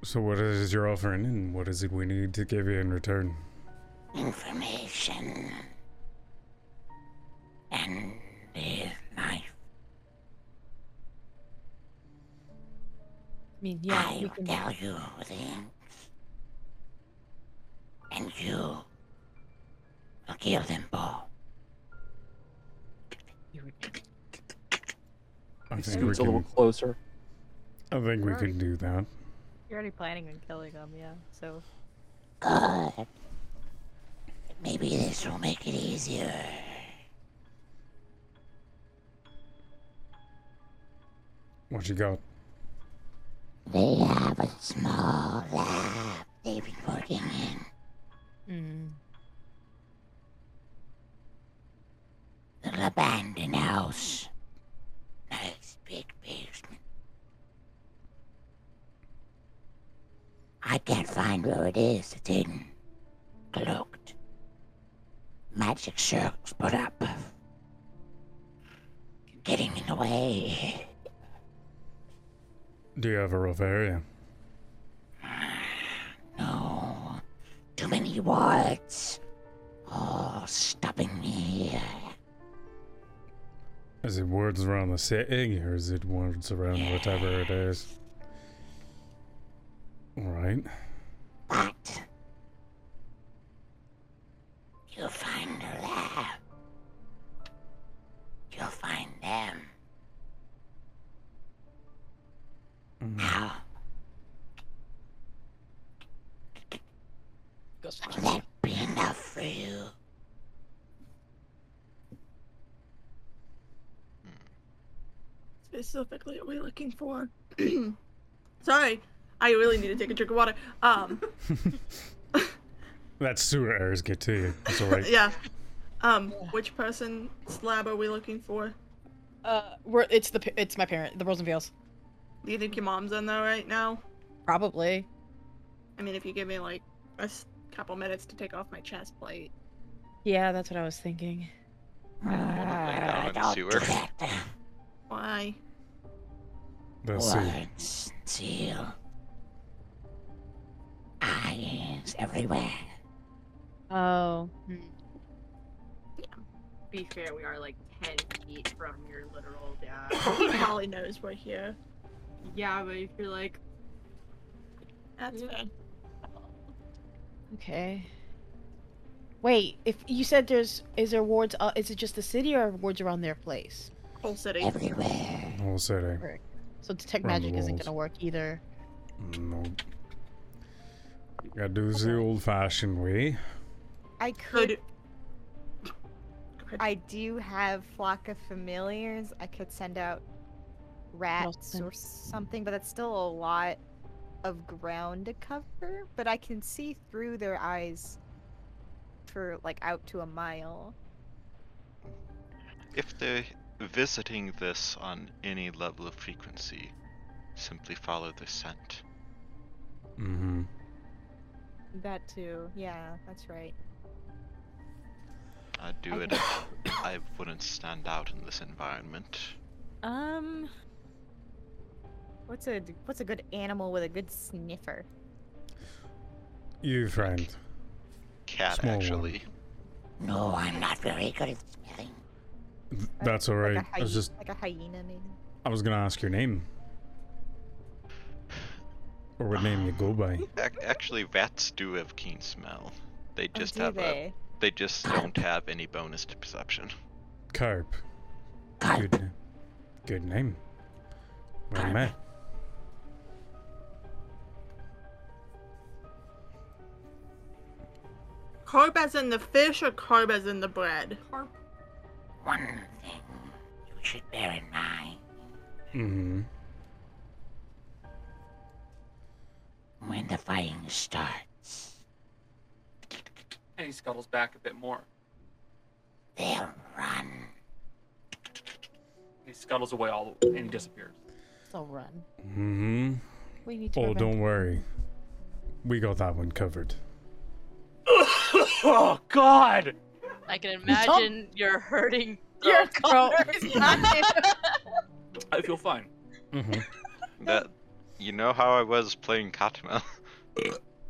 Speaker 14: so what is your offering, and what is it we need to give you in return?
Speaker 12: information and his life.
Speaker 3: I mean, yeah,
Speaker 12: I
Speaker 3: we
Speaker 12: will
Speaker 3: can.
Speaker 12: tell you things, and you will kill them both.
Speaker 14: I think we
Speaker 2: He scoots a little
Speaker 14: can.
Speaker 2: closer.
Speaker 14: I think we can do that.
Speaker 8: You're already planning on killing him, yeah. So
Speaker 12: Good. Maybe this will make it easier.
Speaker 14: What you got?
Speaker 12: They have a small lab
Speaker 5: they recording him.
Speaker 8: Mm.
Speaker 5: Little abandoned house. Nice big basement. I can't find where it is. It's hidden. Cloaked. Magic circles put up. Getting in the way.
Speaker 12: Do you have a Rovaria?
Speaker 5: No. Too many wards. All stopping me here.
Speaker 12: Is it words around the city, or is it words around whatever it is? Alright.
Speaker 5: But you'll find her there. You'll find them. Now. Will that be enough for you?
Speaker 6: Specifically, are we looking for? Sorry, I really need to take a drink of water. Um,
Speaker 12: That sewer airs get to you. It's alright.
Speaker 6: yeah. Um, which person slab are we looking for?
Speaker 15: Uh, we're, it's the pa- it's my parent, the Rosenfels.
Speaker 6: Do you think your mom's in there right now?
Speaker 15: Probably.
Speaker 6: I mean, if you give me like a s- couple minutes to take off my chest plate.
Speaker 3: Yeah, that's what I was thinking.
Speaker 5: Uh,
Speaker 3: Uh,
Speaker 4: Down in the sewer.
Speaker 6: Why?
Speaker 12: The
Speaker 5: Wards and seal. Eyes everywhere.
Speaker 3: Oh.
Speaker 9: be fair, we are like 10 feet from your literal dad.
Speaker 6: Molly knows we're here.
Speaker 9: yeah, but if you're like,
Speaker 6: That's fair.
Speaker 3: Okay. Wait, if you said there's is there wards? Uh, is it just the city or wards around their place?
Speaker 6: Whole city.
Speaker 5: Everywhere.
Speaker 12: Whole city.
Speaker 3: Right. So detect
Speaker 12: Around the
Speaker 3: magic isn't
Speaker 12: walls.
Speaker 3: gonna work either.
Speaker 12: No. Gotta do it the old fashioned way.
Speaker 8: I could. I do have flock of familiars. I could send out rats or something, but that's still a lot of ground to cover. But I can see through their eyes for like out to a mile.
Speaker 4: If they're visiting this on any level of frequency, simply follow the scent.
Speaker 12: Mm-hmm.
Speaker 8: That too. Yeah, that's right.
Speaker 4: I'd do it. if I wouldn't stand out in this environment.
Speaker 8: Um. What's a what's a good animal with a good sniffer?
Speaker 12: You, friend.
Speaker 4: Cat,
Speaker 12: Small one.
Speaker 4: actually.
Speaker 5: No, I'm not very good at smelling.
Speaker 12: Th- That's alright.
Speaker 8: Like a,
Speaker 12: I was
Speaker 8: hye-
Speaker 12: just.
Speaker 8: like a hyena, maybe.
Speaker 12: I was gonna ask your name. Or what name you go by.
Speaker 4: Ac- actually, rats do have keen smell. They
Speaker 8: Oh,
Speaker 4: just
Speaker 8: do
Speaker 4: have
Speaker 8: they?
Speaker 4: a. They just don't have any bonus to perception.
Speaker 12: Carp. Good name. Good name. Well met.
Speaker 6: Carb as in the fish or carb as in the bread?
Speaker 9: Carb.
Speaker 5: One thing you should bear in mind
Speaker 12: Mm-hmm.
Speaker 5: when the fighting starts,
Speaker 2: And he scuttles back a bit more.
Speaker 5: they'll run.
Speaker 2: He scuttles away all the way and he disappears.
Speaker 3: So run.
Speaker 12: Mm-hmm.
Speaker 3: We need to.
Speaker 12: Oh,
Speaker 3: prevent-
Speaker 12: don't worry. We got that one covered.
Speaker 2: oh God!
Speaker 16: I can imagine you're hurting.
Speaker 3: Your
Speaker 16: throat.
Speaker 2: I feel fine.
Speaker 12: Mm-hmm.
Speaker 4: That. You know how I was playing Katma?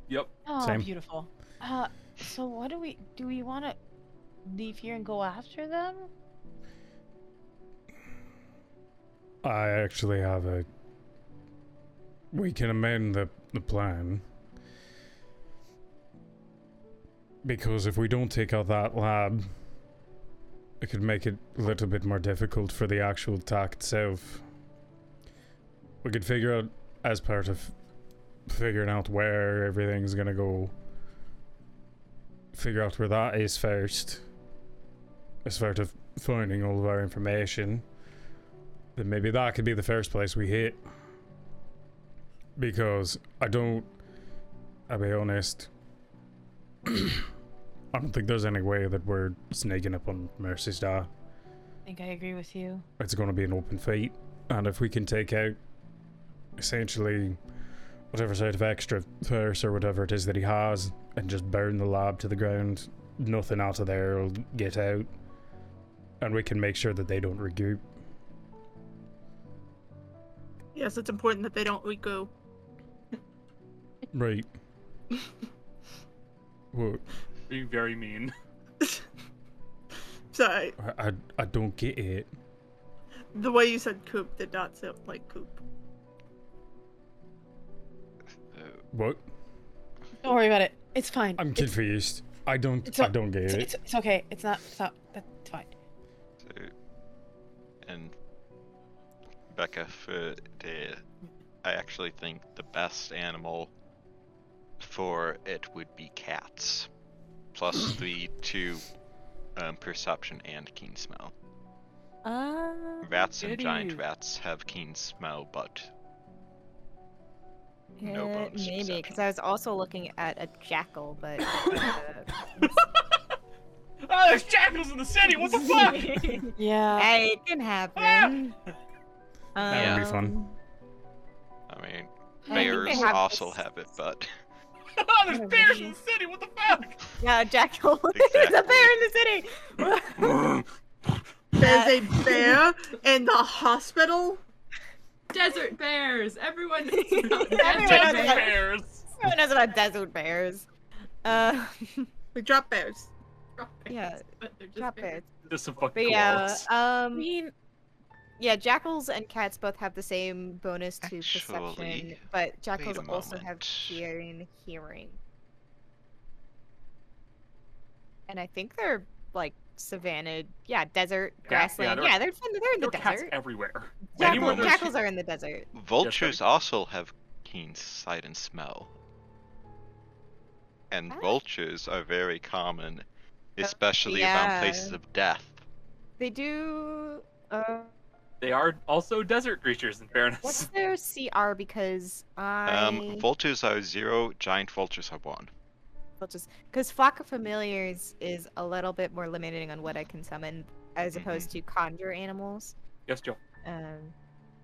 Speaker 2: Yep.
Speaker 3: Oh,
Speaker 12: Same.
Speaker 3: beautiful. Uh, so what do we do? We want to leave here and go after them?
Speaker 12: I actually have a. We can amend the, the plan. Because if we don't take out that lab, it could make it a little bit more difficult for the actual attack itself. We could figure out, as part of figuring out where everything's gonna go, figure out where that is first. As part of finding all of our information then maybe that could be the first place we hit. Because I don't
Speaker 1: I'll be honest. I don't think there's any way that we're snaking up on Mercy Star.
Speaker 10: I think I agree with you.
Speaker 1: It's going to be an open fight, and if we can take out essentially whatever sort of extra force or whatever it is that he has, and just burn the lab to the ground, nothing out of there will get out, and we can make sure that they don't regroup.
Speaker 6: Yes, it's important that they don't regroup.
Speaker 1: Right. well,
Speaker 2: Being very mean.
Speaker 6: Sorry,
Speaker 1: I, I I don't get it.
Speaker 6: the way you said coop did not sound like coop.
Speaker 1: What?
Speaker 10: Don't worry about it. It's fine.
Speaker 1: I'm
Speaker 10: It's-
Speaker 1: confused. I don't
Speaker 10: It's
Speaker 1: I
Speaker 10: o-
Speaker 1: don't get
Speaker 10: it's,
Speaker 1: it.
Speaker 10: It's, it's okay. It's not. It's not. That's fine.
Speaker 4: So, and Becca, for the, I actually think the best animal for it would be cats, plus the two um, perception and keen smell.
Speaker 8: Uh,
Speaker 4: Rats and giant
Speaker 8: goody.
Speaker 4: rats have keen smell, but
Speaker 8: Uh, maybe because I was also looking at a jackal, but
Speaker 2: oh, there's jackals in the city. What the fuck? Ah!
Speaker 10: yeah,
Speaker 8: hey, it didn't happen. Um,
Speaker 4: That would be
Speaker 1: fun.
Speaker 4: I mean,
Speaker 8: I think they
Speaker 4: bears
Speaker 8: have
Speaker 4: also have it, but
Speaker 2: oh, there's bears in the city. What the fuck?
Speaker 8: Yeah, a jackal.
Speaker 4: There's
Speaker 8: a bear in the city.
Speaker 6: There's a bear in the hospital.
Speaker 5: Desert bears. Everyone.
Speaker 8: Everyone knows about- Everyone knows about desert bears. Uh,
Speaker 6: we drop bears.
Speaker 8: Yeah, drop bears.
Speaker 2: This is fucking
Speaker 8: But yeah,
Speaker 2: koalas.
Speaker 8: um, I mean, yeah, jackals and cats both have the same bonus to perception,
Speaker 4: Actually,
Speaker 8: but jackals
Speaker 4: wait a
Speaker 8: also have hearing, hearing. And I think they're like savanna, yeah, desert,
Speaker 2: yeah,
Speaker 8: grassland.
Speaker 2: they're-
Speaker 8: Yeah, they're, in- they're in the
Speaker 2: There are cats
Speaker 8: desert.
Speaker 2: everywhere.
Speaker 8: Jackal,
Speaker 2: Anywhere there's-
Speaker 8: jackals are in the desert.
Speaker 4: vultures also have keen sight and smell. And vultures are very common, especially around
Speaker 8: yeah.
Speaker 4: places of death.
Speaker 8: They do. Uh,
Speaker 2: They are also desert creatures, in fairness.
Speaker 8: what's their CR? Because I
Speaker 4: Um, vultures are zero, giant vultures are one.
Speaker 8: because flock of familiars is a little bit more limiting on what I can summon as
Speaker 5: Mm-hmm.
Speaker 8: opposed to conjure animals.
Speaker 2: Yes, Joe.
Speaker 8: Um,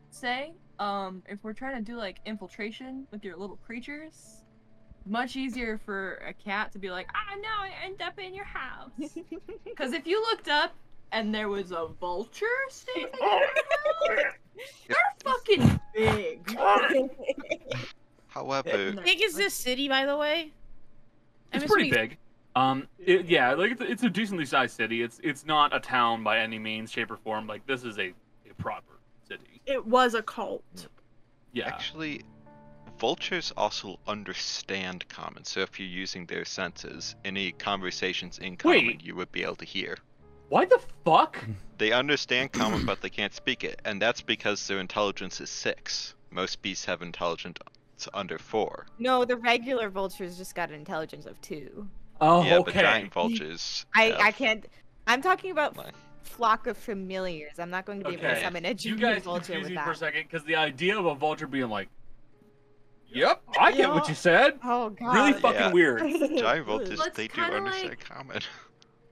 Speaker 5: Say, um, if we're trying to do like infiltration with your little creatures, much easier for a cat to be like, ah, no, I end up in your house. Because if you looked up and there was a vulture standing in
Speaker 2: Oh,
Speaker 5: your house, they're fucking big.
Speaker 4: However,
Speaker 10: How big is this city, by the way? I'm
Speaker 2: It's pretty
Speaker 10: assuming-
Speaker 2: big. Um, it- yeah, like it's, it's a decently sized city. It's it's not a town by any means, shape, or form. Like this is a, a proper city.
Speaker 6: It was a cult.
Speaker 2: Yeah.
Speaker 4: Actually, vultures also understand common, so if you're using their senses, any conversations in common
Speaker 2: Wait.
Speaker 4: you would be able to hear.
Speaker 2: Why the fuck?
Speaker 4: They understand common, but they can't speak it, and that's because their intelligence is six. Most beasts have intelligence under four.
Speaker 8: no, the regular vultures just got an intelligence of two.
Speaker 2: Oh,
Speaker 4: yeah, but
Speaker 2: okay.
Speaker 4: giant vultures.
Speaker 8: I,
Speaker 5: Oh.
Speaker 4: have-
Speaker 8: I can't. I'm talking about f- flock of familiars. I'm not going to be able to
Speaker 2: Okay.
Speaker 8: summon a
Speaker 2: You
Speaker 8: junior
Speaker 2: guys
Speaker 8: vulture
Speaker 2: confuse
Speaker 8: with
Speaker 2: me for a
Speaker 8: that.
Speaker 2: second because the idea of a vulture being like, "Yep, I get what you said."
Speaker 8: Oh god.
Speaker 2: Really fucking
Speaker 4: Yeah.
Speaker 2: weird.
Speaker 4: Giant vultures,
Speaker 5: Well, it's
Speaker 4: they do
Speaker 5: kinda
Speaker 4: understand
Speaker 5: like-
Speaker 4: common.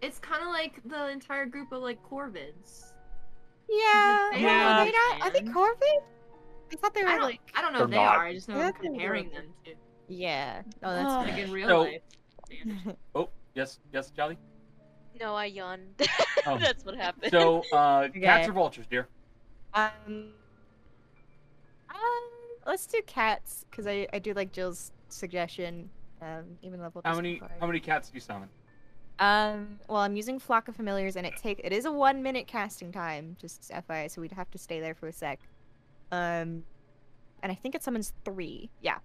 Speaker 5: It's kind of like the entire group of like Corvids.
Speaker 8: Yeah. Yeah.
Speaker 5: They don't
Speaker 8: Are they not? Are they Corvid? I thought they were
Speaker 5: I don't,
Speaker 8: like.
Speaker 5: I don't know
Speaker 2: They're
Speaker 5: if they
Speaker 2: not.
Speaker 5: are. I just know
Speaker 8: Yeah,
Speaker 5: I'm
Speaker 8: they were.
Speaker 5: comparing them to
Speaker 8: Yeah. Oh,
Speaker 5: like
Speaker 8: that's
Speaker 5: in real
Speaker 2: So-
Speaker 5: life.
Speaker 2: Oh, yes, yes, Jolly.
Speaker 9: No, I yawned.
Speaker 2: Oh.
Speaker 9: That's what happened.
Speaker 2: So, uh,
Speaker 8: Okay.
Speaker 2: cats or vultures, dear?
Speaker 8: Um, um, let's do cats because I, I do like Jill's suggestion. Um, even level.
Speaker 2: How
Speaker 8: just
Speaker 2: many
Speaker 8: before I-
Speaker 2: how many cats do you summon?
Speaker 8: Um, well, I'm using flock of familiars, and it take it is a one minute casting time, just FYI. So we'd have to stay there for a sec. Um, and I think it summons three. Yeah,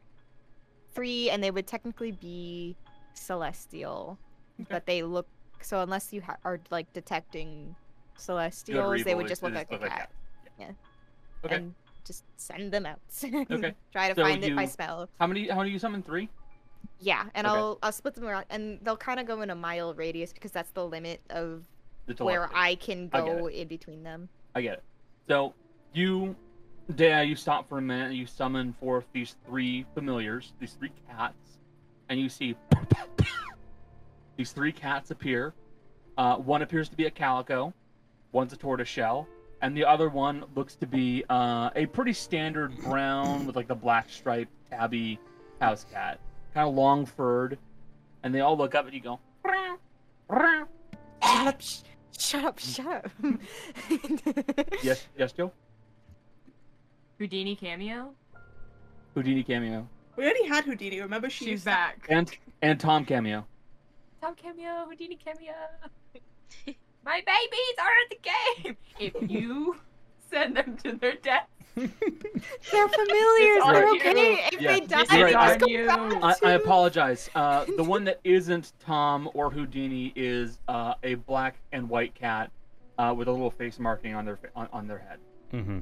Speaker 8: three, and they would technically be celestial, but they look so unless you ha- are like detecting celestials, they would
Speaker 2: Revoice,
Speaker 8: just
Speaker 2: it
Speaker 8: look
Speaker 2: is
Speaker 8: like a
Speaker 2: perfect
Speaker 8: cat. Yeah.
Speaker 2: Okay.
Speaker 8: And just send them out.
Speaker 2: Okay.
Speaker 8: Try to
Speaker 2: So
Speaker 8: find it by
Speaker 2: you-
Speaker 8: smell.
Speaker 2: How many how many do you summon? Three.
Speaker 8: Yeah, and
Speaker 2: Okay.
Speaker 8: I'll I'll split them around, and they'll kind of go in a mile radius because that's the limit of
Speaker 2: The
Speaker 8: where
Speaker 2: telepathy.
Speaker 8: I can
Speaker 2: I get
Speaker 8: go in between them.
Speaker 2: I get it. So you, Dea, you stop for a minute. and You summon forth these three familiars, these three cats, and you see these three cats appear. Uh, one appears to be a calico, one's a tortoiseshell, and the other one looks to be uh, a pretty standard brown with like the black stripe tabby house cat, kind of long furred, and they all look up at you, go,
Speaker 8: Shut up! sh- Shut
Speaker 5: oh,
Speaker 8: up! Shut up!
Speaker 2: "Yes, yes, Joe."
Speaker 5: Houdini cameo.
Speaker 2: Houdini cameo
Speaker 6: We already had Houdini. Remember, she
Speaker 5: She's
Speaker 6: used-
Speaker 5: back.
Speaker 2: and and Tom cameo.
Speaker 5: Tom cameo. Houdini cameo. My babies are in the game. If you send them to their death,
Speaker 8: They're familiars.
Speaker 5: on
Speaker 8: They're
Speaker 5: you.
Speaker 8: okay. If they
Speaker 2: Yes,
Speaker 8: die,
Speaker 2: it's
Speaker 8: they
Speaker 2: right.
Speaker 8: just
Speaker 2: I-
Speaker 8: go back
Speaker 2: I,
Speaker 8: to.
Speaker 2: I apologize. Uh, the one that isn't Tom or Houdini is uh, a black and white cat uh, with a little face marking on their fa- on, on their head.
Speaker 1: Mm-hmm.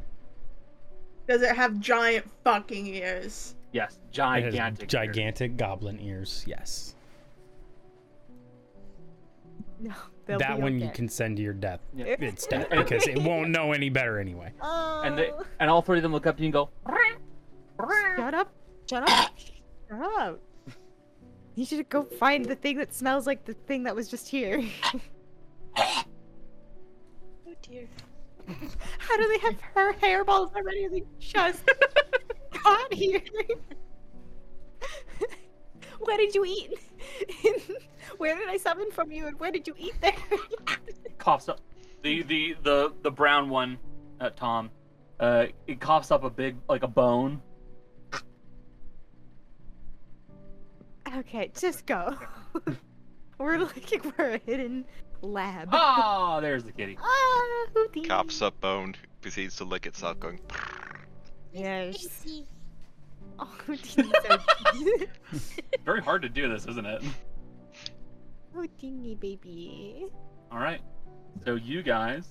Speaker 6: Does it have giant fucking ears?
Speaker 2: Yes, gigantic.
Speaker 1: gigantic goblin ears. Yes.
Speaker 8: No, they'll
Speaker 1: That
Speaker 8: be
Speaker 1: one
Speaker 8: okay.
Speaker 1: you can send to your death.
Speaker 2: Yeah.
Speaker 1: It's death because it won't know any better anyway.
Speaker 8: Oh,
Speaker 2: And they, and all three of them look up to you and go,
Speaker 8: shut up! Shut up! shut up! You should go find the thing that smells like the thing that was just here.
Speaker 7: Oh dear.
Speaker 8: How do they have her hairballs already? They just got here. Where did you eat? Where did I summon from you, and where did you eat there?
Speaker 2: coughs up. The the the the brown one, uh, Tom, uh, it coughs up a big like a bone.
Speaker 8: okay, just go. We're looking for a hidden lab.
Speaker 4: Oh.
Speaker 2: Ah, there's the kitty.
Speaker 8: Ah, Houdini.
Speaker 4: Coughs up bone, proceeds to lick itself, going.
Speaker 8: Yes.
Speaker 7: Easy.
Speaker 8: Oh, Houdini's so
Speaker 2: Very hard to do this, isn't it?
Speaker 8: Houdini, Oh, baby.
Speaker 2: All right. So you guys,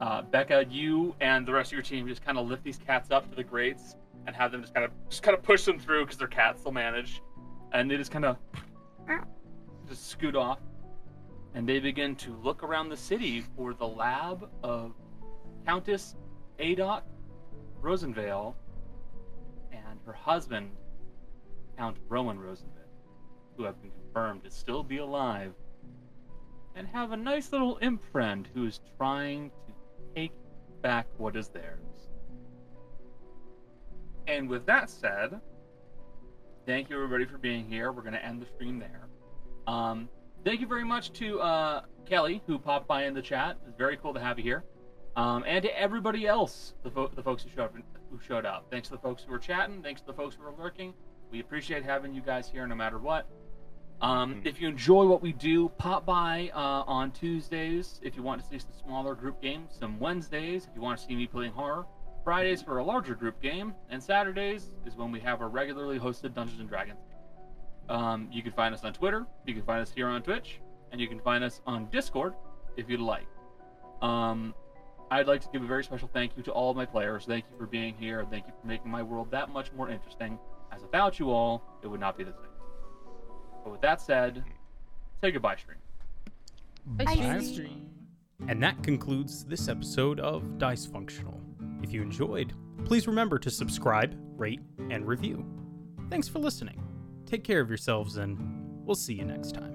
Speaker 2: uh, Becca, you and the rest of your team just kind of lift these cats up to the grates and have them just kind of just kind of push them through because they're cats. They'll manage, and they just kind of just scoot off, and they begin to look around the city for the lab of Countess Adot Rosenvale and her husband, Count Rowan Rosenvale, who have been confirmed to still be alive and have a nice little imp friend who is trying to take back what is theirs. And with that said, thank you everybody for being here. We're going to end the stream there. Um, thank you very much to uh, Kelly who popped by in the chat. It's very cool to have you here. Um, and to everybody else, the, fo- the folks who showed up, who showed up. Thanks to the folks who were chatting. Thanks to the folks who were lurking. We appreciate having you guys here, no matter what. Um, if you enjoy what we do, pop by uh, on Tuesdays if you want to see some smaller group games, some Wednesdays if you want to see me playing horror, Fridays for a larger group game, and Saturdays is when we have our regularly hosted Dungeons and Dragons. Um, you can find us on Twitter, you can find us here on Twitch, and you can find us on Discord if you'd like. Um, I'd like to give a very special thank you to all of my players. Thank you for being here. and Thank you for making my world that much more interesting. As without you all, it would not be the same. But with that said, say goodbye, stream.
Speaker 1: Bye. And that concludes this episode of Dysfunctional. If you enjoyed, please remember to subscribe, rate, and review. Thanks for listening. Take care of yourselves, and we'll see you next time.